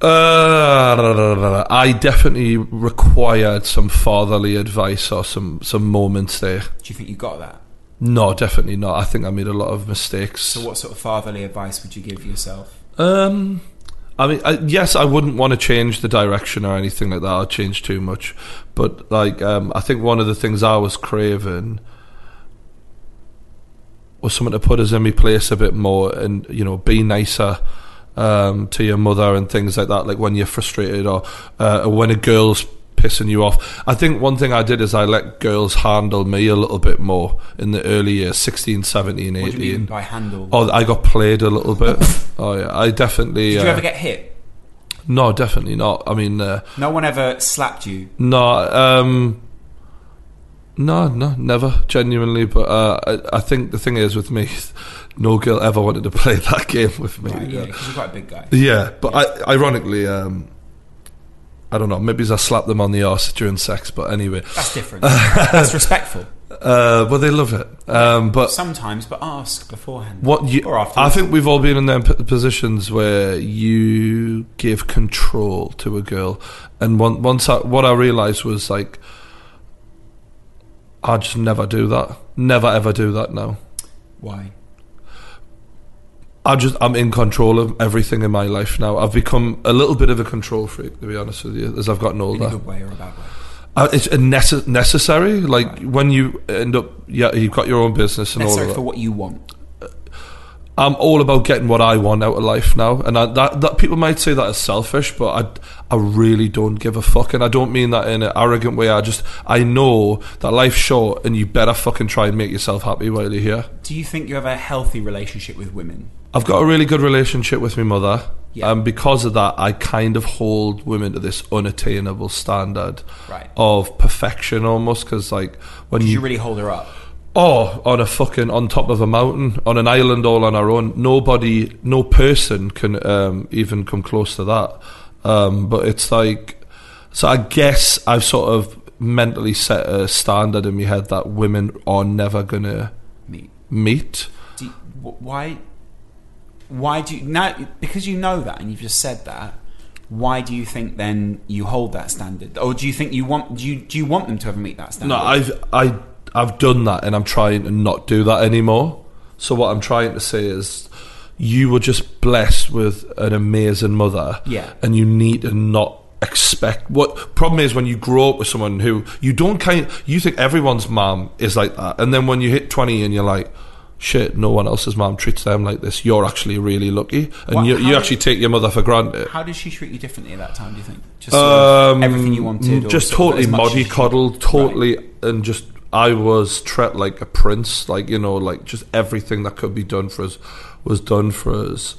[SPEAKER 4] Uh, I definitely required some fatherly advice or some some moments there.
[SPEAKER 3] Do you think you got that?
[SPEAKER 4] No, definitely not. I think I made a lot of mistakes.
[SPEAKER 3] So, what sort of fatherly advice would you give yourself?
[SPEAKER 4] Um, I mean, I, yes, I wouldn't want to change the direction or anything like that. I'd change too much, but like, um, I think one of the things I was craving was someone to put us in my place a bit more, and you know, be nicer. Um, to your mother and things like that, like when you're frustrated or uh, when a girl's pissing you off. I think one thing I did is I let girls handle me a little bit more in the early years, 16, 17, 18.
[SPEAKER 3] What do you mean by handle?
[SPEAKER 4] Oh, I got played a
[SPEAKER 3] (laughs)
[SPEAKER 4] little bit. oh, yeah. I definitely.
[SPEAKER 3] Did
[SPEAKER 4] uh,
[SPEAKER 3] you ever get hit?
[SPEAKER 4] no, definitely not. I mean, uh,
[SPEAKER 3] No one ever slapped you.
[SPEAKER 4] no, um, no, no, never, genuinely. But uh, I, I think the thing is with me, (laughs) no girl ever wanted to play (laughs) that game with me.
[SPEAKER 3] Right, yeah,
[SPEAKER 4] yeah.
[SPEAKER 3] because you're quite a big guy.
[SPEAKER 4] Yeah, but I, ironically, um, I don't know. Maybe it's I slapped them on the arse during sex. But anyway,
[SPEAKER 3] That's
[SPEAKER 4] (laughs)
[SPEAKER 3] different. That's respectful.
[SPEAKER 4] uh, well, they love it. Um, but
[SPEAKER 3] Sometimes, but ask beforehand.
[SPEAKER 4] What you,
[SPEAKER 3] Or after.
[SPEAKER 4] I think we've all been in them p- positions where you give control to a girl, and on- once I, what I realized was like, I just never do that. Never ever do that now.
[SPEAKER 3] Why?
[SPEAKER 4] I just I'm in control of everything in my life now. I've become a little bit of a control freak, to be honest with you, as I've gotten
[SPEAKER 3] In a
[SPEAKER 4] older.
[SPEAKER 3] good way or a bad way?
[SPEAKER 4] Uh, it's a necess- necessary. Like when you end up, yeah, you've got your own business and all of
[SPEAKER 3] Necessary
[SPEAKER 4] that.
[SPEAKER 3] for what you want.
[SPEAKER 4] I'm all about getting what I want out of life now, and I, that that people might say that is selfish, but I I really don't give a fuck, and I don't mean that in an arrogant way. I just I know that life's short, and you better fucking try and make yourself happy while you're here.
[SPEAKER 3] Do you think you have a healthy relationship with women?
[SPEAKER 4] I've got a really good relationship with my mother,
[SPEAKER 3] Yeah.
[SPEAKER 4] and because of that, I kind of hold women to this unattainable standard
[SPEAKER 3] Right.
[SPEAKER 4] of perfection almost. Because like when
[SPEAKER 3] Did
[SPEAKER 4] you
[SPEAKER 3] you really hold her up?
[SPEAKER 4] Oh, on a fucking on top of a mountain, on an island, all on our own. Nobody, no person can um, even come close to that. Um, but it's like, so I guess I've sort of mentally set a standard in my head that women are never gonna
[SPEAKER 3] Me.
[SPEAKER 4] meet.
[SPEAKER 3] Do you, wh- why? Why do you now? Because you know that, and you've just said that. Why do you think then you hold that standard, or do you think you want? Do you do you want them to ever meet that standard?
[SPEAKER 4] No, I've I I've done that, and I'm trying to not do that anymore. So what I'm trying to say is, you were just blessed with an amazing mother,
[SPEAKER 3] Yeah.
[SPEAKER 4] and you need to not expect. What problem is when you grow up with someone who you don't kind, you think everyone's mom is like that, and then when you hit 20 and you're like. shit, no one else's mom treats them like this. You're actually really lucky, and
[SPEAKER 3] What-
[SPEAKER 4] you,
[SPEAKER 3] how
[SPEAKER 4] you
[SPEAKER 3] did-
[SPEAKER 4] actually take your mother for granted.
[SPEAKER 3] How did she treat you differently at that time? Do you think just sort of everything you wanted, or
[SPEAKER 4] Um, mm, just
[SPEAKER 3] sort of
[SPEAKER 4] totally
[SPEAKER 3] as much as
[SPEAKER 4] muddy
[SPEAKER 3] you-
[SPEAKER 4] coddled, totally, and just I was treated like a prince, like you know, like just everything that could be done for us was done for us.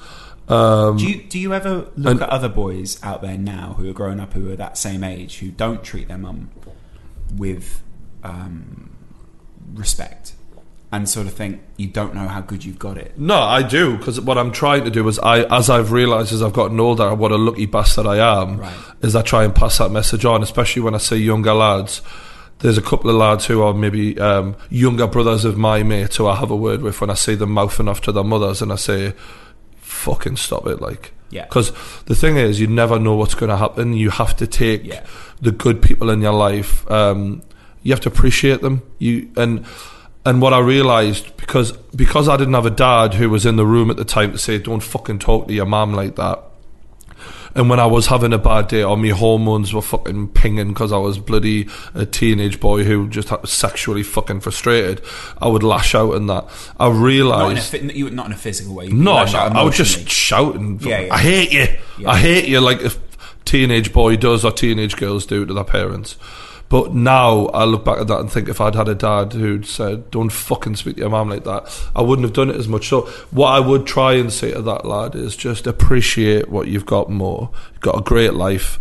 [SPEAKER 4] Um,
[SPEAKER 3] Do you, do you ever look at other boys out there now who are growing up who are that same age who don't treat their mum with um, respect and sort of think you don't know how good you've got it?
[SPEAKER 4] No, I do because what I'm trying to do is I, as I've realised as I've gotten older, what a lucky bastard I am,
[SPEAKER 3] Right.
[SPEAKER 4] is I try and pass that message on, especially when I see younger lads. There's a couple of lads who are maybe um, younger brothers of my mate who I have a word with when I see them mouthing off to their mothers, and I say, "Fucking stop it!" Like,
[SPEAKER 3] Yeah.
[SPEAKER 4] Because the thing is, you never know what's going to happen. You have to take
[SPEAKER 3] Yeah.
[SPEAKER 4] the good people in your life. Um, you have to appreciate them. You and and what I realised because because I didn't have a dad who was in the room at the time to say, "Don't fucking talk to your mum like that." And when I was having a bad day, or my hormones were fucking pinging because I was bloody a teenage boy who just had- sexually fucking frustrated, I would lash out and that. I
[SPEAKER 3] Not in, a,
[SPEAKER 4] realised
[SPEAKER 3] phy- you- not in a physical way.
[SPEAKER 4] Oh, no,
[SPEAKER 3] like
[SPEAKER 4] I, I would just
[SPEAKER 3] emotionally.
[SPEAKER 4] shout and
[SPEAKER 3] Yeah, yeah.
[SPEAKER 4] I hate you.
[SPEAKER 3] Yeah.
[SPEAKER 4] I hate you like a teenage boy does or teenage girls do to their parents. But now I look back at that and think if I'd had a dad who'd said, Don't fucking speak to your mum like that, I wouldn't have done it as much. So what I would try and say to that lad is just appreciate what you've got more. You've got a great life,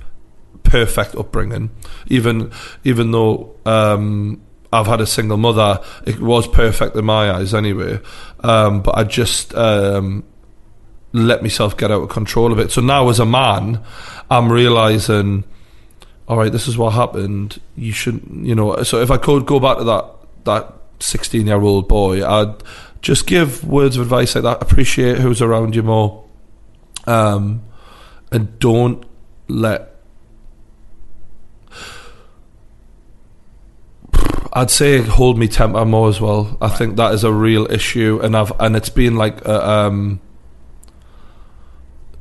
[SPEAKER 4] perfect upbringing. Even even though um, I've had a single mother, it was perfect in my eyes anyway. Um, but I just um, let myself get out of control of it. So now, as a man, I'm realizing, all right, this is what happened. You shouldn't, you know. So if I could go back to that that 16 year old boy, I'd just give words of advice like that. Appreciate who's around you more, um, and don't let. I'd say hold me temper more as well. I think that is a real issue, and I've and it's been like a, um,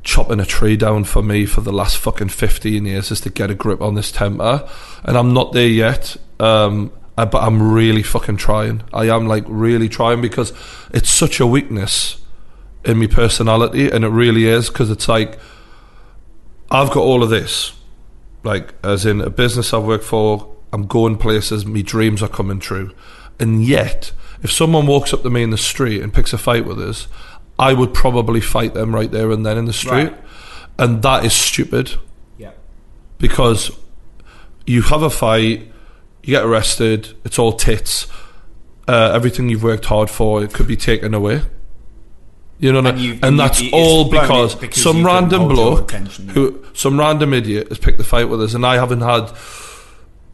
[SPEAKER 4] chopping a tree down for me for the last fucking 15 years is to get a grip on this temper and i'm not there yet um I, but i'm really fucking trying i am like really trying because it's such a weakness in my personality and it really is because it's like i've got all of this like as in a business I've worked for, I'm going places, my dreams are coming true. And yet, if someone walks up to me in the street and picks a fight with us, I would probably fight them right there and then in the street.
[SPEAKER 3] Right.
[SPEAKER 4] And that is stupid
[SPEAKER 3] yeah.
[SPEAKER 4] because you have a fight, you get arrested, it's all tits. Uh, everything you've worked hard for it could be taken away. You know, what I
[SPEAKER 3] And
[SPEAKER 4] mean?
[SPEAKER 3] you-
[SPEAKER 4] and,
[SPEAKER 3] and you-
[SPEAKER 4] that's
[SPEAKER 3] it's
[SPEAKER 4] all
[SPEAKER 3] blown it
[SPEAKER 4] because,
[SPEAKER 3] because you
[SPEAKER 4] some
[SPEAKER 3] couldn't
[SPEAKER 4] random
[SPEAKER 3] hold your
[SPEAKER 4] bloke,
[SPEAKER 3] attention.
[SPEAKER 4] who some random idiot has picked the fight with us, and I haven't had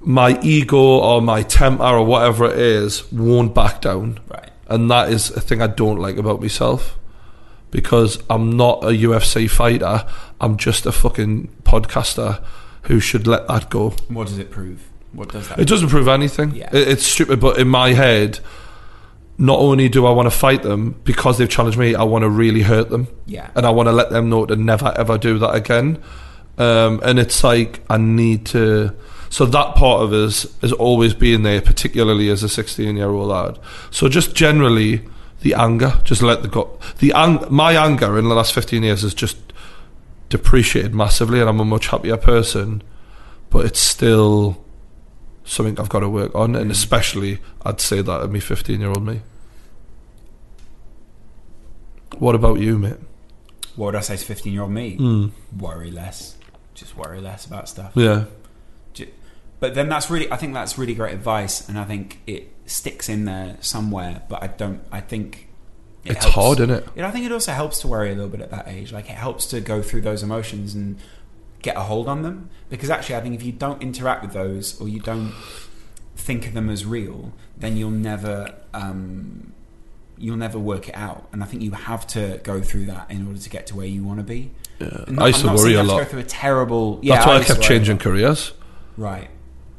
[SPEAKER 4] my ego or my temper or whatever it is won't back down.
[SPEAKER 3] Right.
[SPEAKER 4] And that is a thing I don't like about myself because I'm not a UFC fighter. I'm just a fucking podcaster who should let that go.
[SPEAKER 3] What does it prove? What does that?
[SPEAKER 4] It doesn't prove anything.
[SPEAKER 3] Yeah.
[SPEAKER 4] It, it's stupid, but in my head, not only do I want to fight them because they've challenged me, I want to really hurt them.
[SPEAKER 3] Yeah.
[SPEAKER 4] And I want to let them know to never ever do that again. Um, and it's like I need to. So that part of us is always being there, particularly as a 16 year old lad. So just generally, the anger, just let the go. The ang- my anger in the last 15 years has just depreciated massively, and I'm a much happier person. But it's still something I've got to work on, and especially I'd say that at me 15 year old me. What about you, mate?
[SPEAKER 3] What would I say to fifteen-year-old me?
[SPEAKER 4] Hmm.
[SPEAKER 3] Worry less. Just worry less about stuff.
[SPEAKER 4] Yeah,
[SPEAKER 3] Ju- but then that's really i think that's really great advice and i think it sticks in there somewhere but i don't i think it
[SPEAKER 4] it's
[SPEAKER 3] helps.
[SPEAKER 4] hard, isn't it?
[SPEAKER 3] And i think it also helps to worry a little bit at that age like it helps to go through those emotions and get a hold on them because actually i think if you don't interact with those or you don't think of them as real then you'll never um, you'll never work it out and i think you have to go through that in order to get to where you want to be And
[SPEAKER 4] I used to
[SPEAKER 3] I'm not saying
[SPEAKER 4] worry
[SPEAKER 3] you
[SPEAKER 4] a
[SPEAKER 3] have to
[SPEAKER 4] lot.
[SPEAKER 3] go through a terrible yeah
[SPEAKER 4] That's why I,
[SPEAKER 3] used to
[SPEAKER 4] kept
[SPEAKER 3] worry a lot.
[SPEAKER 4] changing careers.
[SPEAKER 3] right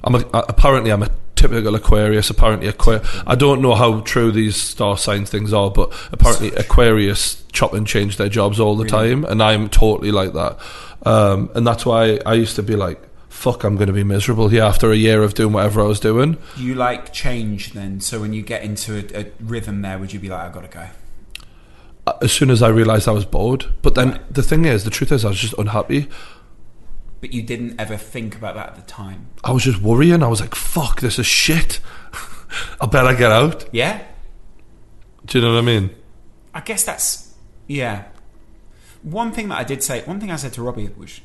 [SPEAKER 4] I'm a, apparently I'm a typical Aquarius. Apparently, Aquarius. I don't know how true these star sign things are, but apparently Aquarius chop and change their jobs all the
[SPEAKER 3] Really?
[SPEAKER 4] time, and I'm totally like that. Um, and that's why I used to be like, fuck, I'm going to be miserable here after a year of doing whatever I was doing.
[SPEAKER 3] You like change then, so when you get into a, a rhythm there, would you be like, I've got to go?
[SPEAKER 4] As soon as I realised I was bored. But then the thing is, the truth is, I was just unhappy.
[SPEAKER 3] But you didn't ever think about that at the time.
[SPEAKER 4] I was just worrying. I was like, fuck, this is shit. (laughs) I better get out.
[SPEAKER 3] Yeah?
[SPEAKER 4] Do you know what I mean?
[SPEAKER 3] I guess that's. Yeah. One thing that I did say, one thing I said to Robbie, which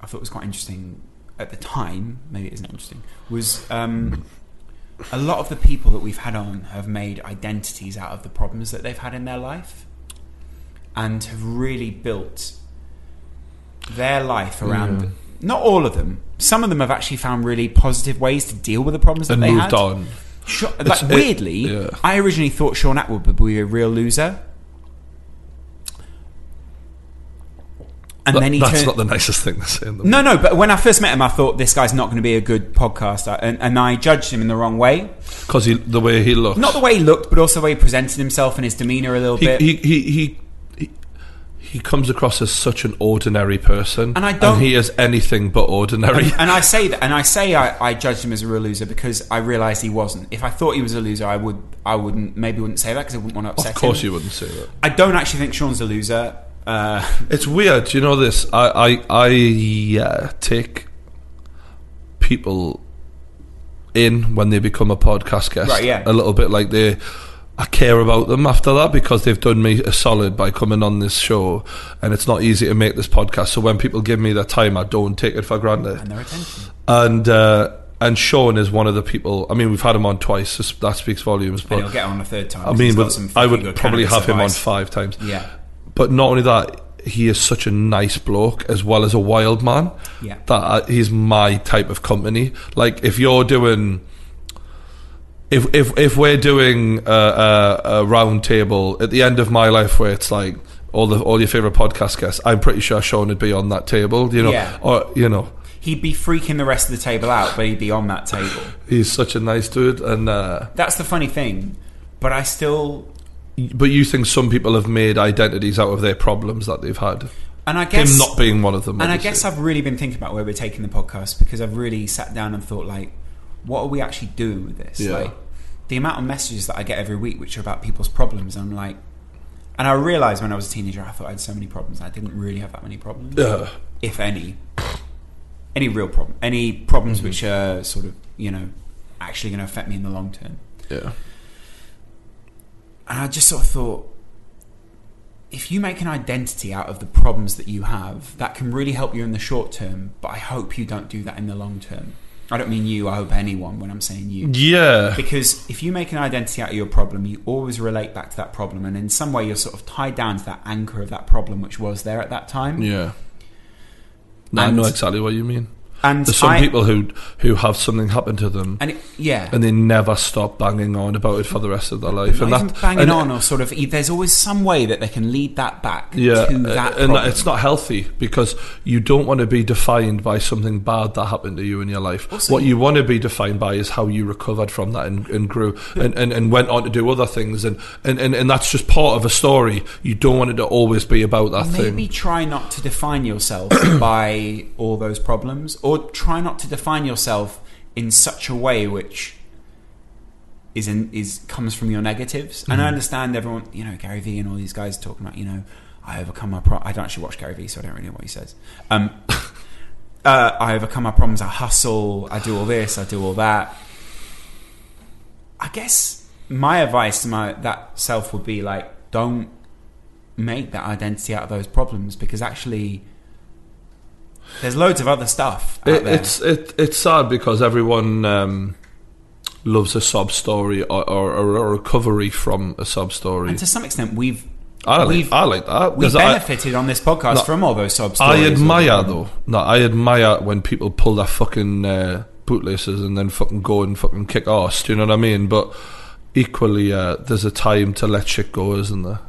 [SPEAKER 3] I thought was quite interesting at the time, maybe it isn't interesting, was um, a lot of the people that we've had on have made identities out of the problems that they've had in their life and have really built their life around.
[SPEAKER 4] Hmm.
[SPEAKER 3] Not all of them. Some of them have actually found really positive ways to deal with the problems that
[SPEAKER 4] And
[SPEAKER 3] they
[SPEAKER 4] moved
[SPEAKER 3] had.
[SPEAKER 4] on.
[SPEAKER 3] Sha-
[SPEAKER 4] It's-
[SPEAKER 3] like
[SPEAKER 4] it-
[SPEAKER 3] weirdly,
[SPEAKER 4] yeah.
[SPEAKER 3] I originally thought Sean Atwood would be a real loser, and
[SPEAKER 4] That-
[SPEAKER 3] then he
[SPEAKER 4] that's
[SPEAKER 3] turned.
[SPEAKER 4] not the nicest thing to say in the
[SPEAKER 3] no, no. But when I first met him, I thought this guy's not going to be a good podcaster, and, and I judged him in the wrong way.
[SPEAKER 4] Because the way he looks.
[SPEAKER 3] Not the way he looked, but also the way he presented himself and his demeanor a little
[SPEAKER 4] he,
[SPEAKER 3] bit.
[SPEAKER 4] he, he, he, he, he comes across as such an ordinary person.
[SPEAKER 3] And I don't-
[SPEAKER 4] he is anything but ordinary.
[SPEAKER 3] and I say that, and I say I, I judged him as a real loser because I realised he wasn't. If I thought he was a loser, I would, I wouldn't, maybe wouldn't say that because I wouldn't want to upset
[SPEAKER 4] (laughs) of course
[SPEAKER 3] him.
[SPEAKER 4] you wouldn't say that.
[SPEAKER 3] I don't actually think Sean's a loser. Uh, (laughs)
[SPEAKER 4] It's weird, you know this. I I, I uh, take people in when they become a podcast guest.
[SPEAKER 3] Right, yeah.
[SPEAKER 4] A little bit like they I care about them after that because they've done me a solid by coming on this show and it's not easy to make this podcast. So when people give me their time I don't take it for granted.
[SPEAKER 3] and their attention.
[SPEAKER 4] and uh, and Sean is one of the people. I mean, we've had him on twice. so s- that speaks volumes.
[SPEAKER 3] And
[SPEAKER 4] But
[SPEAKER 3] he'll get on a third time.
[SPEAKER 4] I
[SPEAKER 3] 'cause
[SPEAKER 4] mean,
[SPEAKER 3] he's got
[SPEAKER 4] with-
[SPEAKER 3] some
[SPEAKER 4] I
[SPEAKER 3] fucking
[SPEAKER 4] would
[SPEAKER 3] good
[SPEAKER 4] probably
[SPEAKER 3] cannabis
[SPEAKER 4] have him on
[SPEAKER 3] advice.
[SPEAKER 4] five times.
[SPEAKER 3] Yeah.
[SPEAKER 4] But not only that, he is such a nice bloke as well as a wild man.
[SPEAKER 3] Yeah.
[SPEAKER 4] That I, he's my type of company. Like if you're doing. If, if, if we're doing a, a, a round table at the end of my life where it's like all the all your favorite podcast guests, I'm pretty sure Sean would be on that table, you know,
[SPEAKER 3] Yeah.
[SPEAKER 4] or you know,
[SPEAKER 3] He'd be freaking the rest of the table out, but he'd be on that table.
[SPEAKER 4] he's such a nice dude, and uh,
[SPEAKER 3] That's the funny thing. But I still,
[SPEAKER 4] But you think some people have made identities out of their problems that they've had?
[SPEAKER 3] and I guess
[SPEAKER 4] Him not being one of them.
[SPEAKER 3] And I
[SPEAKER 4] obviously.
[SPEAKER 3] guess I've really been thinking about where we're taking the podcast because I've really sat down and thought, like, what are we actually doing with this?
[SPEAKER 4] Yeah.
[SPEAKER 3] Like, the amount of messages that I get every week, which are about people's problems, I'm like, and I realised when I was a teenager, I thought I had so many problems. I didn't really have that many problems,
[SPEAKER 4] Yeah.
[SPEAKER 3] if any. Any real problem, any problems
[SPEAKER 4] Mm-hmm.
[SPEAKER 3] which are sort of, you know, actually going to affect me in the long term.
[SPEAKER 4] Yeah.
[SPEAKER 3] And I just sort of thought, if you make an identity out of the problems that you have, that can really help you in the short term, but I hope you don't do that in the long term. I don't mean you, I hope anyone when I'm saying you.
[SPEAKER 4] Mm. Yeah.
[SPEAKER 3] Because if you make an identity out of your problem, you always relate back to that problem. And in some way, you're sort of tied down to that anchor of that problem which was there at that time.
[SPEAKER 4] Yeah. No, I
[SPEAKER 3] And-
[SPEAKER 4] know exactly what you mean.
[SPEAKER 3] And
[SPEAKER 4] There's some
[SPEAKER 3] I-
[SPEAKER 4] people who who have something happen to them
[SPEAKER 3] And it, yeah.
[SPEAKER 4] and they never stop banging on about it for the rest of their
[SPEAKER 3] not
[SPEAKER 4] life. and
[SPEAKER 3] even
[SPEAKER 4] that
[SPEAKER 3] banging
[SPEAKER 4] and-
[SPEAKER 3] on or sort of, e, there's always some way that they can lead that back
[SPEAKER 4] Yeah, uh,
[SPEAKER 3] to
[SPEAKER 4] and
[SPEAKER 3] that
[SPEAKER 4] and
[SPEAKER 3] problem.
[SPEAKER 4] it's not healthy because you don't want to be defined by something bad that happened to you in your life.
[SPEAKER 3] Also-
[SPEAKER 4] what you want to be defined by is how you recovered from that and, and grew and, and, and went on to do other things. And, and, and, and that's just part of a story. You don't want it to always be about that
[SPEAKER 3] Maybe
[SPEAKER 4] thing.
[SPEAKER 3] try not to define yourself (coughs) by all those problems, or try not to define yourself in such a way which is in, is comes from your negatives. And
[SPEAKER 4] Mm-hmm.
[SPEAKER 3] I understand everyone, you know, Gary Vee and all these guys talking about, you know, I overcome my pro. I don't actually watch Gary Vee, so I don't really know what he says. Um, (laughs) uh, I overcome my problems. I hustle. I do all this. I do all that. I guess my advice to my that self would be like, don't make that identity out of those problems because actually, there's loads of other stuff. Out
[SPEAKER 4] It,
[SPEAKER 3] there.
[SPEAKER 4] it's it, it's sad because everyone um, loves a sob story or, or, or a recovery from a sob story.
[SPEAKER 3] and to some extent, we've
[SPEAKER 4] I like,
[SPEAKER 3] we've-
[SPEAKER 4] I like that.
[SPEAKER 3] we
[SPEAKER 4] 'cause I-
[SPEAKER 3] benefited on this podcast
[SPEAKER 4] No,
[SPEAKER 3] from all those sub stories.
[SPEAKER 4] I admire though. No, I admire when people pull their fucking uh, bootlaces and then fucking go and fucking kick ass. Do you know what I mean? But equally, uh, there's a time to let shit go, isn't there?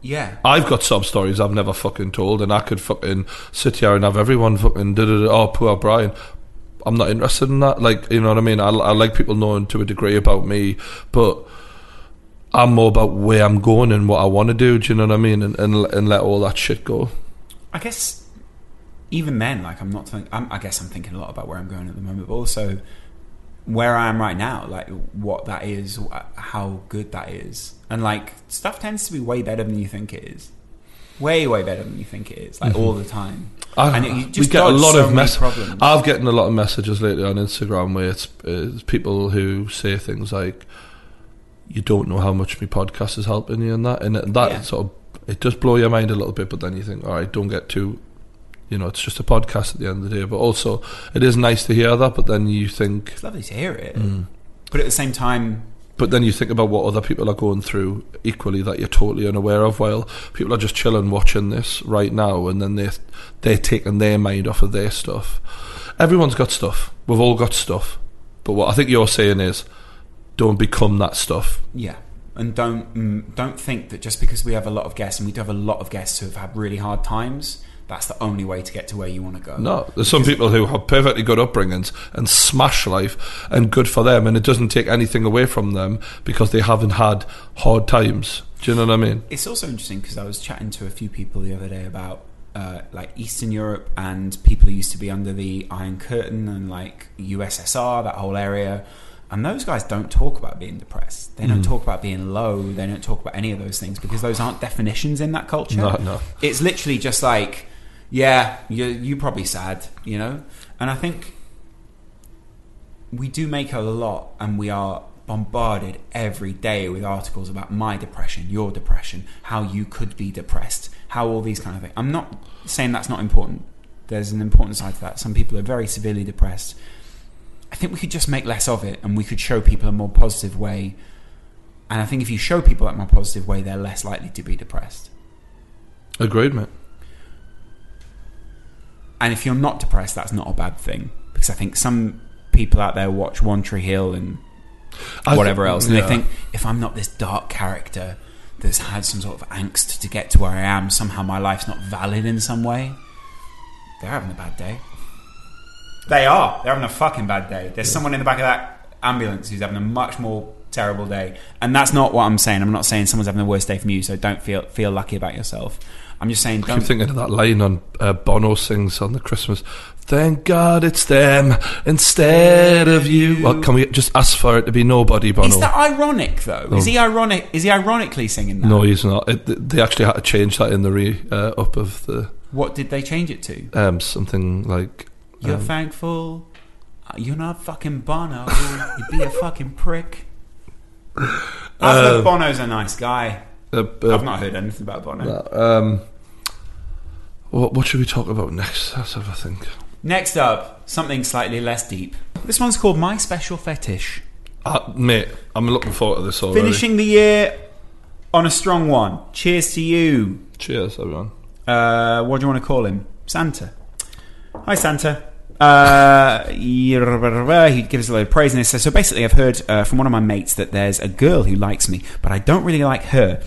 [SPEAKER 3] Yeah.
[SPEAKER 4] I've got sub stories I've never fucking told, and I could fucking sit here and have everyone fucking da da da. Oh, poor Brian. I'm not interested in that. Like, you know what I mean? I, I like people knowing to a degree about me, but I'm more about where I'm going and what I want to do. Do you know what I mean? And and, and let all that shit go.
[SPEAKER 3] I guess even then, like I'm not. Think, I'm, I guess I'm thinking a lot about where I'm going at the moment, but also where I am right now, like what that is, wh- how good that is, and like stuff tends to be way better than you think it is. Way, way better than you think it is, like all the time.
[SPEAKER 4] I,
[SPEAKER 3] and it, you
[SPEAKER 4] we
[SPEAKER 3] just
[SPEAKER 4] get a
[SPEAKER 3] dodge
[SPEAKER 4] lot
[SPEAKER 3] so
[SPEAKER 4] of
[SPEAKER 3] many
[SPEAKER 4] mess-
[SPEAKER 3] problems.
[SPEAKER 4] I've gotten a lot of messages lately on Instagram where it's, it's people who say things like, "You don't know how much my podcast is helping you," and that, and it- that
[SPEAKER 3] Yeah.
[SPEAKER 4] sort of it does blow your mind a little bit. But then you think, "All right, don't get too." You know, it's just a podcast at the end of the day. But also, it is nice to hear that. But then you think,
[SPEAKER 3] it's lovely to hear it, but at the same time,
[SPEAKER 4] but then you think about what other people are going through equally that you're totally unaware of. While people are just chilling, watching this right now, and then they they're taking their mind off of their stuff. Everyone's got stuff. We've all got stuff. But what I think you're saying is, don't become that stuff.
[SPEAKER 3] Yeah, and don't mm, don't think that just because we have a lot of guests and we do have a lot of guests who have had really hard times, that's the only way to get to where you want to go.
[SPEAKER 4] No, there's some people who have perfectly good upbringings and smash life, and good for them. And it doesn't take anything away from them because they haven't had hard times. Do you know what I mean?
[SPEAKER 3] It's also interesting because I was chatting to a few people the other day about uh, like Eastern Europe and people who used to be under the Iron Curtain and like USSR, that whole area. And those guys don't talk about being depressed. They don't
[SPEAKER 4] Mm.
[SPEAKER 3] talk about being low. They don't talk about any of those things because those aren't definitions in that culture.
[SPEAKER 4] No, no.
[SPEAKER 3] It's literally just like, yeah, you you probably sad, you know. And I think we do make a lot and we are bombarded every day with articles about my depression, your depression, how you could be depressed, how all these kind of things. I'm not saying that's not important. There's an important side to that. Some people are very severely depressed. I think we could just make less of it and we could show people a more positive way. And I think if you show people that more positive way, they're less likely to be depressed.
[SPEAKER 4] Agreed, mate.
[SPEAKER 3] And if you're not depressed, that's not a bad thing. Because I think some people out there watch One Tree Hill and
[SPEAKER 4] I
[SPEAKER 3] whatever else. And
[SPEAKER 4] yeah.
[SPEAKER 3] they think, if I'm not this dark character that's had some sort of angst to get to where I am, somehow my life's not valid in some way. They're having a bad day. They are. They're having a fucking bad day. There's someone in the back of that ambulance who's having a much more terrible day. And that's not what I'm saying. I'm not saying someone's having the worst day from you, so don't feel feel lucky about yourself. I'm just saying
[SPEAKER 4] I'm
[SPEAKER 3] don't
[SPEAKER 4] thinking of that line on uh, Bono sings on the Christmas. Thank God it's them instead of you. Well, can we just ask for it to be nobody, Bono?
[SPEAKER 3] Is that ironic though? Is he ironic is he ironically singing that?
[SPEAKER 4] no, he's not. It, th- they actually had to change that in the re uh, up of the
[SPEAKER 3] What did they change it to?
[SPEAKER 4] um, something like.
[SPEAKER 3] You're
[SPEAKER 4] um,
[SPEAKER 3] thankful. Uh, You're not fucking Bono. You'd (laughs) be a fucking prick. I've heard Bono's a nice guy.
[SPEAKER 4] uh, Um, uh,
[SPEAKER 3] I've not heard anything about Bono.
[SPEAKER 4] um, what, what should we talk about next? Let's have a think.
[SPEAKER 3] Next up, something slightly less deep. This one's called My Special Fetish.
[SPEAKER 4] Uh, mate, I'm looking forward to this already.
[SPEAKER 3] Finishing the year on a strong one. Cheers to you.
[SPEAKER 4] Cheers, everyone.
[SPEAKER 3] Uh, what do you want to call him? Santa. Hi, Santa. Uh, he gives a load of praise and he says, So basically, I've heard uh, from one of my mates that there's a girl who likes me, but I don't really like her,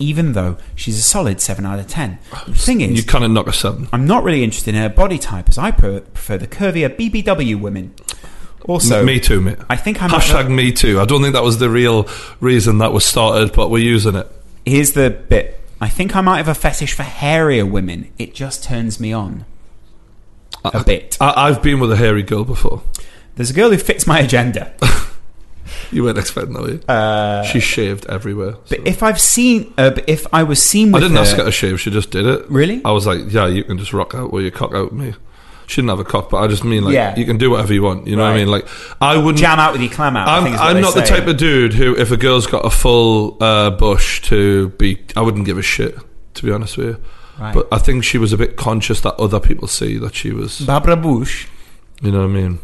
[SPEAKER 3] even though she's a solid 7 out of 10. The thing is,
[SPEAKER 4] You kind of knock a seven.
[SPEAKER 3] I'm not really interested in her body type, as I pre- prefer the curvier BBW women. Also,
[SPEAKER 4] me too, mate.
[SPEAKER 3] I think I'm.
[SPEAKER 4] Hashtag me too. I don't think that was the real reason that was started, but we're using it.
[SPEAKER 3] Here's the bit. I think I might have a fetish for hairier women. It just turns me on.
[SPEAKER 4] Uh,
[SPEAKER 3] a bit.
[SPEAKER 4] I, I've been with a hairy girl before.
[SPEAKER 3] There's a girl who fits my agenda.
[SPEAKER 4] You weren't expecting that, were you?
[SPEAKER 3] Uh,
[SPEAKER 4] She's shaved
[SPEAKER 3] (laughs)
[SPEAKER 4] everywhere. so-
[SPEAKER 3] But if I've seen, uh, but if I was seen
[SPEAKER 4] I
[SPEAKER 3] with
[SPEAKER 4] didn't
[SPEAKER 3] her,
[SPEAKER 4] ask her to shave, she just did it.
[SPEAKER 3] Really?
[SPEAKER 4] I was like, yeah, you can just rock out with your cock out with me. She didn't have a cock, but I just mean, like,
[SPEAKER 3] Yeah.
[SPEAKER 4] you can do whatever you want. You know what I
[SPEAKER 3] Right.
[SPEAKER 4] mean? Like, I wouldn't.
[SPEAKER 3] jam out with your clam out. I
[SPEAKER 4] I'm,
[SPEAKER 3] think is what
[SPEAKER 4] I'm
[SPEAKER 3] they
[SPEAKER 4] not the
[SPEAKER 3] say.
[SPEAKER 4] type of dude who, if a girl's got a full uh, bush, to be, I wouldn't give a shit, to be honest with you.
[SPEAKER 3] Right.
[SPEAKER 4] But uh, I think she was a bit conscious that other people see that she was.
[SPEAKER 3] Barbara Bush.
[SPEAKER 4] You know what I mean?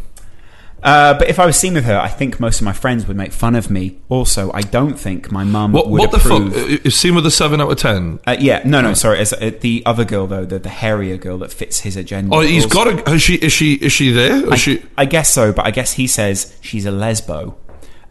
[SPEAKER 3] Uh, but if I was seen with her, I think most of my friends would make fun of me. Also, I don't think my mum
[SPEAKER 4] What,
[SPEAKER 3] would
[SPEAKER 4] what the fuck? Hmm.
[SPEAKER 3] approve.
[SPEAKER 4] Uh, Is seen with a seven out of ten?
[SPEAKER 3] Uh, yeah, no, no, sorry. It's, uh, the other girl though, the, the hairier girl that fits his agenda.
[SPEAKER 4] Oh, he's
[SPEAKER 3] also-
[SPEAKER 4] got a. Is she? Is she? Is she there? Is
[SPEAKER 3] I,
[SPEAKER 4] she?
[SPEAKER 3] I guess so, but I guess he says she's a lesbo.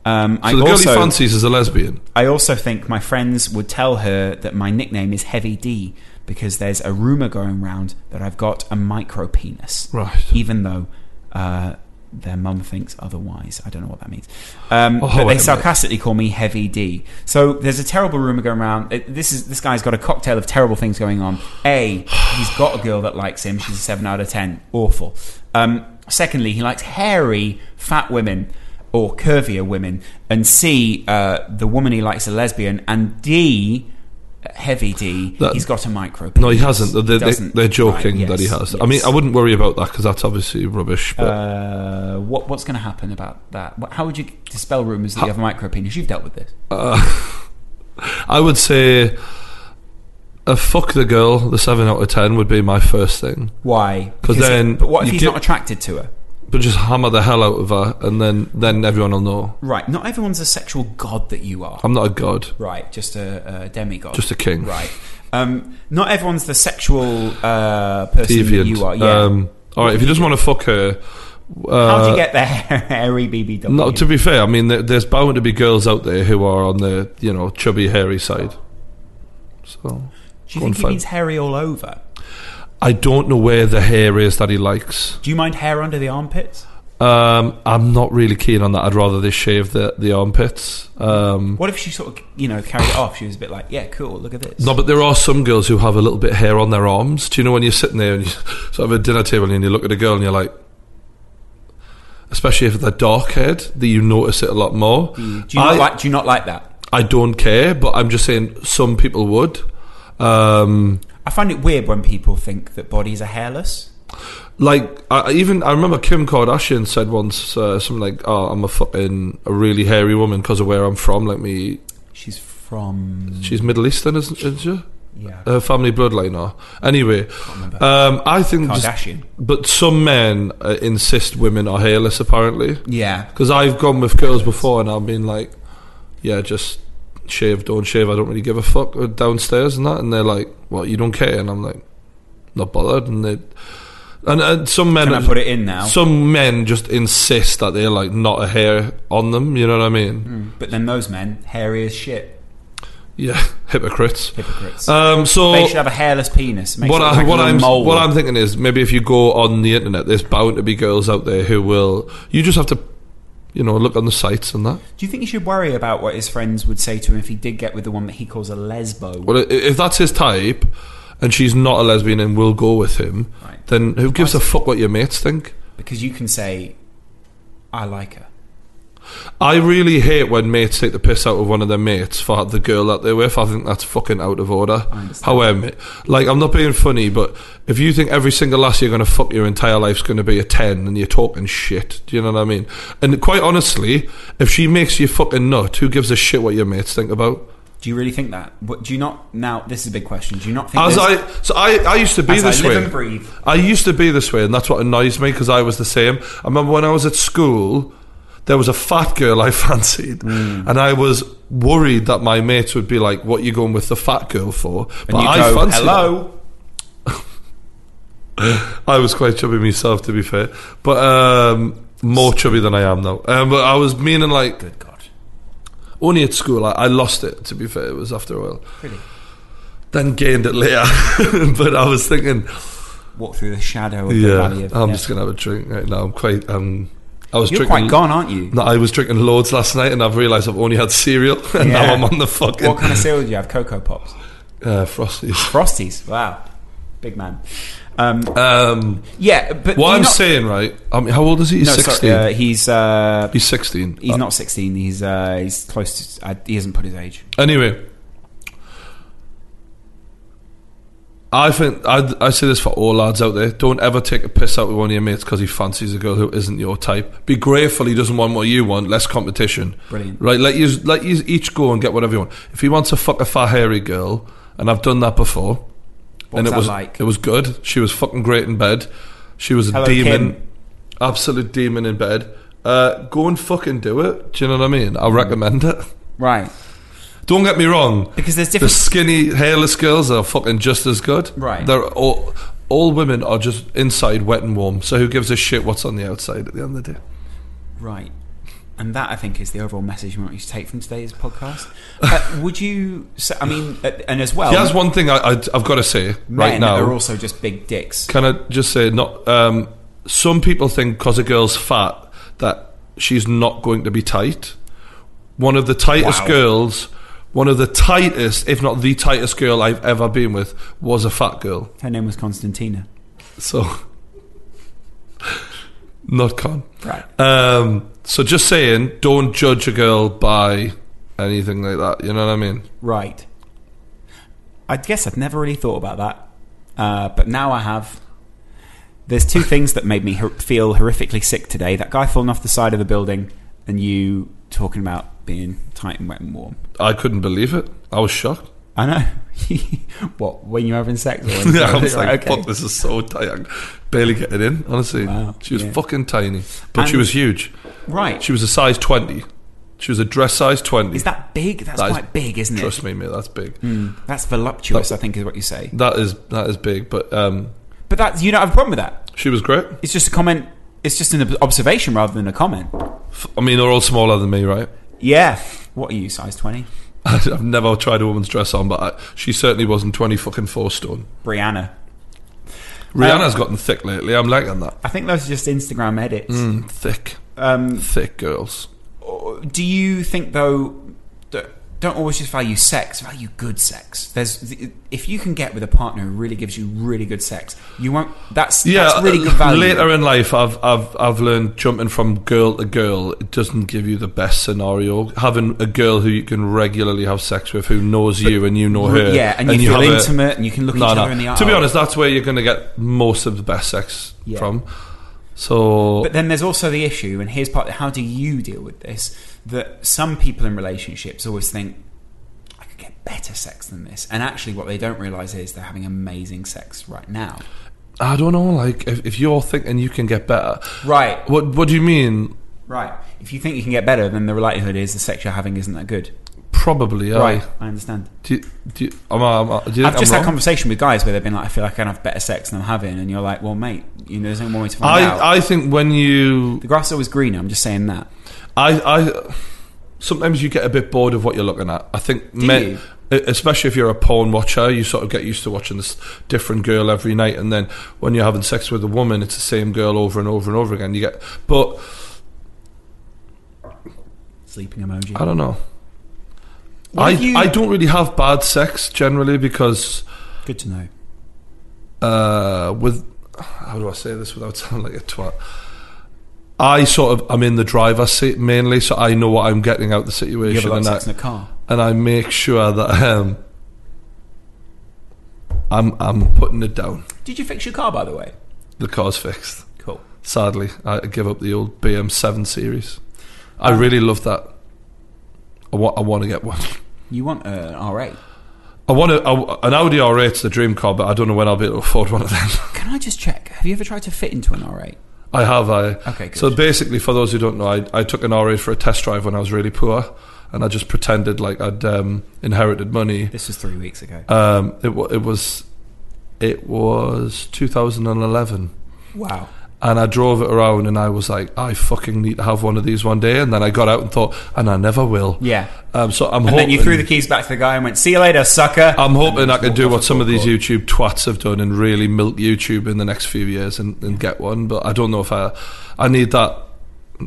[SPEAKER 3] Um, I
[SPEAKER 4] So the girl
[SPEAKER 3] also,
[SPEAKER 4] he fancies is a lesbian.
[SPEAKER 3] I also think my friends would tell her that my nickname is Heavy D because there's a rumor going round that I've got a micro penis.
[SPEAKER 4] Right.
[SPEAKER 3] Even though uh, their mum thinks otherwise. I don't know what that means. Um,
[SPEAKER 4] Oh,
[SPEAKER 3] but
[SPEAKER 4] wait a
[SPEAKER 3] they
[SPEAKER 4] minute.
[SPEAKER 3] sarcastically call me Heavy D. So there's a terrible rumor going around. It- this is this guy's got a cocktail of terrible things going on. A, he's got a girl that likes him. She's a seven out of ten. Awful. Um, secondly, he likes hairy, fat women or curvier women. And C, uh, the woman he likes is a lesbian. And D. Heavy D.
[SPEAKER 4] That-
[SPEAKER 3] he's got a micro.
[SPEAKER 4] No, he hasn't. They, they,
[SPEAKER 3] Doesn't.
[SPEAKER 4] they're joking
[SPEAKER 3] Right,
[SPEAKER 4] that he
[SPEAKER 3] yes,
[SPEAKER 4] has. I
[SPEAKER 3] yes.
[SPEAKER 4] mean, I wouldn't worry about that because that's obviously rubbish. But
[SPEAKER 3] Uh, what what's going to happen about that? What, how would you dispel rumours that you have a micro penis? You've dealt with this.
[SPEAKER 4] uh, (laughs) I would say a fuck the girl, the 7 out of 10 would be my first thing.
[SPEAKER 3] Why?
[SPEAKER 4] 'Cause then
[SPEAKER 3] but what if
[SPEAKER 4] you
[SPEAKER 3] he's
[SPEAKER 4] get-
[SPEAKER 3] not attracted to her?
[SPEAKER 4] But just hammer the hell out of her and then, then everyone will know.
[SPEAKER 3] Right. Not everyone's a sexual god that you are.
[SPEAKER 4] I'm not a god.
[SPEAKER 3] right. Just a, a demigod.
[SPEAKER 4] Just a king.
[SPEAKER 3] Right. Um, not everyone's the sexual uh, person that
[SPEAKER 4] Deviant.
[SPEAKER 3] you are. Yeah.
[SPEAKER 4] Um, all right, if he doesn't want to fuck her. Uh,
[SPEAKER 3] how do you get the (laughs) hairy BBW?
[SPEAKER 4] No, to be fair, I mean, there, there's bound to be girls out there who are on the, you know, chubby, hairy side. So,
[SPEAKER 3] do you
[SPEAKER 4] go
[SPEAKER 3] think
[SPEAKER 4] and
[SPEAKER 3] he
[SPEAKER 4] find-
[SPEAKER 3] means hairy all over?
[SPEAKER 4] I don't know where the hair is that he likes.
[SPEAKER 3] Do you mind hair under the armpits?
[SPEAKER 4] Um, I'm not really keen on that. I'd rather they shave the, the armpits. Um,
[SPEAKER 3] What if she sort of, you know, carried it off? She was a bit like, yeah, cool, look at this.
[SPEAKER 4] no, but there are some girls who have a little bit of hair on their arms. Do you know when you're sitting there and you (laughs) sort of at a dinner table and you look at a girl and you're like, especially if they're dark haired, that you notice it a lot more.
[SPEAKER 3] Mm. do you not
[SPEAKER 4] I-
[SPEAKER 3] like? Do you not like that?
[SPEAKER 4] I don't care, but I'm just saying some people would. Um,
[SPEAKER 3] I find it weird when people think that bodies are hairless.
[SPEAKER 4] like I I even I remember Kim Kardashian said once uh, something like, "Oh, I'm a fucking a really hairy woman because of where I'm from. Like me,
[SPEAKER 3] She's from
[SPEAKER 4] she's Middle Eastern, isn't, isn't she?
[SPEAKER 3] yeah,
[SPEAKER 4] Her family bloodline are. Anyway, um, I think. just-
[SPEAKER 3] Kardashian.
[SPEAKER 4] but some men uh, insist women are hairless, apparently.
[SPEAKER 3] Yeah,
[SPEAKER 4] Because I've gone with girls before and I've been like, yeah, just shave, don't shave, I don't really give a fuck uh, downstairs and that. And they're like, what, you don't care? And I'm like, not bothered. And they. And, and some men
[SPEAKER 3] can I put it in now?
[SPEAKER 4] some men just insist that they're like not a hair on them. You know what I mean?
[SPEAKER 3] but then those men, hairy as shit,
[SPEAKER 4] Yeah, (laughs) hypocrites.
[SPEAKER 3] hypocrites.
[SPEAKER 4] Um, so
[SPEAKER 3] they should have a hairless penis. Makes
[SPEAKER 4] what,
[SPEAKER 3] it look
[SPEAKER 4] I,
[SPEAKER 3] like a
[SPEAKER 4] what
[SPEAKER 3] little
[SPEAKER 4] I'm
[SPEAKER 3] mole.
[SPEAKER 4] what I'm thinking is maybe if you go on the internet, there's bound to be girls out there who will. You just have to, you know, look on the sites and that.
[SPEAKER 3] Do you think he should worry about what his friends would say to him if he did get with the one that he calls a lesbo?
[SPEAKER 4] Well, i- if that's his type, and she's not a lesbian and will go with him,
[SPEAKER 3] Right.
[SPEAKER 4] then who gives a
[SPEAKER 3] Nice.
[SPEAKER 4] fuck what your mates think?
[SPEAKER 3] because you can say, "I like her."
[SPEAKER 4] I really hate when mates take the piss out of one of their mates for the girl that they're with. I think that's fucking out of order.
[SPEAKER 3] understand.
[SPEAKER 4] However, like I'm not being funny, but if you think every single lass you're going to fuck your entire life's going to be a ten, and you're talking shit, do you know what I mean? And quite honestly, if she makes you fucking nut, who gives a shit what your mates think about?
[SPEAKER 3] Do you really think that? What, do you not? Now, this is a big question. Do you not think?
[SPEAKER 4] As
[SPEAKER 3] this-
[SPEAKER 4] I so I, I used to be
[SPEAKER 3] As I
[SPEAKER 4] this
[SPEAKER 3] live
[SPEAKER 4] way.
[SPEAKER 3] and breathe.
[SPEAKER 4] I used to be this way, and that's what annoys me because I was the same. I remember when I was at school, there was a fat girl I (laughs) fancied,
[SPEAKER 3] Mm.
[SPEAKER 4] and I was worried that my mates would be like, "What you going with the fat girl for?"
[SPEAKER 3] and you
[SPEAKER 4] I
[SPEAKER 3] go,
[SPEAKER 4] fancied
[SPEAKER 3] "Hello."
[SPEAKER 4] her. I was quite chubby myself, to be fair, but um, more chubby than I am now. Um, but I was meaning like
[SPEAKER 3] Good God,
[SPEAKER 4] only at school. I, I lost it. To be fair, it was after a while.
[SPEAKER 3] pretty.
[SPEAKER 4] Then gained it later, (laughs) but I was thinking.
[SPEAKER 3] Walk through the shadow of the
[SPEAKER 4] Yeah,
[SPEAKER 3] valley of
[SPEAKER 4] I'm
[SPEAKER 3] death.
[SPEAKER 4] just gonna have a drink right now. I'm quite. Um, I was
[SPEAKER 3] You're quite
[SPEAKER 4] drinking.
[SPEAKER 3] gone, aren't you?
[SPEAKER 4] No, I was drinking loads last night, and I've realised I've only had cereal, (laughs) and
[SPEAKER 3] Yeah.
[SPEAKER 4] now I'm on the fucking
[SPEAKER 3] What kind of cereal do you have? Cocoa Pops,
[SPEAKER 4] uh, frosties.
[SPEAKER 3] Frosties. Wow, big man. Um,
[SPEAKER 4] Um,
[SPEAKER 3] yeah, but
[SPEAKER 4] what
[SPEAKER 3] do you
[SPEAKER 4] I'm
[SPEAKER 3] not-
[SPEAKER 4] saying, right? I mean, how old is he? He's
[SPEAKER 3] No,
[SPEAKER 4] sixteen.
[SPEAKER 3] sorry, uh, he's uh,
[SPEAKER 4] He's sixteen.
[SPEAKER 3] he's
[SPEAKER 4] Uh,
[SPEAKER 3] not sixteen. He's uh, he's close to. I, he hasn't put his age.
[SPEAKER 4] Anyway, I think I, I say this for all lads out there: don't ever take a piss out with one of your mates because he fancies a girl who isn't your type. Be grateful he doesn't want what you want. Less competition.
[SPEAKER 3] Brilliant.
[SPEAKER 4] Right? Let you let you each go and get whatever you want. If he wants to fuck a fat hairy girl, and I've done that before,
[SPEAKER 3] What's
[SPEAKER 4] and it
[SPEAKER 3] that
[SPEAKER 4] was
[SPEAKER 3] like?
[SPEAKER 4] it was good. She was fucking great in bed. She was a
[SPEAKER 3] Hello,
[SPEAKER 4] demon,
[SPEAKER 3] Kim.
[SPEAKER 4] absolute demon in bed. Uh, go and fucking do it. Do you know what I mean? I recommend it.
[SPEAKER 3] Right,
[SPEAKER 4] Don't get me wrong.
[SPEAKER 3] because there's
[SPEAKER 4] The
[SPEAKER 3] different.
[SPEAKER 4] skinny, hairless girls are fucking just as good.
[SPEAKER 3] Right.
[SPEAKER 4] They're all, all women are just inside wet and warm. So who gives a shit what's on the outside at the end of the day?
[SPEAKER 3] Right. And that, I think, is the overall message we want you to take from today's
[SPEAKER 4] (laughs)
[SPEAKER 3] podcast. Uh, would you? So, I mean, uh, and as well,
[SPEAKER 4] He has one thing I, I, I've got to say
[SPEAKER 3] men
[SPEAKER 4] right now.
[SPEAKER 3] are also just big dicks.
[SPEAKER 4] Can I just say not? Um, some people think because a girl's fat that she's not going to be tight. One of the tightest
[SPEAKER 3] Wow.
[SPEAKER 4] girls, one of the tightest, if not the tightest girl I've ever been with, was a fat girl.
[SPEAKER 3] Her name was Constantina.
[SPEAKER 4] So, (laughs) not con.
[SPEAKER 3] Right.
[SPEAKER 4] Um, so just saying, don't judge a girl by anything like that. You know what I mean?
[SPEAKER 3] Right. I guess I'd never really thought about that, uh, but now I have. There's two things that made me hor- feel horrifically sick today: that guy falling off the side of a building, and you talking about being tight and wet and warm.
[SPEAKER 4] I couldn't believe it. I was shocked. (laughs)
[SPEAKER 3] I know. (laughs) what when you're having sex? Or when-
[SPEAKER 4] Yeah, I was
[SPEAKER 3] Right,
[SPEAKER 4] like, fuck, this is so tight. I can barely get it in, honestly.
[SPEAKER 3] Wow,
[SPEAKER 4] She was
[SPEAKER 3] yeah.
[SPEAKER 4] fucking tiny, but she
[SPEAKER 3] And-
[SPEAKER 4] was huge.
[SPEAKER 3] Right.
[SPEAKER 4] She was a size 20. She was a dress size 20.
[SPEAKER 3] Is that big? That's
[SPEAKER 4] That is-
[SPEAKER 3] quite big, isn't
[SPEAKER 4] Trust
[SPEAKER 3] it? Hmm.
[SPEAKER 4] me, mate, that's big.
[SPEAKER 3] That's voluptuous.
[SPEAKER 4] That-
[SPEAKER 3] I think is what you say.
[SPEAKER 4] That is that is big, but um,
[SPEAKER 3] But that you don't have a problem with that.
[SPEAKER 4] she was great.
[SPEAKER 3] It's just a comment. It's just an ob- observation rather than a comment.
[SPEAKER 4] F- I mean, they're all smaller than me, right? (laughs)
[SPEAKER 3] Yeah. What are you, size twenty?
[SPEAKER 4] I've never tried a woman's dress on, but I, she certainly wasn't 20 fucking four stone.
[SPEAKER 3] Brianna. Um,
[SPEAKER 4] Rihanna's gotten thick lately. I'm liking that.
[SPEAKER 3] I think those are just Instagram edits.
[SPEAKER 4] Mm, thick,
[SPEAKER 3] Um,
[SPEAKER 4] thick girls.
[SPEAKER 3] do you think though? that- Don't always just value sex. Value good sex. There's if you can get with a partner who really gives you really good sex, you won't. That's
[SPEAKER 4] Yeah, uh,
[SPEAKER 3] that's really good value.
[SPEAKER 4] later in life, I've I've I've learned jumping from girl to girl. It doesn't give you the best scenario. Having a girl who you can regularly have sex with, who knows you and you know her,
[SPEAKER 3] yeah, and you feel
[SPEAKER 4] have a-
[SPEAKER 3] intimate and you can look each other in the eye.
[SPEAKER 4] To be honest, that's where you're going to get most of the best sex
[SPEAKER 3] Yeah.
[SPEAKER 4] from. So
[SPEAKER 3] But then there's also the issue, and here's part: how do you deal with this? That some people in relationships always think I could get better sex than this, and actually, what they don't realize is they're having amazing sex right now.
[SPEAKER 4] I don't know, like if, if you're thinking you can get better,
[SPEAKER 3] Right,
[SPEAKER 4] what what do you mean?
[SPEAKER 3] right. If you think you can get better, then the likelihood is the sex you're having isn't that good.
[SPEAKER 4] Probably, aye.
[SPEAKER 3] Right, I understand.
[SPEAKER 4] Do you, do you, am I, am I, do Oh, you think
[SPEAKER 3] I've just had a
[SPEAKER 4] I'm wrong?
[SPEAKER 3] conversation with guys where they've been like, "I feel like I can have better sex than I'm having," and you're like, "Well, mate, you know, there's no more way to find out."
[SPEAKER 4] I I think when you
[SPEAKER 3] the grass is always greener. I'm just saying that.
[SPEAKER 4] I, I sometimes you get a bit bored of what you're looking at. I think men, especially if you're a porn watcher, you sort of get used to watching this different girl every night, and then when you're having sex with a woman, it's the same girl over and over and over again. You get, but
[SPEAKER 3] Sleeping emoji.
[SPEAKER 4] I don't know.
[SPEAKER 3] What
[SPEAKER 4] I,
[SPEAKER 3] have you-
[SPEAKER 4] I don't really have bad sex generally because
[SPEAKER 3] Good to know.
[SPEAKER 4] uh, with how do I say this without (laughs) sounding like a twat? I sort of I'm in the driver's seat mainly, so I know what I'm getting out of the
[SPEAKER 3] You have a
[SPEAKER 4] situation,
[SPEAKER 3] lot of
[SPEAKER 4] and I,
[SPEAKER 3] sex in a car.
[SPEAKER 4] and I make sure that um, I'm I'm putting it down.
[SPEAKER 3] Did you fix your car, by the way?
[SPEAKER 4] The car's fixed.
[SPEAKER 3] Cool.
[SPEAKER 4] Sadly, I give up the old BM7 series. I really love that. I want I want to get one.
[SPEAKER 3] You want uh, an R8?
[SPEAKER 4] I want to, I, an Audi R8's the dream car, but I don't know when I'll be able to afford one of them. (laughs)
[SPEAKER 3] Can I just check? Have you ever tried to fit into an R8?
[SPEAKER 4] I have. I
[SPEAKER 3] Okay, good.
[SPEAKER 4] So basically, for those who don't know, I, I took an R8 for a test drive when I was really poor, and I just pretended like I'd um, inherited money.
[SPEAKER 3] This was three weeks ago.
[SPEAKER 4] Um, it, wa- it was it was 2011,
[SPEAKER 3] Wow.
[SPEAKER 4] and I drove it around, and I was like, I fucking need to have one of these one day. And then I got out and thought, and I never will.
[SPEAKER 3] Yeah.
[SPEAKER 4] Um, so I'm
[SPEAKER 3] And
[SPEAKER 4] hoping
[SPEAKER 3] then you threw the keys back to the guy and went, "See you later, sucker."
[SPEAKER 4] I'm hoping I can do what some of these
[SPEAKER 3] court.
[SPEAKER 4] YouTube twats have done and really milk YouTube in the next few years and, and get one. But I don't know if I I need that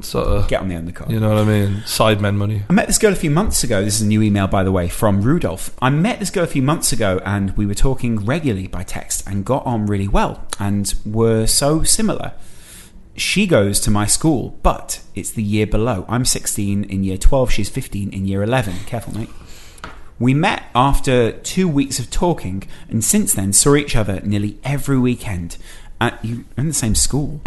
[SPEAKER 4] sort of
[SPEAKER 3] Get on the undercar.
[SPEAKER 4] You know what I mean? Sidemen money.
[SPEAKER 3] I met this girl a few months ago. This is a new email, by the way, from Rudolph. I met this girl a few months ago and we were talking regularly by text and got on really well and were so similar. She goes to my school, but it's the year below. I'm 16 in year 12, she's 15 in year 11. Careful, mate. We met after two weeks of talking and since then saw each other nearly every weekend. At, you, in the same school.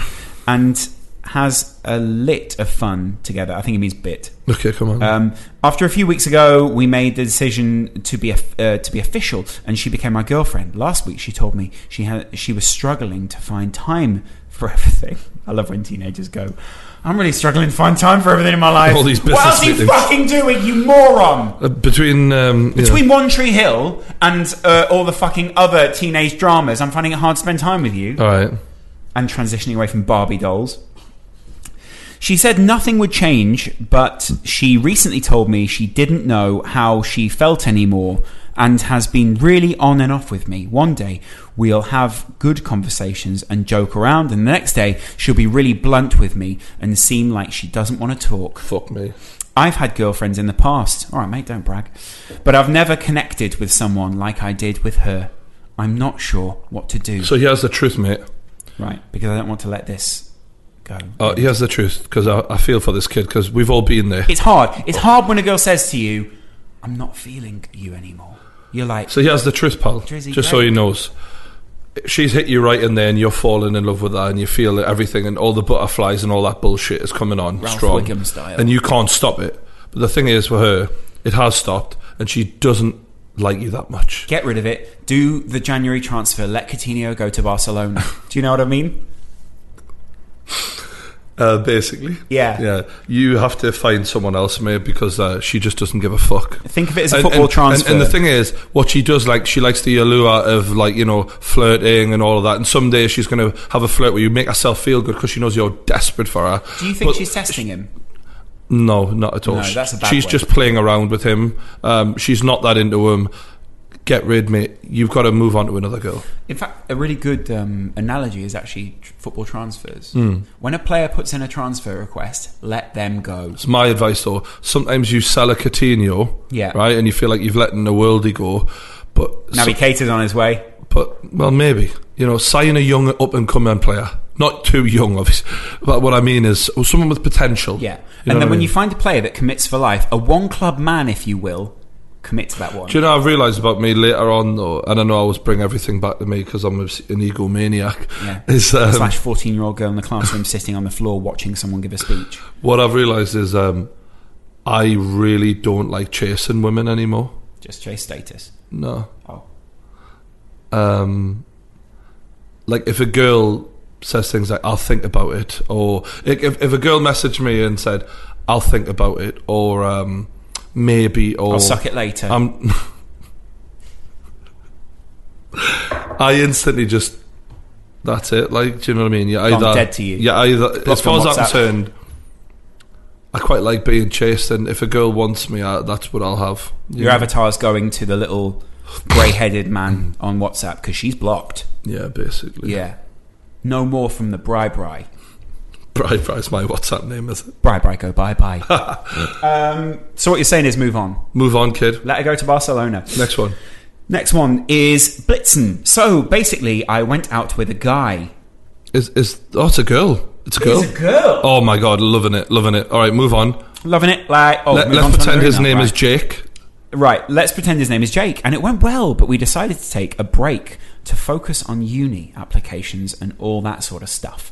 [SPEAKER 3] And has a lit of fun together. I think it means bit.
[SPEAKER 4] Okay, come on.
[SPEAKER 3] Um, after a few weeks ago, we made the decision to be of- uh, to be official, and she became my girlfriend. Last week, she told me she had she was struggling to find time for (laughs) everything. I love when teenagers go. I'm really struggling to find time for everything in my life.
[SPEAKER 4] All these
[SPEAKER 3] what else
[SPEAKER 4] business
[SPEAKER 3] are you
[SPEAKER 4] meetings."
[SPEAKER 3] fucking doing, you moron?
[SPEAKER 4] Uh, between um, yeah.
[SPEAKER 3] Between One Tree Hill and uh, all the fucking other teenage dramas, I'm finding it hard to spend time with you
[SPEAKER 4] All right.
[SPEAKER 3] and transitioning away from Barbie dolls. She said nothing would change, but she recently told me she didn't know how she felt anymore and has been really on and off with me. One day we'll have good conversations and joke around, and the next day she'll be really blunt with me and seem like she doesn't want to talk.
[SPEAKER 4] Fuck me.
[SPEAKER 3] I've had girlfriends in the past. All right, mate, don't brag. But I've never connected with someone like I did with her. I'm not sure what to do.
[SPEAKER 4] So here's the truth, mate.
[SPEAKER 3] right, because I don't want to let this go.
[SPEAKER 4] Uh, here's the truth because I, I feel for this kid because we've all been there.
[SPEAKER 3] It's hard. It's hard when a girl says to you, I'm not feeling you anymore. You're like,
[SPEAKER 4] So here's the truth, pal.
[SPEAKER 3] Drizzy
[SPEAKER 4] just so
[SPEAKER 3] Drake.
[SPEAKER 4] he knows. She's hit you right in there, and you're falling in love with that, and you feel it, everything, and all the butterflies and all that bullshit is coming on
[SPEAKER 3] Ralph
[SPEAKER 4] strong.
[SPEAKER 3] Wiggum style.
[SPEAKER 4] And you can't stop it. But the thing is, for her, it has stopped, and she doesn't like you that much.
[SPEAKER 3] get rid of it. Do the January transfer. Let Coutinho go to Barcelona. do you know what I mean?
[SPEAKER 4] Uh, basically.
[SPEAKER 3] Yeah.
[SPEAKER 4] Yeah. You have to find someone else, mate, because uh, she just doesn't give a fuck.
[SPEAKER 3] Think of it as a football transfer.
[SPEAKER 4] And, the thing is, what she does like, she likes the allure of like you know flirting and all of that. And someday she's going to have a flirt where you make herself feel good because she knows you're desperate for her.
[SPEAKER 3] do you think
[SPEAKER 4] But-
[SPEAKER 3] she's testing him?
[SPEAKER 4] No, not at all.
[SPEAKER 3] No, that's a bad
[SPEAKER 4] she's
[SPEAKER 3] way.
[SPEAKER 4] just playing around with him. Um, she's not that into him. Get rid, mate. You've got to move on to another girl.
[SPEAKER 3] In fact, a really good um, analogy is actually tr- football transfers.
[SPEAKER 4] Hmm.
[SPEAKER 3] When a player puts in a transfer request, let them go.
[SPEAKER 4] It's my advice though. Sometimes you sell a Coutinho,
[SPEAKER 3] Yeah.
[SPEAKER 4] right, and you feel like you've let in a worldie go, but
[SPEAKER 3] Naby Keita's on his way.
[SPEAKER 4] But well, maybe you know, sign a young up and coming player, not too young, obviously. (laughs) But what I mean is oh, someone with potential.
[SPEAKER 3] Yeah.
[SPEAKER 4] You
[SPEAKER 3] and
[SPEAKER 4] know
[SPEAKER 3] then
[SPEAKER 4] what I
[SPEAKER 3] when
[SPEAKER 4] mean?
[SPEAKER 3] you find a player that commits for life, a one club man, if you will, commit to that one.
[SPEAKER 4] Do you know I've realised about me later on though, and I know I always bring everything back to me because I'm obs- an egomaniac.
[SPEAKER 3] Yeah.
[SPEAKER 4] (laughs) Is um,
[SPEAKER 3] Slash 14 year old girl in the classroom sitting on the floor watching someone give a speech.
[SPEAKER 4] what I've realised is um, I really don't like chasing women anymore.
[SPEAKER 3] Just chase status.
[SPEAKER 4] No.
[SPEAKER 3] Oh.
[SPEAKER 4] Um, like if a girl says things like "I'll think about it," or like, if if a girl messaged me and said "I'll think about it," or um, maybe, or
[SPEAKER 3] I'll suck it later.
[SPEAKER 4] I'm. I instantly just. That's it. Like, do you know what I mean? You're
[SPEAKER 3] Gone
[SPEAKER 4] either
[SPEAKER 3] dead to you.
[SPEAKER 4] Yeah, either as far
[SPEAKER 3] on
[SPEAKER 4] as I'm
[SPEAKER 3] WhatsApp.
[SPEAKER 4] concerned, I quite like being chased, and if a girl wants me, I, that's what I'll have.
[SPEAKER 3] Your
[SPEAKER 4] Yeah.
[SPEAKER 3] avatar's going to the little grey headed man on WhatsApp because she's blocked.
[SPEAKER 4] Yeah, basically. (laughs)
[SPEAKER 3] Yeah. No more from the Bri Bri.
[SPEAKER 4] Bri Bri's my WhatsApp name, is it?
[SPEAKER 3] Bri Bri go bye
[SPEAKER 4] (laughs)
[SPEAKER 3] bye. um, so what you're saying is move on.
[SPEAKER 4] Move on, kid.
[SPEAKER 3] Let her go to Barcelona.
[SPEAKER 4] Next one.
[SPEAKER 3] Next one is Blitzen. So basically, I went out with a guy.
[SPEAKER 4] Is is oh, it's a girl. It's a girl.
[SPEAKER 3] girl.
[SPEAKER 4] Oh my god, loving it, loving it. All right, move on.
[SPEAKER 3] Loving it. Like, oh,
[SPEAKER 4] Let,
[SPEAKER 3] move on
[SPEAKER 4] us
[SPEAKER 3] to
[SPEAKER 4] pretend
[SPEAKER 3] another
[SPEAKER 4] his
[SPEAKER 3] email.
[SPEAKER 4] name
[SPEAKER 3] right.
[SPEAKER 4] is Jake.
[SPEAKER 3] Right, let's pretend his name is Jake. And it went well, but we decided to take a break to focus on uni applications and all that sort of stuff.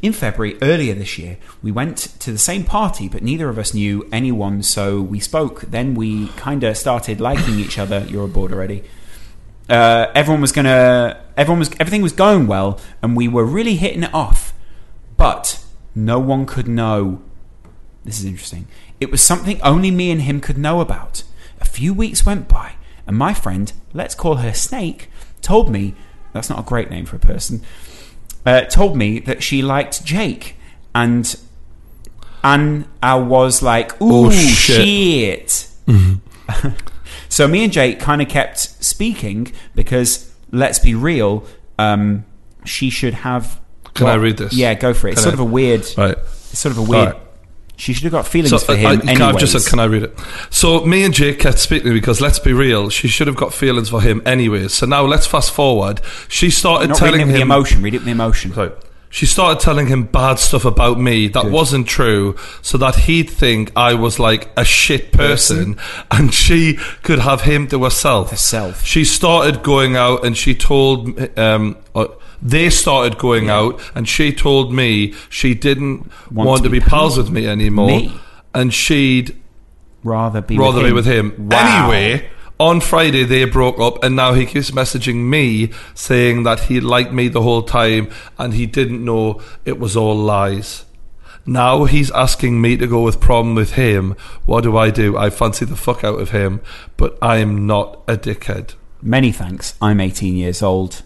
[SPEAKER 3] In February, earlier this year, we went to the same party, but neither of us knew anyone, so we spoke. Then we kind of started liking each other. You're aboard already uh, everyone was gonna everyone was everything was going well and we were really hitting it off but no one could know this is interesting it was something only me and him could know about a few weeks went by and my friend let's call her snake told me that's not a great name for a person uh, told me that she liked jake and and i was like ooh
[SPEAKER 4] Oh, shit.
[SPEAKER 3] shit. So me and Jake kind of kept speaking because let's be real, um, she should have.
[SPEAKER 4] Can I read this?
[SPEAKER 3] Yeah, go for it. It's
[SPEAKER 4] Can
[SPEAKER 3] sort
[SPEAKER 4] I-
[SPEAKER 3] of a weird.
[SPEAKER 4] Right.
[SPEAKER 3] It's sort of a weird.
[SPEAKER 4] Alright.
[SPEAKER 3] She should have got feelings for
[SPEAKER 4] I- I,
[SPEAKER 3] him.
[SPEAKER 4] uh, can I- I've just
[SPEAKER 3] anyways.
[SPEAKER 4] said, can I read it? So me and Jake kept speaking because let's be real, she should have got feelings for him anyways. So now let's fast forward. She started
[SPEAKER 3] Not reading
[SPEAKER 4] uh, telling
[SPEAKER 3] it with the
[SPEAKER 4] him
[SPEAKER 3] emotion. Read it with the emotion.
[SPEAKER 4] Sorry. She started telling him bad stuff about me that wasn't true, so that he'd think I was like a shit person, (laughs) and she could have him to herself.
[SPEAKER 3] Herself.
[SPEAKER 4] She started going out, and she told um, uh, they started going out, and she told me she didn't want, to be pals with me anymore,
[SPEAKER 3] Me?
[SPEAKER 4] and she'd
[SPEAKER 3] Rather be
[SPEAKER 4] rather
[SPEAKER 3] with
[SPEAKER 4] be
[SPEAKER 3] him.
[SPEAKER 4] with him.
[SPEAKER 3] Wow.
[SPEAKER 4] Anyway, on Friday they broke up, and now he keeps messaging me saying that he liked me the whole time and he didn't know it was all lies. Now he's asking me to go with prom with him. What do I do? I fancy the fuck out of him, but I'm not a dickhead.
[SPEAKER 3] Many thanks. I'm 18 years old.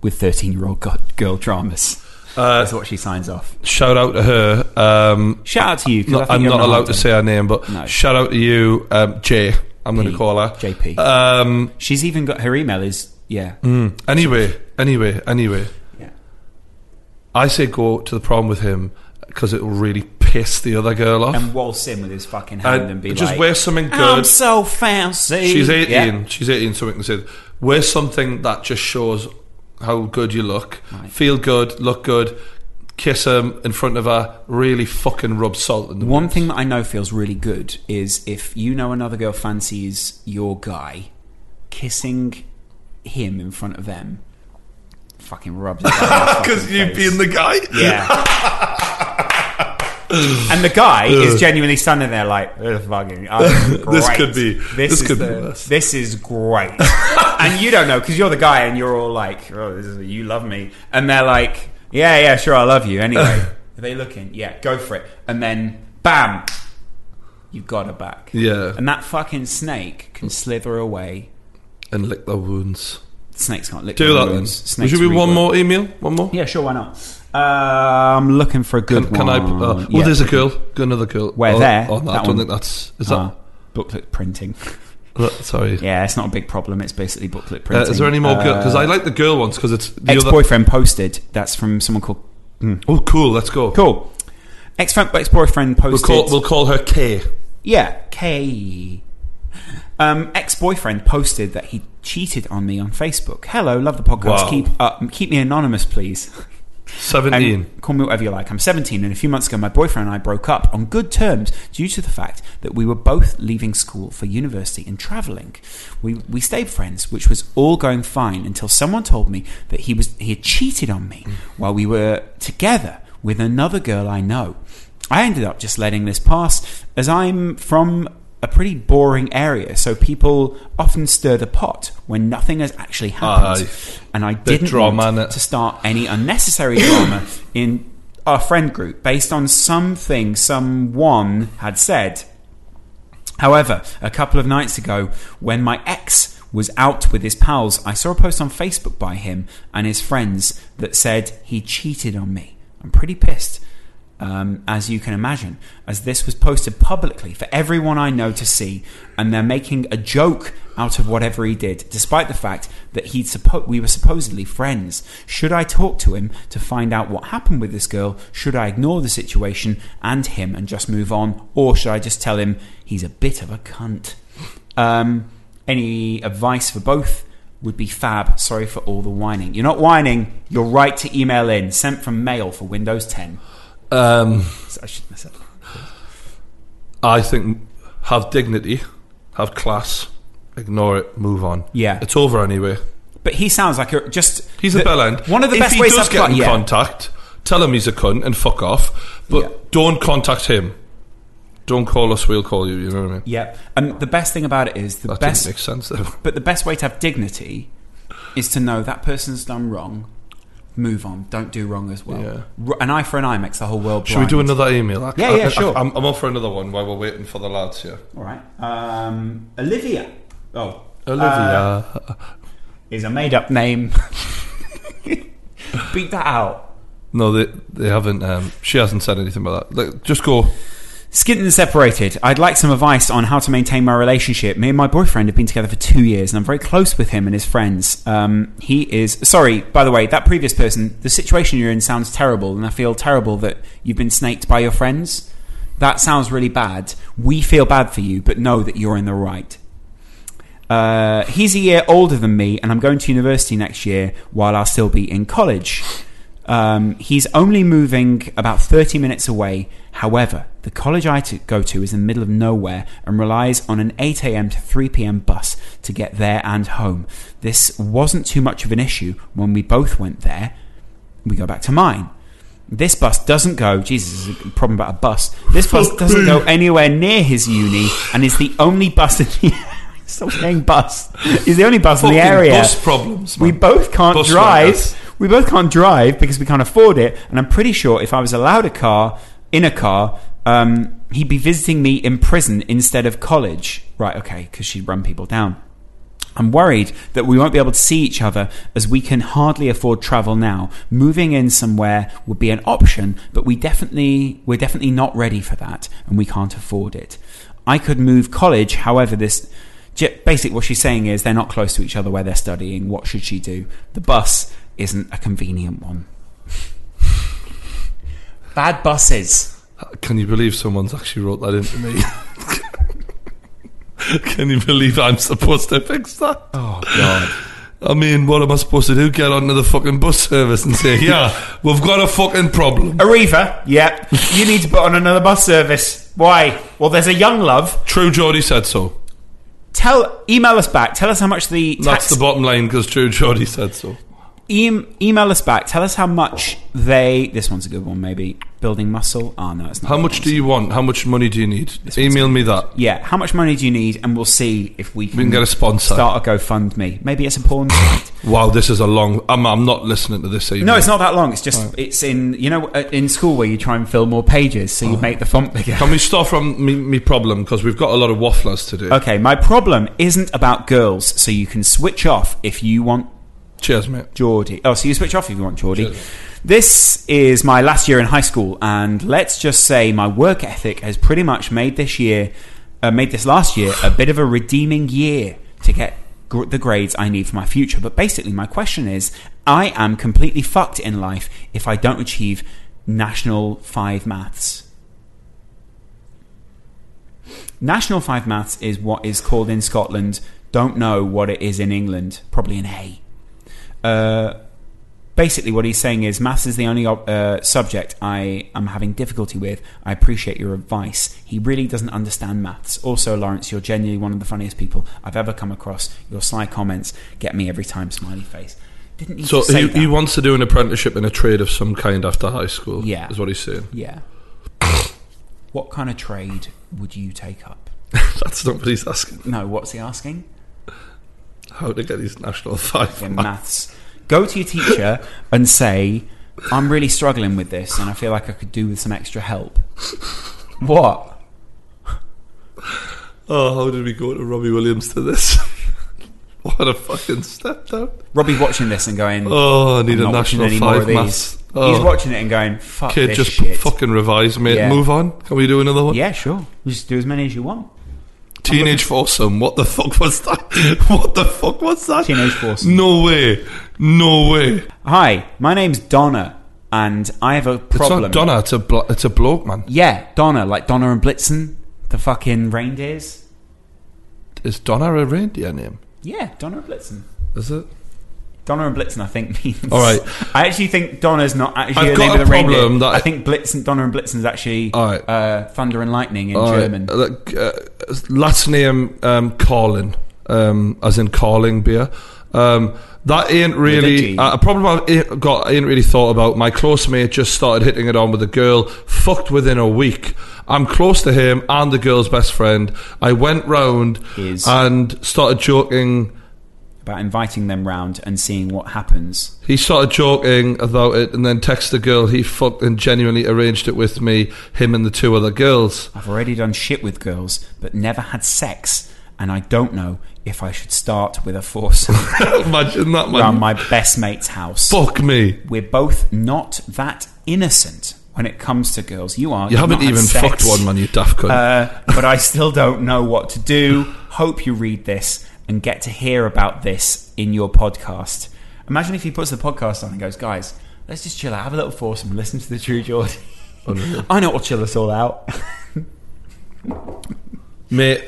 [SPEAKER 3] With 13 year old girl dramas.
[SPEAKER 4] Uh,
[SPEAKER 3] That's what she signs off.
[SPEAKER 4] Shout out to her. Um,
[SPEAKER 3] Shout out to you. 'cause I
[SPEAKER 4] not-
[SPEAKER 3] think
[SPEAKER 4] I'm
[SPEAKER 3] you're
[SPEAKER 4] not
[SPEAKER 3] on
[SPEAKER 4] allowed
[SPEAKER 3] holiday.
[SPEAKER 4] to say her name, but
[SPEAKER 3] No.
[SPEAKER 4] shout out to you, um, Jay. I'm going
[SPEAKER 3] P. Hmm.
[SPEAKER 4] to call her
[SPEAKER 3] JP.
[SPEAKER 4] Um,
[SPEAKER 3] She's even got her email is yeah.
[SPEAKER 4] Mm. anyway, anyway, anyway.
[SPEAKER 3] Yeah.
[SPEAKER 4] I say go to the prom with him because it'll really piss the other girl off.
[SPEAKER 3] And waltz in with his fucking hand
[SPEAKER 4] And
[SPEAKER 3] and be
[SPEAKER 4] Uh, just
[SPEAKER 3] like,
[SPEAKER 4] wear something good.
[SPEAKER 3] I'm so fancy.
[SPEAKER 4] She's 18.
[SPEAKER 3] Yeah.
[SPEAKER 4] She's 18, so we can say, wear something that just shows how good you look.
[SPEAKER 3] Right.
[SPEAKER 4] Feel good, look good, kiss him in front of her, really fucking rub salt in the
[SPEAKER 3] One
[SPEAKER 4] wounds.
[SPEAKER 3] thing that I know feels really good is if you know another girl fancies your guy, kissing him in front of them fucking rubs
[SPEAKER 4] (laughs)
[SPEAKER 3] Because
[SPEAKER 4] Because you being the guy?
[SPEAKER 3] Yeah. (laughs) and the guy is genuinely standing there like, "This fucking, oh, great.
[SPEAKER 4] (laughs) This could be- this
[SPEAKER 3] is
[SPEAKER 4] could be
[SPEAKER 3] the-
[SPEAKER 4] worse."
[SPEAKER 3] This is great. (laughs) and you don't know because you're the guy and you're all like, oh, this is, you love me. And they're like, yeah, yeah, sure, I love you. Anyway,
[SPEAKER 4] (laughs)
[SPEAKER 3] are they looking? Yeah, go for it. And then, bam, you've got her back.
[SPEAKER 4] Yeah.
[SPEAKER 3] And that fucking snake can slither away.
[SPEAKER 4] And lick their wounds.
[SPEAKER 3] Snakes can't lick
[SPEAKER 4] Do
[SPEAKER 3] their
[SPEAKER 4] that then.
[SPEAKER 3] wounds. Snakes
[SPEAKER 4] Would you be one
[SPEAKER 3] rework.
[SPEAKER 4] more email? One more?
[SPEAKER 3] Yeah, sure, why not? Uh, I'm looking for a good
[SPEAKER 4] Can, can I?
[SPEAKER 3] one.
[SPEAKER 4] Uh, oh,
[SPEAKER 3] Yeah.
[SPEAKER 4] there's a girl. Got Another girl.
[SPEAKER 3] Where,
[SPEAKER 4] oh,
[SPEAKER 3] there?
[SPEAKER 4] Oh, no,
[SPEAKER 3] That
[SPEAKER 4] I don't
[SPEAKER 3] one.
[SPEAKER 4] think that's. Is
[SPEAKER 3] Uh,
[SPEAKER 4] that?
[SPEAKER 3] booklet printing.
[SPEAKER 4] that- sorry.
[SPEAKER 3] Yeah, it's not a big problem. It's basically booklet
[SPEAKER 4] Uh,
[SPEAKER 3] printing.
[SPEAKER 4] is there any more girl? Because I
[SPEAKER 3] Uh,
[SPEAKER 4] like the girl ones because it's the other.
[SPEAKER 3] ex-boyfriend posted. That's from someone called.
[SPEAKER 4] Oh, cool. Let's go.
[SPEAKER 3] Cool. Ex ex-boyfriend
[SPEAKER 4] We'll
[SPEAKER 3] posted.
[SPEAKER 4] call, we'll call her K.
[SPEAKER 3] yeah, K. Um, ex-boyfriend posted that he cheated on me on Facebook. Hello, love the podcast.
[SPEAKER 4] Wow.
[SPEAKER 3] Keep up, keep me anonymous, please. And
[SPEAKER 4] 17.
[SPEAKER 3] call me whatever you like. I'm 17, and a few months ago, my boyfriend and I broke up on good terms due to the fact that we were both leaving school for university and traveling. We we stayed friends, which was all going fine until someone told me that he was he had cheated on me while we were together with another girl I know. I ended up just letting this pass, as I'm from a pretty boring area, so people often stir the pot when nothing has actually happened.
[SPEAKER 4] Aye.
[SPEAKER 3] And I
[SPEAKER 4] Bit
[SPEAKER 3] didn't
[SPEAKER 4] drama,
[SPEAKER 3] want
[SPEAKER 4] innit?
[SPEAKER 3] to start any unnecessary drama in our friend group based on something someone had said. However, a couple of nights ago, when my ex was out with his pals, I saw a post on Facebook by him and his friends that said he cheated on me. I'm pretty pissed, um, as you can imagine, as this was posted publicly for everyone I know to see, and they're making a joke out of whatever he did, despite the fact that he'd suppo- we were supposedly friends. Should I talk to him to find out what happened with this girl? Should I ignore the situation and him and just move on, or should I just tell him he's a bit of a cunt? Um, any advice for both would be fab. Sorry for all the whining. You're not whining. You're right to email in. Sent from mail for Windows 10.
[SPEAKER 4] Um,
[SPEAKER 3] So I shouldn't have said that.
[SPEAKER 4] I think have dignity, have class, ignore it, move on.
[SPEAKER 3] Yeah.
[SPEAKER 4] It's over anyway.
[SPEAKER 3] But he sounds like a, just
[SPEAKER 4] He's
[SPEAKER 3] the-
[SPEAKER 4] a bell end.
[SPEAKER 3] One of the
[SPEAKER 4] if
[SPEAKER 3] best
[SPEAKER 4] he
[SPEAKER 3] ways
[SPEAKER 4] does
[SPEAKER 3] I've
[SPEAKER 4] get
[SPEAKER 3] got-
[SPEAKER 4] in
[SPEAKER 3] yeah.
[SPEAKER 4] contact, tell him he's a cunt and fuck off. But
[SPEAKER 3] Yeah.
[SPEAKER 4] don't contact him. Don't call us, we'll call you. You know what I mean?
[SPEAKER 3] Yep. And the best thing about it is the
[SPEAKER 4] That
[SPEAKER 3] best.
[SPEAKER 4] didn't make
[SPEAKER 3] (laughs)
[SPEAKER 4] sense though.
[SPEAKER 3] But the best way to have dignity is to know that person's done wrong. Move on. Don't do wrong as well.
[SPEAKER 4] Yeah.
[SPEAKER 3] R- An eye for an eye makes the whole world.
[SPEAKER 4] Should we do
[SPEAKER 3] blind.
[SPEAKER 4] another email? I-
[SPEAKER 3] Yeah,
[SPEAKER 4] I-
[SPEAKER 3] yeah,
[SPEAKER 4] I-
[SPEAKER 3] sure.
[SPEAKER 4] I'm, I'm up for another one while we're waiting for the lads here.
[SPEAKER 3] All right. Um, Olivia. Oh. Uh,
[SPEAKER 4] Olivia.
[SPEAKER 3] is a made up (laughs) name. Beat that out.
[SPEAKER 4] no, they they haven't. Um, she hasn't said anything about that. Like, just go.
[SPEAKER 3] Skinned and separated. I'd like some advice on how to maintain my relationship. Me and my boyfriend have been together for two years, and I'm very close with him and his friends. Um, he is sorry. By the way, that previous person, the situation you're in sounds terrible, and I feel terrible that you've been snaked by your friends. That sounds really bad. We feel bad for you, but know that you're in the right. Uh, he's a year older than me, and I'm going to university next year while I'll still be in college. Um, he's only moving about 30 minutes away. However, the college I to go to is in the middle of nowhere and relies on an 8 a.m. to 3 p.m. bus to get there and home. This wasn't too much of an issue when we both went there. We go back to mine. This bus doesn't go. Jesus, this is a problem about a bus. This bus doesn't go anywhere near his uni, and is the only bus in the. (laughs) Stop saying bus. Is the only bus in the
[SPEAKER 4] Fucking
[SPEAKER 3] area.
[SPEAKER 4] Bus problems.
[SPEAKER 3] we
[SPEAKER 4] man.
[SPEAKER 3] both can't
[SPEAKER 4] Bus
[SPEAKER 3] drive.
[SPEAKER 4] riders.
[SPEAKER 3] We both can't drive because we can't afford it. And I'm pretty sure if I was allowed a car in a car, um, he'd be visiting me in prison instead of college. Right? Okay, because she'd run people down. I'm worried that we won't be able to see each other as we can hardly afford travel now. Moving in somewhere would be an option, but we definitely we're definitely not ready for that and we can't afford it. I could move college, however this j- basically what she's saying is they're not close to each other where they're studying. What should she do? The bus isn't a convenient one. Bad buses.
[SPEAKER 4] Uh, Can you believe someone's actually wrote that into me? (laughs) Can you believe I'm supposed to fix that?
[SPEAKER 3] Oh god.
[SPEAKER 4] I mean, what am I supposed to do? Get onto the fucking bus service and say, yeah, we've got a fucking problem.
[SPEAKER 3] Arriva, yeah. You need to put on another bus service. Why? Well, there's a young love.
[SPEAKER 4] True Geordie said so.
[SPEAKER 3] Tell email us back. Tell us how much the
[SPEAKER 4] That's
[SPEAKER 3] tax.
[SPEAKER 4] the bottom line because True Geordie said so.
[SPEAKER 3] em- email us back. Tell us how much they. This one's a good one, maybe. Building muscle. Ah, no, it's not.
[SPEAKER 4] How
[SPEAKER 3] that
[SPEAKER 4] much
[SPEAKER 3] one.
[SPEAKER 4] do you want? How much money do you need? Email me that.
[SPEAKER 3] Yeah, how much money do you need? And we'll see if we can,
[SPEAKER 4] can get a sponsor.
[SPEAKER 3] Start a GoFundMe. Maybe it's a
[SPEAKER 4] (laughs)
[SPEAKER 3] porn site.
[SPEAKER 4] Wow, this is a long. I'm, I'm not listening to this email.
[SPEAKER 3] No, it's not that long. It's just it's in you know uh, in school where you try and fill more pages, so you
[SPEAKER 4] Oh.
[SPEAKER 3] make the font bigger. (laughs)
[SPEAKER 4] Can we start from me, me problem because we've got a lot of wafflers today.
[SPEAKER 3] Okay, my problem isn't about girls, so you can switch off if you want
[SPEAKER 4] Cheers, mate.
[SPEAKER 3] Geordie. Oh, so you switch off if you want Geordie. This is my last year in high school, and let's just say my work ethic has pretty much made this year, uh, made this last year, a bit of a redeeming year to get gr- the grades I need for my future. But basically, my question is I am completely fucked in life if I don't achieve National 5 maths. National 5 maths is what is called in Scotland, don't know what it is in England, probably an A Uh, basically what he's saying is maths is the only uh, subject I am having difficulty with. I appreciate your advice. He really doesn't understand maths. Also, Lawrence, you're genuinely one of the funniest people I've ever come across. Your sly comments get me every time. Smiley face. Didn't you
[SPEAKER 4] So
[SPEAKER 3] just say
[SPEAKER 4] he,
[SPEAKER 3] that?
[SPEAKER 4] he wants to do an apprenticeship in a trade of some kind after high school.
[SPEAKER 3] Yeah.
[SPEAKER 4] is what he's saying. (laughs)
[SPEAKER 3] yeah. (coughs) what kind of trade would you take up?
[SPEAKER 4] That's not what he's asking.
[SPEAKER 3] No, what's he asking?
[SPEAKER 4] How to get his national five?
[SPEAKER 3] in maths. Go to your teacher and say, I'm really struggling with this and I feel like I could do with some extra help. What?
[SPEAKER 4] (laughs) Oh, how did we go to Robbie Williams to this? (laughs) what a fucking step down.
[SPEAKER 3] Robbie's watching this and going,
[SPEAKER 4] Oh, I need
[SPEAKER 3] I'm
[SPEAKER 4] a
[SPEAKER 3] not watching
[SPEAKER 4] national
[SPEAKER 3] any more
[SPEAKER 4] five
[SPEAKER 3] of these.
[SPEAKER 4] maths.
[SPEAKER 3] He's
[SPEAKER 4] Oh,
[SPEAKER 3] watching it and going, fuck
[SPEAKER 4] kid,
[SPEAKER 3] this
[SPEAKER 4] just
[SPEAKER 3] shit.
[SPEAKER 4] fucking revise, mate.
[SPEAKER 3] Yeah.
[SPEAKER 4] Move on. Can we do another one?
[SPEAKER 3] Yeah, sure. Just do as many as you want.
[SPEAKER 4] Teenage foursome. What the fuck was that? (laughs) What the fuck was that?
[SPEAKER 3] Teenage foursome.
[SPEAKER 4] No way. No way.
[SPEAKER 3] Hi, my name's Donna and I have a problem.
[SPEAKER 4] It's not Donna. It's a blo- it's a bloke, man.
[SPEAKER 3] Yeah, Donna, like Donna and Blitzen, the fucking reindeers.
[SPEAKER 4] Is Donna a reindeer name?
[SPEAKER 3] Yeah, Donna and Blitzen.
[SPEAKER 4] Is it?
[SPEAKER 3] Donna and Blitzen, I think (laughs) means.
[SPEAKER 4] All right.
[SPEAKER 3] I actually think Donna's not actually the
[SPEAKER 4] I've got
[SPEAKER 3] name
[SPEAKER 4] a
[SPEAKER 3] of the
[SPEAKER 4] problem
[SPEAKER 3] reindeer.
[SPEAKER 4] that-
[SPEAKER 3] I think Blitzen, Donna and Blitzen is actually
[SPEAKER 4] All right.
[SPEAKER 3] uh, thunder and lightning in
[SPEAKER 4] All right.
[SPEAKER 3] German.
[SPEAKER 4] Uh, look, uh, last name um, Carlin, um, as in Carling beer. Um, that ain't
[SPEAKER 3] G.
[SPEAKER 4] really uh, a problem. I've ain't got I ain't really thought about. My close mate just started hitting it on with a girl. Fucked within a week. I'm close to him and the girl's best friend. I went round
[SPEAKER 3] Is.
[SPEAKER 4] and started joking.
[SPEAKER 3] About inviting them round and seeing what happens.
[SPEAKER 4] He started joking about it and then texted the girl he fucked and genuinely arranged it with me, him and the two other girls.
[SPEAKER 3] I've already done shit with girls, but never had sex, and I don't know if I should start with a
[SPEAKER 4] (laughs)
[SPEAKER 3] foursome
[SPEAKER 4] Imagine that, man.
[SPEAKER 3] around my best mate's house.
[SPEAKER 4] Fuck me.
[SPEAKER 3] We're both not that innocent when it comes to girls. You are.
[SPEAKER 4] You
[SPEAKER 3] you've
[SPEAKER 4] haven't
[SPEAKER 3] not had
[SPEAKER 4] even
[SPEAKER 3] sex.
[SPEAKER 4] fucked one, man, you daft cunt.
[SPEAKER 3] Uh, but I still don't know what to do. Hope you read this and get to hear about this in your podcast. Imagine if he puts the podcast on and goes, guys, let's just chill out, have a little foursome, and listen to the True
[SPEAKER 4] (laughs)
[SPEAKER 3] Geordie. I know what'll chill us all out.
[SPEAKER 4] Mate,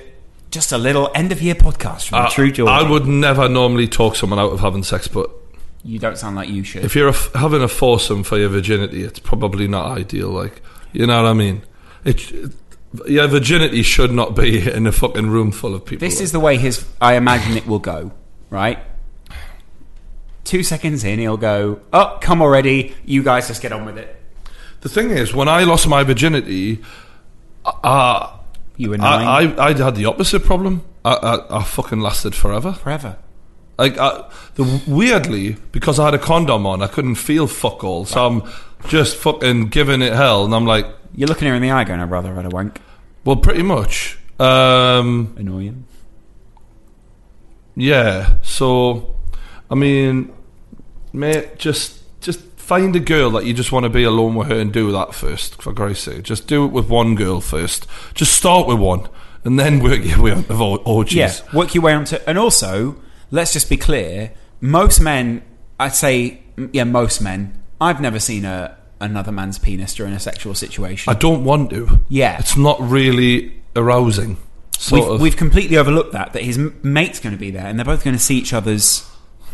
[SPEAKER 3] Just a little end of year podcast from the
[SPEAKER 4] I,
[SPEAKER 3] True Geordie.
[SPEAKER 4] Uh, I would never normally talk someone out of having sex, but
[SPEAKER 3] You don't sound like you should.
[SPEAKER 4] if you're a f having a foursome for your virginity, it's probably not ideal. Like, you know what I mean? It, it- your virginity should not be (laughs) in a fucking room full of people.
[SPEAKER 3] This is the way his. I imagine it will go, right? Two seconds in, he'll go, oh, come already. You guys just get on with it.
[SPEAKER 4] the thing is, when I lost my virginity, uh,
[SPEAKER 3] You were nine.
[SPEAKER 4] I, I, I had the opposite problem. I, I, I fucking lasted forever.
[SPEAKER 3] forever.
[SPEAKER 4] Like, I, the, weirdly, because I had a condom on, I couldn't feel fuck all. So I'm just fucking giving it hell. And I'm like,
[SPEAKER 3] You're looking her in the eye going, "Oh, I'd rather had a wank.
[SPEAKER 4] well, pretty much. Um,
[SPEAKER 3] Annoying.
[SPEAKER 4] Yeah. So, I mean, mate, just just find a girl that you just want to be alone with her and do that first. For Christ's sake, just do it with one girl first. Just start with one, and then work your way on to or- orgies.
[SPEAKER 3] Yeah, work your way onto. And also, let's just be clear: most men, I'd say, m- yeah, most men. I've never seen a another man's penis during a sexual
[SPEAKER 4] I
[SPEAKER 3] situation.
[SPEAKER 4] don't want to.
[SPEAKER 3] Yeah.
[SPEAKER 4] It's not really arousing. Sort
[SPEAKER 3] We've,
[SPEAKER 4] of.
[SPEAKER 3] we've completely overlooked that that his m- mate's going to be there, and they're both going to see each other's.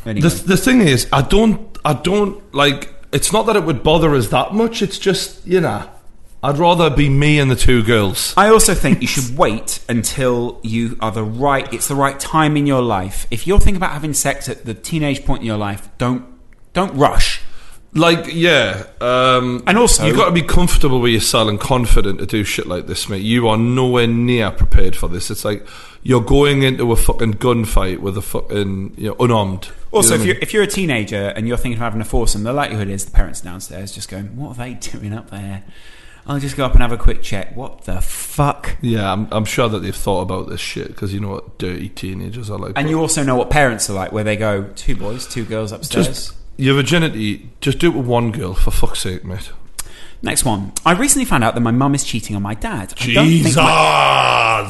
[SPEAKER 3] Anyway.
[SPEAKER 4] the, the thing is, I don't, I don't like. It's not that it would bother us that much. It's just you know, I'd rather be me and the two girls.
[SPEAKER 3] (laughs) I also think you should wait until you are the right. It's the right time in your life. If you're thinking about having sex at the teenage point in your life, don't don't rush.
[SPEAKER 4] Like yeah, um,
[SPEAKER 3] And also-
[SPEAKER 4] you've got to be comfortable with yourself and confident to do shit like this, mate. You are nowhere near prepared for this. It's like you're going into a fucking gunfight with a fucking you know unarmed.
[SPEAKER 3] Also,
[SPEAKER 4] you know what I
[SPEAKER 3] if
[SPEAKER 4] mean?
[SPEAKER 3] you're if you're a teenager and you're thinking of having a foursome, the likelihood is the parents downstairs just going, "What are they (laughs) doing up there?" I'll just go up and have a quick check. What the fuck?
[SPEAKER 4] yeah, I'm, I'm sure that they've thought about this shit because you know what dirty teenagers are like.
[SPEAKER 3] And you also know what parents are like, where they go, two boys, two girls upstairs.
[SPEAKER 4] just your virginity, just do it with one girl for fuck's sake, mate.
[SPEAKER 3] Next one. I recently found out that my mum is cheating on my dad. I don't think
[SPEAKER 4] Jesus!
[SPEAKER 3] my-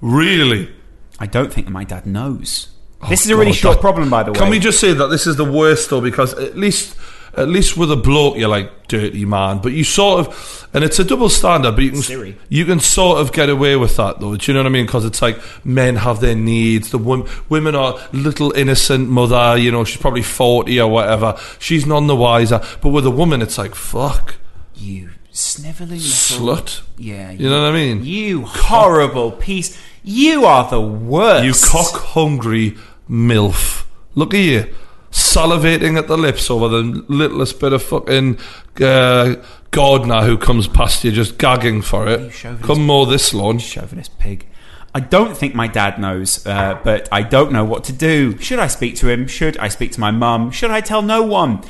[SPEAKER 4] really?
[SPEAKER 3] I don't think that my dad knows. this is a really short problem, by the way.
[SPEAKER 4] Oh, Can we just say that this is the worst though? Because at least, at least with a bloke, you're like dirty man. But you sort of, and it's a double standard. But you can,
[SPEAKER 3] Siri.
[SPEAKER 4] you can sort of get away with that though. Do you know what I mean? Because it's like men have their needs. The wom- women are little innocent mother. You know, she's probably forty or whatever. She's none the wiser. But with a woman, it's like fuck,
[SPEAKER 3] You sniveling little
[SPEAKER 4] slut.
[SPEAKER 3] Yeah,
[SPEAKER 4] You know what I mean?
[SPEAKER 3] You horrible piece. You are the worst.
[SPEAKER 4] You cock hungry MILF. Look at you. Salivating at the lips over the littlest bit of fucking uh, gardener who comes past you just gagging for it.
[SPEAKER 3] chauvinist.
[SPEAKER 4] Uh, Come more this launch.
[SPEAKER 3] chauvinist pig. I don't think my dad knows, uh, but I don't know what to do. Should I speak to him? Should I speak to my mum? Should I tell no one?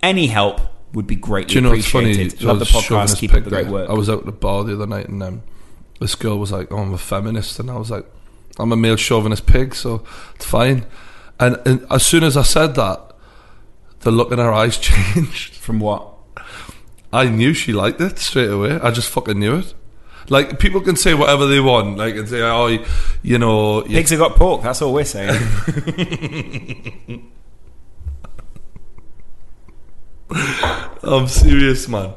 [SPEAKER 3] Any help would be greatly
[SPEAKER 4] Do you know what's funny?
[SPEAKER 3] appreciated.
[SPEAKER 4] So
[SPEAKER 3] Love the
[SPEAKER 4] it's chauvinist
[SPEAKER 3] podcast. Keep up
[SPEAKER 4] pig
[SPEAKER 3] the
[SPEAKER 4] that
[SPEAKER 3] great
[SPEAKER 4] I-
[SPEAKER 3] work.
[SPEAKER 4] I was out at the bar the other night and um, this girl was like, oh, I'm a feminist. And I was like, I'm a male chauvinist pig, so it's fine. And, and as soon as I said that, the look in her eyes (laughs) changed.
[SPEAKER 3] From what?
[SPEAKER 4] I knew she liked it straight away. I just fucking knew it. Like people can say whatever they want, like and say, "Oh, y- you know, you-
[SPEAKER 3] Pigs have got pork. That's all we're saying.
[SPEAKER 4] (laughs) I'm serious, man."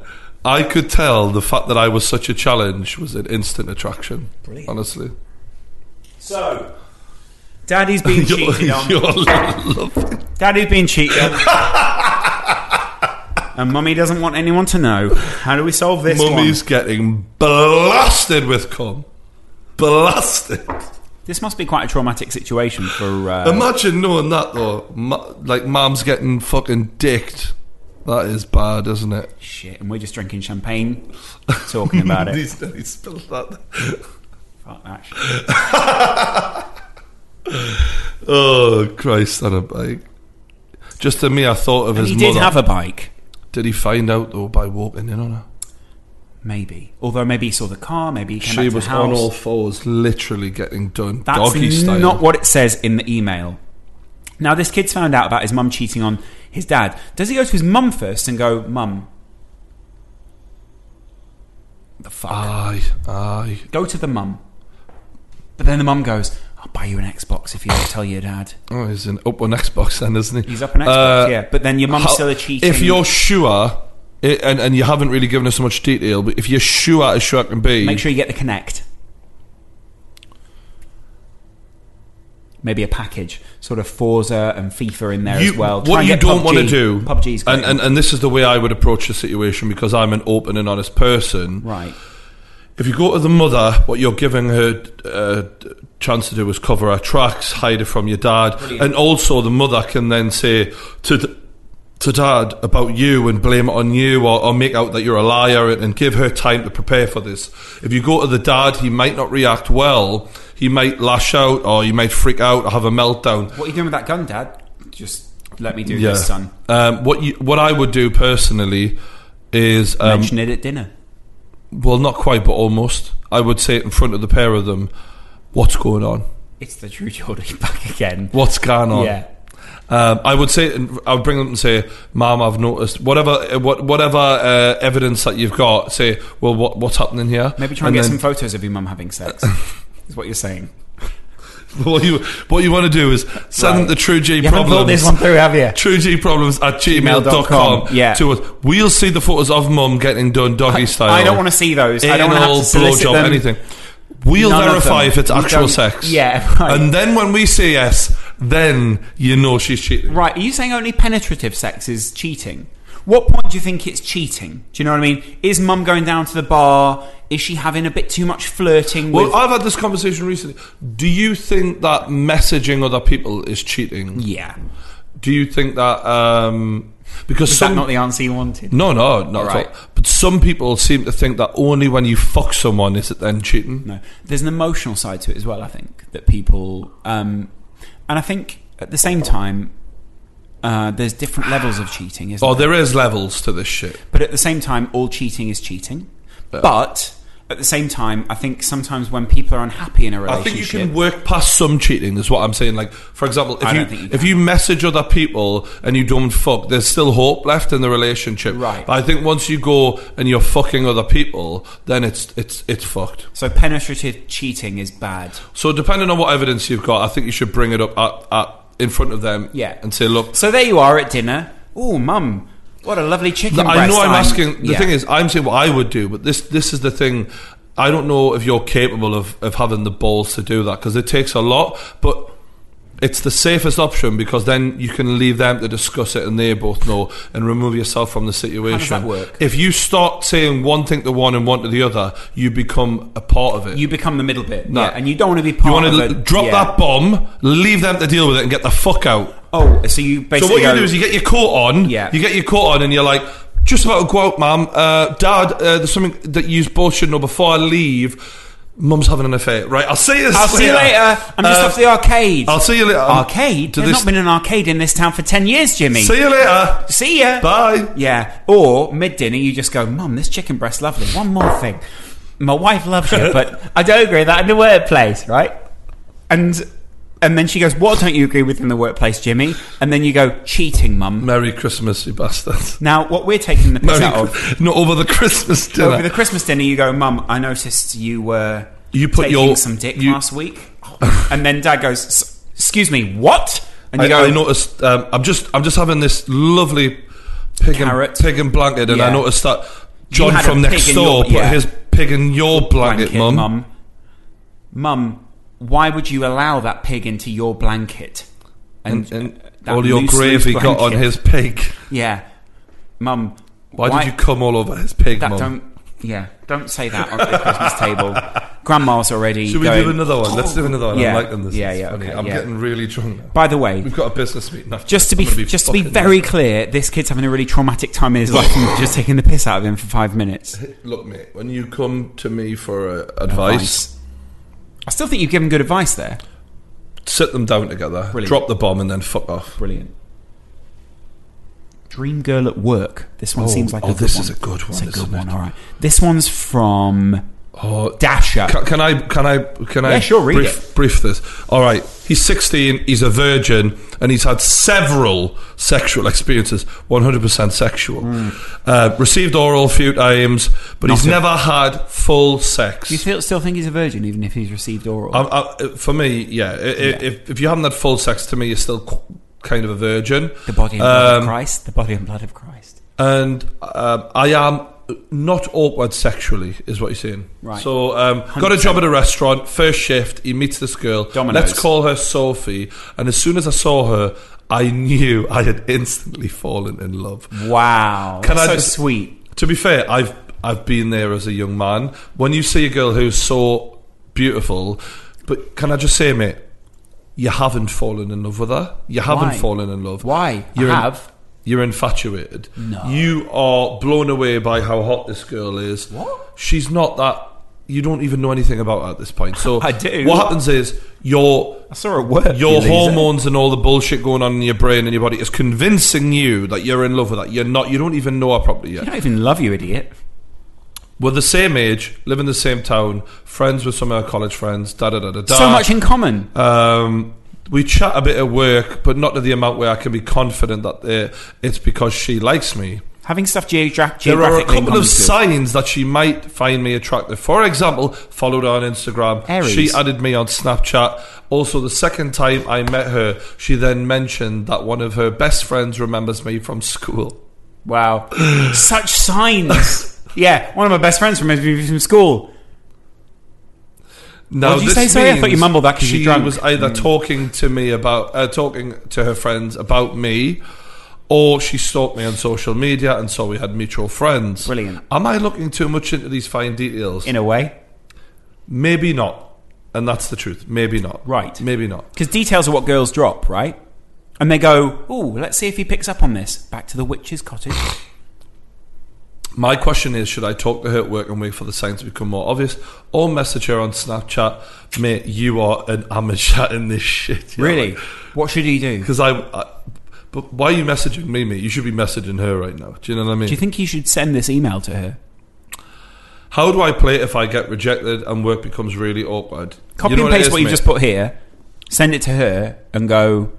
[SPEAKER 4] I could tell the fact that I was such a challenge was an instant attraction. Brilliant. Honestly,
[SPEAKER 3] so, daddy's being
[SPEAKER 4] (laughs) You're-
[SPEAKER 3] cheated on.
[SPEAKER 4] you're lo- lovely.
[SPEAKER 3] Daddy's been cheated on.
[SPEAKER 4] (laughs)
[SPEAKER 3] and mummy doesn't want anyone to know. How do we solve this
[SPEAKER 4] Mummy's
[SPEAKER 3] one?
[SPEAKER 4] getting blasted with cum. Blasted.
[SPEAKER 3] This must be quite a traumatic situation for. Uh,
[SPEAKER 4] Imagine knowing that though. Ma- like, mom's getting fucking dicked. That is bad, isn't it?
[SPEAKER 3] Shit, and we're just drinking champagne, talking about
[SPEAKER 4] (laughs)
[SPEAKER 3] it.
[SPEAKER 4] He's- he spilled that.
[SPEAKER 3] Fuck that shit.
[SPEAKER 4] Oh Christ on a bike. Just to me, I thought of
[SPEAKER 3] And
[SPEAKER 4] his
[SPEAKER 3] he
[SPEAKER 4] mother.
[SPEAKER 3] did have a bike,
[SPEAKER 4] did he find out though by walking in on her?
[SPEAKER 3] maybe. Although maybe he saw the car, maybe he came
[SPEAKER 4] She
[SPEAKER 3] back to
[SPEAKER 4] was
[SPEAKER 3] the house.
[SPEAKER 4] on all fours, literally getting done,
[SPEAKER 3] That's
[SPEAKER 4] doggy style.
[SPEAKER 3] not what it says in the email. Now this kid's found out about his mum cheating on his dad. Does he go to his mum first and go, "Mum, the fuck?
[SPEAKER 4] aye, aye.
[SPEAKER 3] go to the mum." But then the mum goes, "I'll buy you an Xbox if you don't tell your dad."
[SPEAKER 4] Oh, he's in, up on Xbox then, isn't he?
[SPEAKER 3] He's up an Xbox,
[SPEAKER 4] Uh,
[SPEAKER 3] yeah. But then your mum's
[SPEAKER 4] how-
[SPEAKER 3] still a cheating.
[SPEAKER 4] If you're sure, i and, and you haven't really given us so much detail, but if you're sure as sure can be,
[SPEAKER 3] Make sure you get the connect. Maybe a package, sort of Forza and FIFA in there
[SPEAKER 4] you,
[SPEAKER 3] as well. Try
[SPEAKER 4] What
[SPEAKER 3] and
[SPEAKER 4] you
[SPEAKER 3] get
[SPEAKER 4] don't
[SPEAKER 3] PUBG.
[SPEAKER 4] want to do,
[SPEAKER 3] PUBG's great.
[SPEAKER 4] and, and and this is the way I would approach the situation because I'm an open and honest person.
[SPEAKER 3] right.
[SPEAKER 4] If you go to the mother, what you're giving her uh, chance to do is cover her tracks, hide her from your dad, and also the mother can then say to d- to dad about you and blame it on you, or, or make out that you're a liar, and, and give her time to prepare for this. If you go to the dad, he might not react well. He might lash out, or he might freak out, or have a meltdown.
[SPEAKER 3] What are you doing with that gun, Dad? Just let me do
[SPEAKER 4] Yeah.
[SPEAKER 3] this, son.
[SPEAKER 4] Um, what you, what I would do personally is um,
[SPEAKER 3] Mention it at dinner.
[SPEAKER 4] well, not quite, but almost. I would say it in front of the pair of them, what's going on?
[SPEAKER 5] It's the Drew
[SPEAKER 3] (laughs)
[SPEAKER 5] Geordie back again.
[SPEAKER 4] What's going on?
[SPEAKER 5] Yeah.
[SPEAKER 4] Um, I would say I would bring them and say, "Mom, I've noticed whatever eh, what, whatever uh, evidence that you've got." Say, "Well, what, what's happening here?"
[SPEAKER 3] Maybe try and, get some photos of your mum having
[SPEAKER 4] (laughs)
[SPEAKER 3] sex. is what you're saying.
[SPEAKER 4] some. (laughs) What you what you want to do is send them
[SPEAKER 3] Right.
[SPEAKER 4] the True G
[SPEAKER 5] You haven't thought
[SPEAKER 4] problems.
[SPEAKER 5] this one through, have you?
[SPEAKER 4] True G problems at gmail.com.
[SPEAKER 3] Yeah.
[SPEAKER 4] To us. We'll see the photos of mum getting done doggy style.
[SPEAKER 3] I don't want to see those. I don't want to have
[SPEAKER 4] Anal,
[SPEAKER 3] to solicit
[SPEAKER 4] blowjob,
[SPEAKER 3] them.
[SPEAKER 4] anything. We'll
[SPEAKER 3] None of
[SPEAKER 4] verify
[SPEAKER 3] them.
[SPEAKER 4] if it's
[SPEAKER 3] You
[SPEAKER 4] actual
[SPEAKER 3] don't-
[SPEAKER 4] sex.
[SPEAKER 5] yeah,
[SPEAKER 3] (laughs)
[SPEAKER 5] right.
[SPEAKER 4] And then when we say yes, then you know she's cheating.
[SPEAKER 3] Right, are you saying only penetrative sex is cheating? What point do you think it's cheating? Do you know what I mean? Is mum going down to the bar? Is she having a bit too much flirting
[SPEAKER 4] Well,
[SPEAKER 3] with?
[SPEAKER 4] I've had this conversation recently. Do you think that messaging other people is cheating?
[SPEAKER 3] yeah,
[SPEAKER 4] Do you think that um, because
[SPEAKER 3] is
[SPEAKER 4] some
[SPEAKER 3] that not the answer you wanted?
[SPEAKER 4] no no not
[SPEAKER 3] Right.
[SPEAKER 4] at all. But some people seem to think that only when you fuck someone is it then cheating.
[SPEAKER 3] No, there's an emotional side to it as well. I think that people, um, and I think at the same time, uh, there's different levels of cheating, isn't
[SPEAKER 4] Oh,
[SPEAKER 3] there?
[SPEAKER 4] there is levels to this shit.
[SPEAKER 3] But at the same time, all cheating is cheating. But at the same time, I think sometimes when people are unhappy in a
[SPEAKER 4] I
[SPEAKER 3] relationship,
[SPEAKER 4] think you can work past some cheating. Is what I'm saying. Like, for example, if
[SPEAKER 3] I
[SPEAKER 4] you,
[SPEAKER 3] don't think you
[SPEAKER 4] if
[SPEAKER 3] can.
[SPEAKER 4] you message other people and you don't fuck, there's still hope left in the relationship.
[SPEAKER 3] Right.
[SPEAKER 4] But I think once you go and you're fucking other people, then it's it's it's fucked.
[SPEAKER 3] so penetrative cheating is bad.
[SPEAKER 4] So depending on what evidence you've got, I think you should bring it up at, at in front of them.
[SPEAKER 3] Yeah.
[SPEAKER 4] And say, look,
[SPEAKER 3] So there you are at dinner. Oh, mum, what a lovely chicken
[SPEAKER 4] No, I
[SPEAKER 3] breast
[SPEAKER 4] know I'm
[SPEAKER 3] I'm-
[SPEAKER 4] asking. The
[SPEAKER 3] Yeah.
[SPEAKER 4] thing is, I'm saying what I would do, but this this is the thing. I don't know if you're capable of, of having the balls to do that because it takes a lot, but it's the safest option because then you can leave them to discuss it and they both know and remove yourself from the situation.
[SPEAKER 3] that work?
[SPEAKER 4] If you start saying one thing to one and one to the other, you become a part of it.
[SPEAKER 3] you become the middle bit,
[SPEAKER 4] No.
[SPEAKER 3] yeah, and you don't want to be
[SPEAKER 4] you
[SPEAKER 3] part
[SPEAKER 4] want to
[SPEAKER 3] of
[SPEAKER 4] l-
[SPEAKER 3] it.
[SPEAKER 4] drop that bomb, leave them to deal with it, and get the fuck out.
[SPEAKER 3] Oh, so you basically
[SPEAKER 4] So what you
[SPEAKER 3] go,
[SPEAKER 4] do is you get your coat on.
[SPEAKER 3] Yeah.
[SPEAKER 4] You get your coat on, and you're like, just about to go out, mum. Uh, Dad, uh, there's something that you both should know before I leave. Mum's having an affair, right? I'll see you.
[SPEAKER 3] I'll see you later. I'm just
[SPEAKER 4] Uh,
[SPEAKER 3] off the arcade.
[SPEAKER 4] I'll see you later. Um,
[SPEAKER 3] arcade.
[SPEAKER 4] to
[SPEAKER 3] There's
[SPEAKER 4] this-
[SPEAKER 3] not been an arcade in this town for ten years, Jimmy.
[SPEAKER 4] See you
[SPEAKER 3] (laughs)
[SPEAKER 4] later.
[SPEAKER 3] See ya.
[SPEAKER 4] Bye.
[SPEAKER 3] Yeah. Or mid dinner, you just go, Mum, this chicken breast lovely. One more thing. My wife loves you,
[SPEAKER 4] (laughs)
[SPEAKER 3] but I don't agree with that in the workplace, right? And and then she goes, What don't you agree with in the workplace, Jimmy? And then you go, Cheating, Mum.
[SPEAKER 4] Merry Christmas, you bastards.
[SPEAKER 3] Now, what we're taking the piss
[SPEAKER 4] Merry,
[SPEAKER 3] out
[SPEAKER 4] (laughs)
[SPEAKER 3] of
[SPEAKER 4] not over the Christmas dinner.
[SPEAKER 3] over the Christmas dinner, you go, Mum, I noticed you were
[SPEAKER 4] You put
[SPEAKER 3] taking
[SPEAKER 4] your-
[SPEAKER 3] some dick
[SPEAKER 4] you-
[SPEAKER 3] last week. and then Dad goes, "S- Excuse me, what? And
[SPEAKER 4] I,
[SPEAKER 3] you go,
[SPEAKER 4] I noticed. Um, I'm just. I'm just having this lovely pig and,
[SPEAKER 3] Carrot.
[SPEAKER 4] pig and blanket, and I
[SPEAKER 3] Yeah.
[SPEAKER 4] noticed that John
[SPEAKER 3] had a
[SPEAKER 4] from
[SPEAKER 3] pig
[SPEAKER 4] next
[SPEAKER 3] in
[SPEAKER 4] door
[SPEAKER 3] your-
[SPEAKER 4] put
[SPEAKER 3] yeah.
[SPEAKER 4] his pig in your blanket,
[SPEAKER 3] blanket,
[SPEAKER 4] mum.
[SPEAKER 3] mum. Mum, why would you allow that pig into your blanket? uh,
[SPEAKER 4] and, and
[SPEAKER 3] that
[SPEAKER 4] all your
[SPEAKER 3] loose,
[SPEAKER 4] gravy
[SPEAKER 3] loose
[SPEAKER 4] got on
[SPEAKER 3] blanket.
[SPEAKER 4] his pig.
[SPEAKER 3] Yeah. Mum,
[SPEAKER 4] Why, did you come all over his pig,
[SPEAKER 3] that
[SPEAKER 4] Mum?
[SPEAKER 3] don't yeah, don't say that on the Christmas table. Grandma's already
[SPEAKER 4] Should we
[SPEAKER 3] going,
[SPEAKER 4] do another one? Let's do another one.
[SPEAKER 3] Yeah.
[SPEAKER 4] I'm liking this.
[SPEAKER 3] Yeah,
[SPEAKER 4] It's
[SPEAKER 3] yeah,
[SPEAKER 4] funny.
[SPEAKER 3] okay,
[SPEAKER 4] I'm
[SPEAKER 3] yeah.
[SPEAKER 4] getting really drunk now.
[SPEAKER 3] By the way,
[SPEAKER 4] We've got a business meeting. After
[SPEAKER 3] just to be,
[SPEAKER 4] this. I'm gonna
[SPEAKER 3] just to be
[SPEAKER 4] fucking-
[SPEAKER 3] very clear, this kid's having a really traumatic time in his life and we're just taking the piss out of him for 5 minutes.
[SPEAKER 4] Look, mate, when you come to me for uh, advice,
[SPEAKER 3] I still think you give him good advice there.
[SPEAKER 4] sit them down together,
[SPEAKER 3] Brilliant.
[SPEAKER 4] drop the bomb, and then fuck off.
[SPEAKER 3] Brilliant. Dream girl at work. This one
[SPEAKER 4] Oh,
[SPEAKER 3] seems like a
[SPEAKER 4] oh,
[SPEAKER 3] good
[SPEAKER 4] this
[SPEAKER 3] one.
[SPEAKER 4] is a good one,
[SPEAKER 3] It's a good
[SPEAKER 4] isn't
[SPEAKER 3] one.
[SPEAKER 4] it?
[SPEAKER 3] All right. This one's from
[SPEAKER 4] Oh,
[SPEAKER 3] Dasher.
[SPEAKER 4] Can, can I? Can I? Can I?
[SPEAKER 3] Yeah, sure, read
[SPEAKER 4] brief, brief this. All right. He's 16. He's a virgin, and he's had several sexual experiences. 100% sexual. Uh, received oral a few times, but he's
[SPEAKER 3] Hmm. Nothing.
[SPEAKER 4] never had full sex.
[SPEAKER 3] Do you still, still think he's a virgin, even if he's received oral?
[SPEAKER 4] I, I, for me, yeah. I- I- If, if you haven't had full sex, to me, you're still qu- kind of a virgin.
[SPEAKER 3] the body and blood of
[SPEAKER 4] Um,
[SPEAKER 3] Christ. The body and blood of Christ.
[SPEAKER 4] and um, I am not awkward sexually, is what you're saying.
[SPEAKER 3] Right.
[SPEAKER 4] So, um, got a job at a restaurant, first shift. He meets this girl.
[SPEAKER 3] Domino's.
[SPEAKER 4] Let's call her Sophie. And as soon as I saw her, I knew I had instantly fallen in love.
[SPEAKER 3] Wow.
[SPEAKER 4] Can
[SPEAKER 3] that's
[SPEAKER 4] I
[SPEAKER 3] so
[SPEAKER 4] just-
[SPEAKER 3] sweet.
[SPEAKER 4] To be fair, I've I've been there as a young man. When you see a girl who's so beautiful, but can I just say, mate, you haven't fallen in love with her. You haven't
[SPEAKER 3] Why?
[SPEAKER 4] fallen in love.
[SPEAKER 3] Why? I
[SPEAKER 4] You're in-
[SPEAKER 3] have.
[SPEAKER 4] you're infatuated. No. You are blown away by how hot this girl is. What? She's not that. You don't even know anything about her at this point.
[SPEAKER 3] (laughs)
[SPEAKER 4] So
[SPEAKER 3] I do.
[SPEAKER 4] What happens is your
[SPEAKER 3] I saw her at work, you
[SPEAKER 4] Your
[SPEAKER 3] loser.
[SPEAKER 4] hormones and all the bullshit going on in your brain and your body is convincing you that you're in love with that. You're not. You don't even know her properly yet.
[SPEAKER 3] I don't even love you, idiot.
[SPEAKER 4] We're the same age, live in the same town, friends with some of our college friends, da da da da da.
[SPEAKER 3] so much in common.
[SPEAKER 4] Um, we chat a bit at work, but not to the amount where I can be confident that uh, it's because she likes me.
[SPEAKER 3] Having stuff geogra- geographically
[SPEAKER 4] There are a
[SPEAKER 3] in
[SPEAKER 4] couple
[SPEAKER 3] common's
[SPEAKER 4] of
[SPEAKER 3] good.
[SPEAKER 4] signs that she might find me attractive. For example, followed her on Instagram.
[SPEAKER 3] Aries.
[SPEAKER 4] She added me on Snapchat. Also, the second time I met her, she then mentioned that one of her best friends remembers me from school. (gasps)
[SPEAKER 3] Wow. Such signs. yeah, one of my best friends from from school.
[SPEAKER 4] Now,
[SPEAKER 3] What did you
[SPEAKER 4] this
[SPEAKER 3] say? Sorry, I
[SPEAKER 4] means
[SPEAKER 3] thought you mumbled that 'cause
[SPEAKER 4] she
[SPEAKER 3] you're drunk.
[SPEAKER 4] was either talking to me about uh, talking to her friends about me, or she stalked me on social media and saw we had mutual friends.
[SPEAKER 3] Brilliant.
[SPEAKER 4] Am I looking too much into these fine details?
[SPEAKER 3] In a way.
[SPEAKER 4] Maybe not. And that's the truth. Maybe not.
[SPEAKER 3] Right.
[SPEAKER 4] Maybe not.
[SPEAKER 3] Because details are what girls drop, right? And they go, ooh, let's see if he picks up on this. Back to the witch's cottage.
[SPEAKER 4] My question is should I talk to her at work and wait for the signs to become more obvious or message her on Snapchat, mate, you are an amateur in this shit?
[SPEAKER 3] really? What should he
[SPEAKER 4] (laughs)
[SPEAKER 3] do?
[SPEAKER 4] Because I, I. But why are you messaging me, mate? You should be messaging her right now. Do you know what I mean?
[SPEAKER 3] Do you think he should send this email to her?
[SPEAKER 4] How do I play it if I get rejected and work becomes really awkward?
[SPEAKER 3] Copy
[SPEAKER 4] You know
[SPEAKER 3] and paste
[SPEAKER 4] it is,
[SPEAKER 3] what you
[SPEAKER 4] mate?
[SPEAKER 3] just put here, send it to her, and go,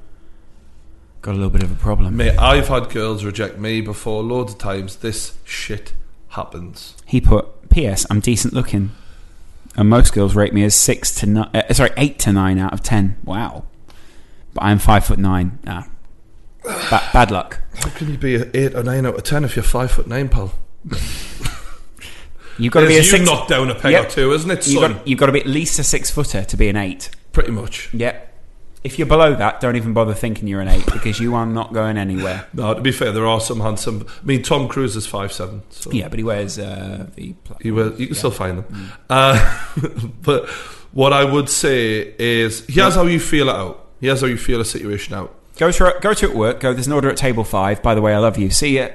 [SPEAKER 3] got a little bit of a problem.
[SPEAKER 4] Mate, I've had girls reject me before loads of times. This shit happens.
[SPEAKER 3] He put, P.S. I'm decent looking. And most girls rate me as six to nine, uh, sorry, eight to nine out of ten. Wow. But I'm five foot nine. Ah. Ba- bad luck.
[SPEAKER 4] How can you be an eight or nine out of ten if you're five foot nine, pal?
[SPEAKER 3] You've got to be a
[SPEAKER 4] Yes, you
[SPEAKER 3] six.
[SPEAKER 4] knocked down a peg
[SPEAKER 3] Yep.
[SPEAKER 4] or two, isn't it,
[SPEAKER 3] You've
[SPEAKER 4] son?
[SPEAKER 3] got, you've got to be at least a six footer to be an eight.
[SPEAKER 4] Pretty much.
[SPEAKER 3] Yep. If you're below that, don't even bother thinking you're an eight because you are not going anywhere.
[SPEAKER 4] No, to be fair, there are some handsome. I mean, Tom Cruise is five seven. So
[SPEAKER 3] Yeah, Mm. but he wears uh, the. pla-
[SPEAKER 4] you will. You can still find them. Uh, (laughs) but what I would say is, here's how you feel it out. Here's how you feel a situation out.
[SPEAKER 3] Go to go to at work. Go. There's an order at table five. By the way, I love you. See (laughs) ya.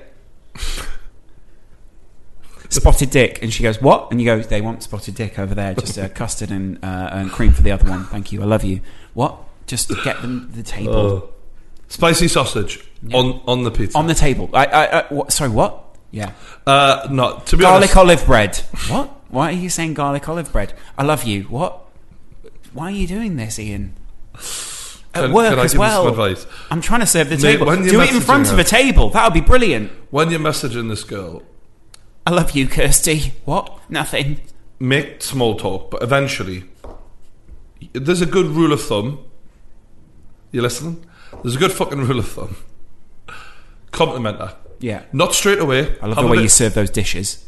[SPEAKER 3] spotted dick, and she goes, "What?" And you go, "They want spotted dick over there. Just (laughs) uh, custard and uh, and cream for the other one. Thank you. I love you. What? Just get them the table
[SPEAKER 4] Oh. Spicy sausage on on the pizza.
[SPEAKER 3] on the table. I, I, I what, sorry. What? Yeah.
[SPEAKER 4] uh, no, to be
[SPEAKER 3] garlic
[SPEAKER 4] honest,
[SPEAKER 3] olive bread. What? Why are you saying garlic olive bread? I love you. What? Why are you doing this, Ian? At
[SPEAKER 4] Can-
[SPEAKER 3] work
[SPEAKER 4] can I
[SPEAKER 3] as
[SPEAKER 4] give you some
[SPEAKER 3] well.
[SPEAKER 4] advice?
[SPEAKER 3] I'm trying to serve the
[SPEAKER 4] Mate,
[SPEAKER 3] table.
[SPEAKER 4] when you're
[SPEAKER 3] Do it in
[SPEAKER 4] messaging
[SPEAKER 3] front of
[SPEAKER 4] her-
[SPEAKER 3] a table. That would be brilliant.
[SPEAKER 4] when you're messaging this girl,
[SPEAKER 3] I love you, Kirsty. What? Nothing.
[SPEAKER 4] make small talk, but eventually, there's a good rule of thumb. You listening? There's a good fucking rule of thumb. Compliment her.
[SPEAKER 3] Yeah.
[SPEAKER 4] Not straight away.
[SPEAKER 3] I love
[SPEAKER 4] Have
[SPEAKER 3] the
[SPEAKER 4] a
[SPEAKER 3] way
[SPEAKER 4] bit-
[SPEAKER 3] you serve those dishes.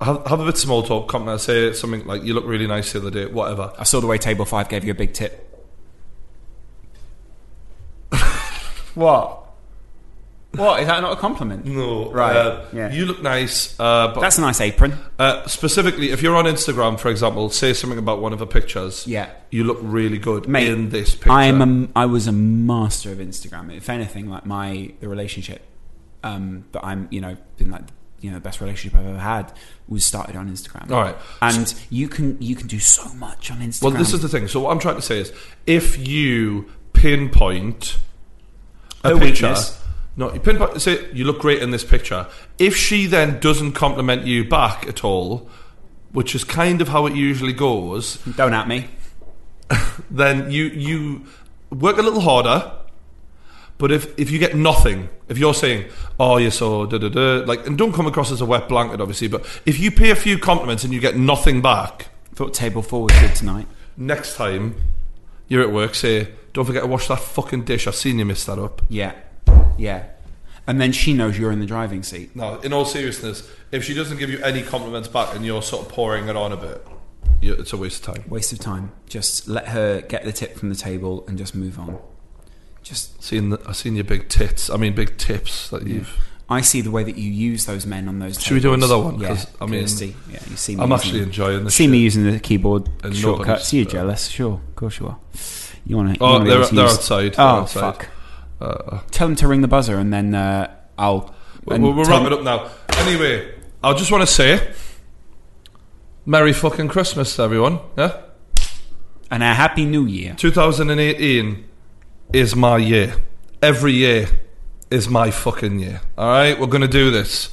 [SPEAKER 4] have, have a bit small talk, compliment, say something like "You look really nice the other day," whatever.
[SPEAKER 3] I saw the way Table 5 gave you a big tip. what? What? Is that not a compliment?
[SPEAKER 4] No,
[SPEAKER 3] Right,
[SPEAKER 4] Uh,
[SPEAKER 3] yeah.
[SPEAKER 4] You look nice, uh, but
[SPEAKER 3] That's a nice apron.
[SPEAKER 4] uh, specifically, if you're on Instagram, for example, say something about one of her pictures.
[SPEAKER 3] Yeah.
[SPEAKER 4] you look really good
[SPEAKER 3] Mate,
[SPEAKER 4] in this picture.
[SPEAKER 3] I am. A, I was a master of Instagram. If anything, like my the relationship um, that I'm, you know, been like you know the best relationship I've ever had was started on Instagram.
[SPEAKER 4] All right.
[SPEAKER 3] and you can you can do so much on Instagram.
[SPEAKER 4] well, this is the thing. So what I'm trying to say is, if you pinpoint a
[SPEAKER 3] Her
[SPEAKER 4] picture.
[SPEAKER 3] weakness.
[SPEAKER 4] No, you pinpoint. Say you look great in this picture. If she then doesn't compliment you back at all, which is kind of how it usually goes,
[SPEAKER 3] don't at me.
[SPEAKER 4] then you you work a little harder. But if, if you get nothing, if you're saying, oh, you're so da da da, like, and don't come across as a wet blanket, obviously, but if you pay a few compliments and you get nothing back,
[SPEAKER 3] Thought table four was good tonight.
[SPEAKER 4] next time you're at work, say, don't forget to wash that fucking dish. I've seen you mess that up.
[SPEAKER 3] Yeah, yeah. And then she knows you're in the driving seat.
[SPEAKER 4] Now, in all seriousness, if she doesn't give you any compliments back and you're sort of pouring it on a bit, you, it's a waste of time.
[SPEAKER 3] Waste of time. Just let her get the tip from the table and just move on. Just
[SPEAKER 4] Seen the, I've seen your big tits, I mean, big tips that you've.
[SPEAKER 3] I see the way that you use those men on those.
[SPEAKER 4] Should we do
[SPEAKER 3] tables.
[SPEAKER 4] another one?
[SPEAKER 3] Yeah,
[SPEAKER 4] 'Cause, I mean,
[SPEAKER 3] Kirsty. yeah, you see me
[SPEAKER 4] I'm
[SPEAKER 3] using
[SPEAKER 4] actually
[SPEAKER 3] them.
[SPEAKER 4] enjoying this.
[SPEAKER 3] See me
[SPEAKER 4] shit.
[SPEAKER 3] using the keyboard
[SPEAKER 4] And
[SPEAKER 3] shortcuts.
[SPEAKER 4] nobody's-
[SPEAKER 3] You jealous? Sure, of course you are. You want to?
[SPEAKER 4] Oh,
[SPEAKER 3] wanna be
[SPEAKER 4] they're-
[SPEAKER 3] able to
[SPEAKER 4] they're
[SPEAKER 3] use-
[SPEAKER 4] outside, they're
[SPEAKER 3] Oh
[SPEAKER 4] outside.
[SPEAKER 3] fuck!
[SPEAKER 4] Uh,
[SPEAKER 3] Tell them to ring the buzzer, and then uh, I'll.
[SPEAKER 4] We'll,
[SPEAKER 3] and
[SPEAKER 4] we'll, we'll
[SPEAKER 3] tell
[SPEAKER 4] wrap it
[SPEAKER 3] them-
[SPEAKER 4] up now. Anyway, I just want to say, Merry fucking Christmas, to everyone. Yeah,
[SPEAKER 3] And a happy new year.
[SPEAKER 4] 2018 is my year. Every year is my fucking year. All right, we're gonna do this.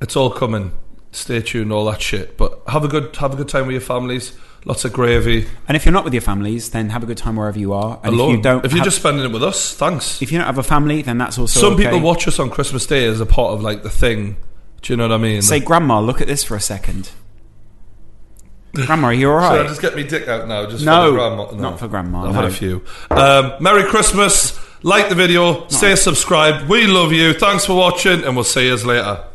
[SPEAKER 4] It's all coming. Stay tuned, all that shit. But have a good have a good time with your families. Lots of gravy.
[SPEAKER 3] And if you're not with your families, then have a good time wherever you are. And
[SPEAKER 4] alone.
[SPEAKER 3] if you don't,
[SPEAKER 4] you're
[SPEAKER 3] have-
[SPEAKER 4] just spending it with us, thanks.
[SPEAKER 3] if you don't have a family, then that's also
[SPEAKER 4] Some
[SPEAKER 3] okay.
[SPEAKER 4] people watch us on Christmas Day as a part of like the thing. Do you know what I mean?
[SPEAKER 3] Say, Grandma, look at this for a
[SPEAKER 4] (laughs)
[SPEAKER 3] second. Grandma, are you all
[SPEAKER 4] Should
[SPEAKER 3] right?
[SPEAKER 4] I just get me dick out now? Just
[SPEAKER 3] No,
[SPEAKER 4] for the grandma?
[SPEAKER 3] not for grandma,
[SPEAKER 4] I've had
[SPEAKER 3] no.
[SPEAKER 4] a few. Um, Merry Christmas. Like the video. Stay subscribed. We love you. Thanks for watching, and we'll see you later.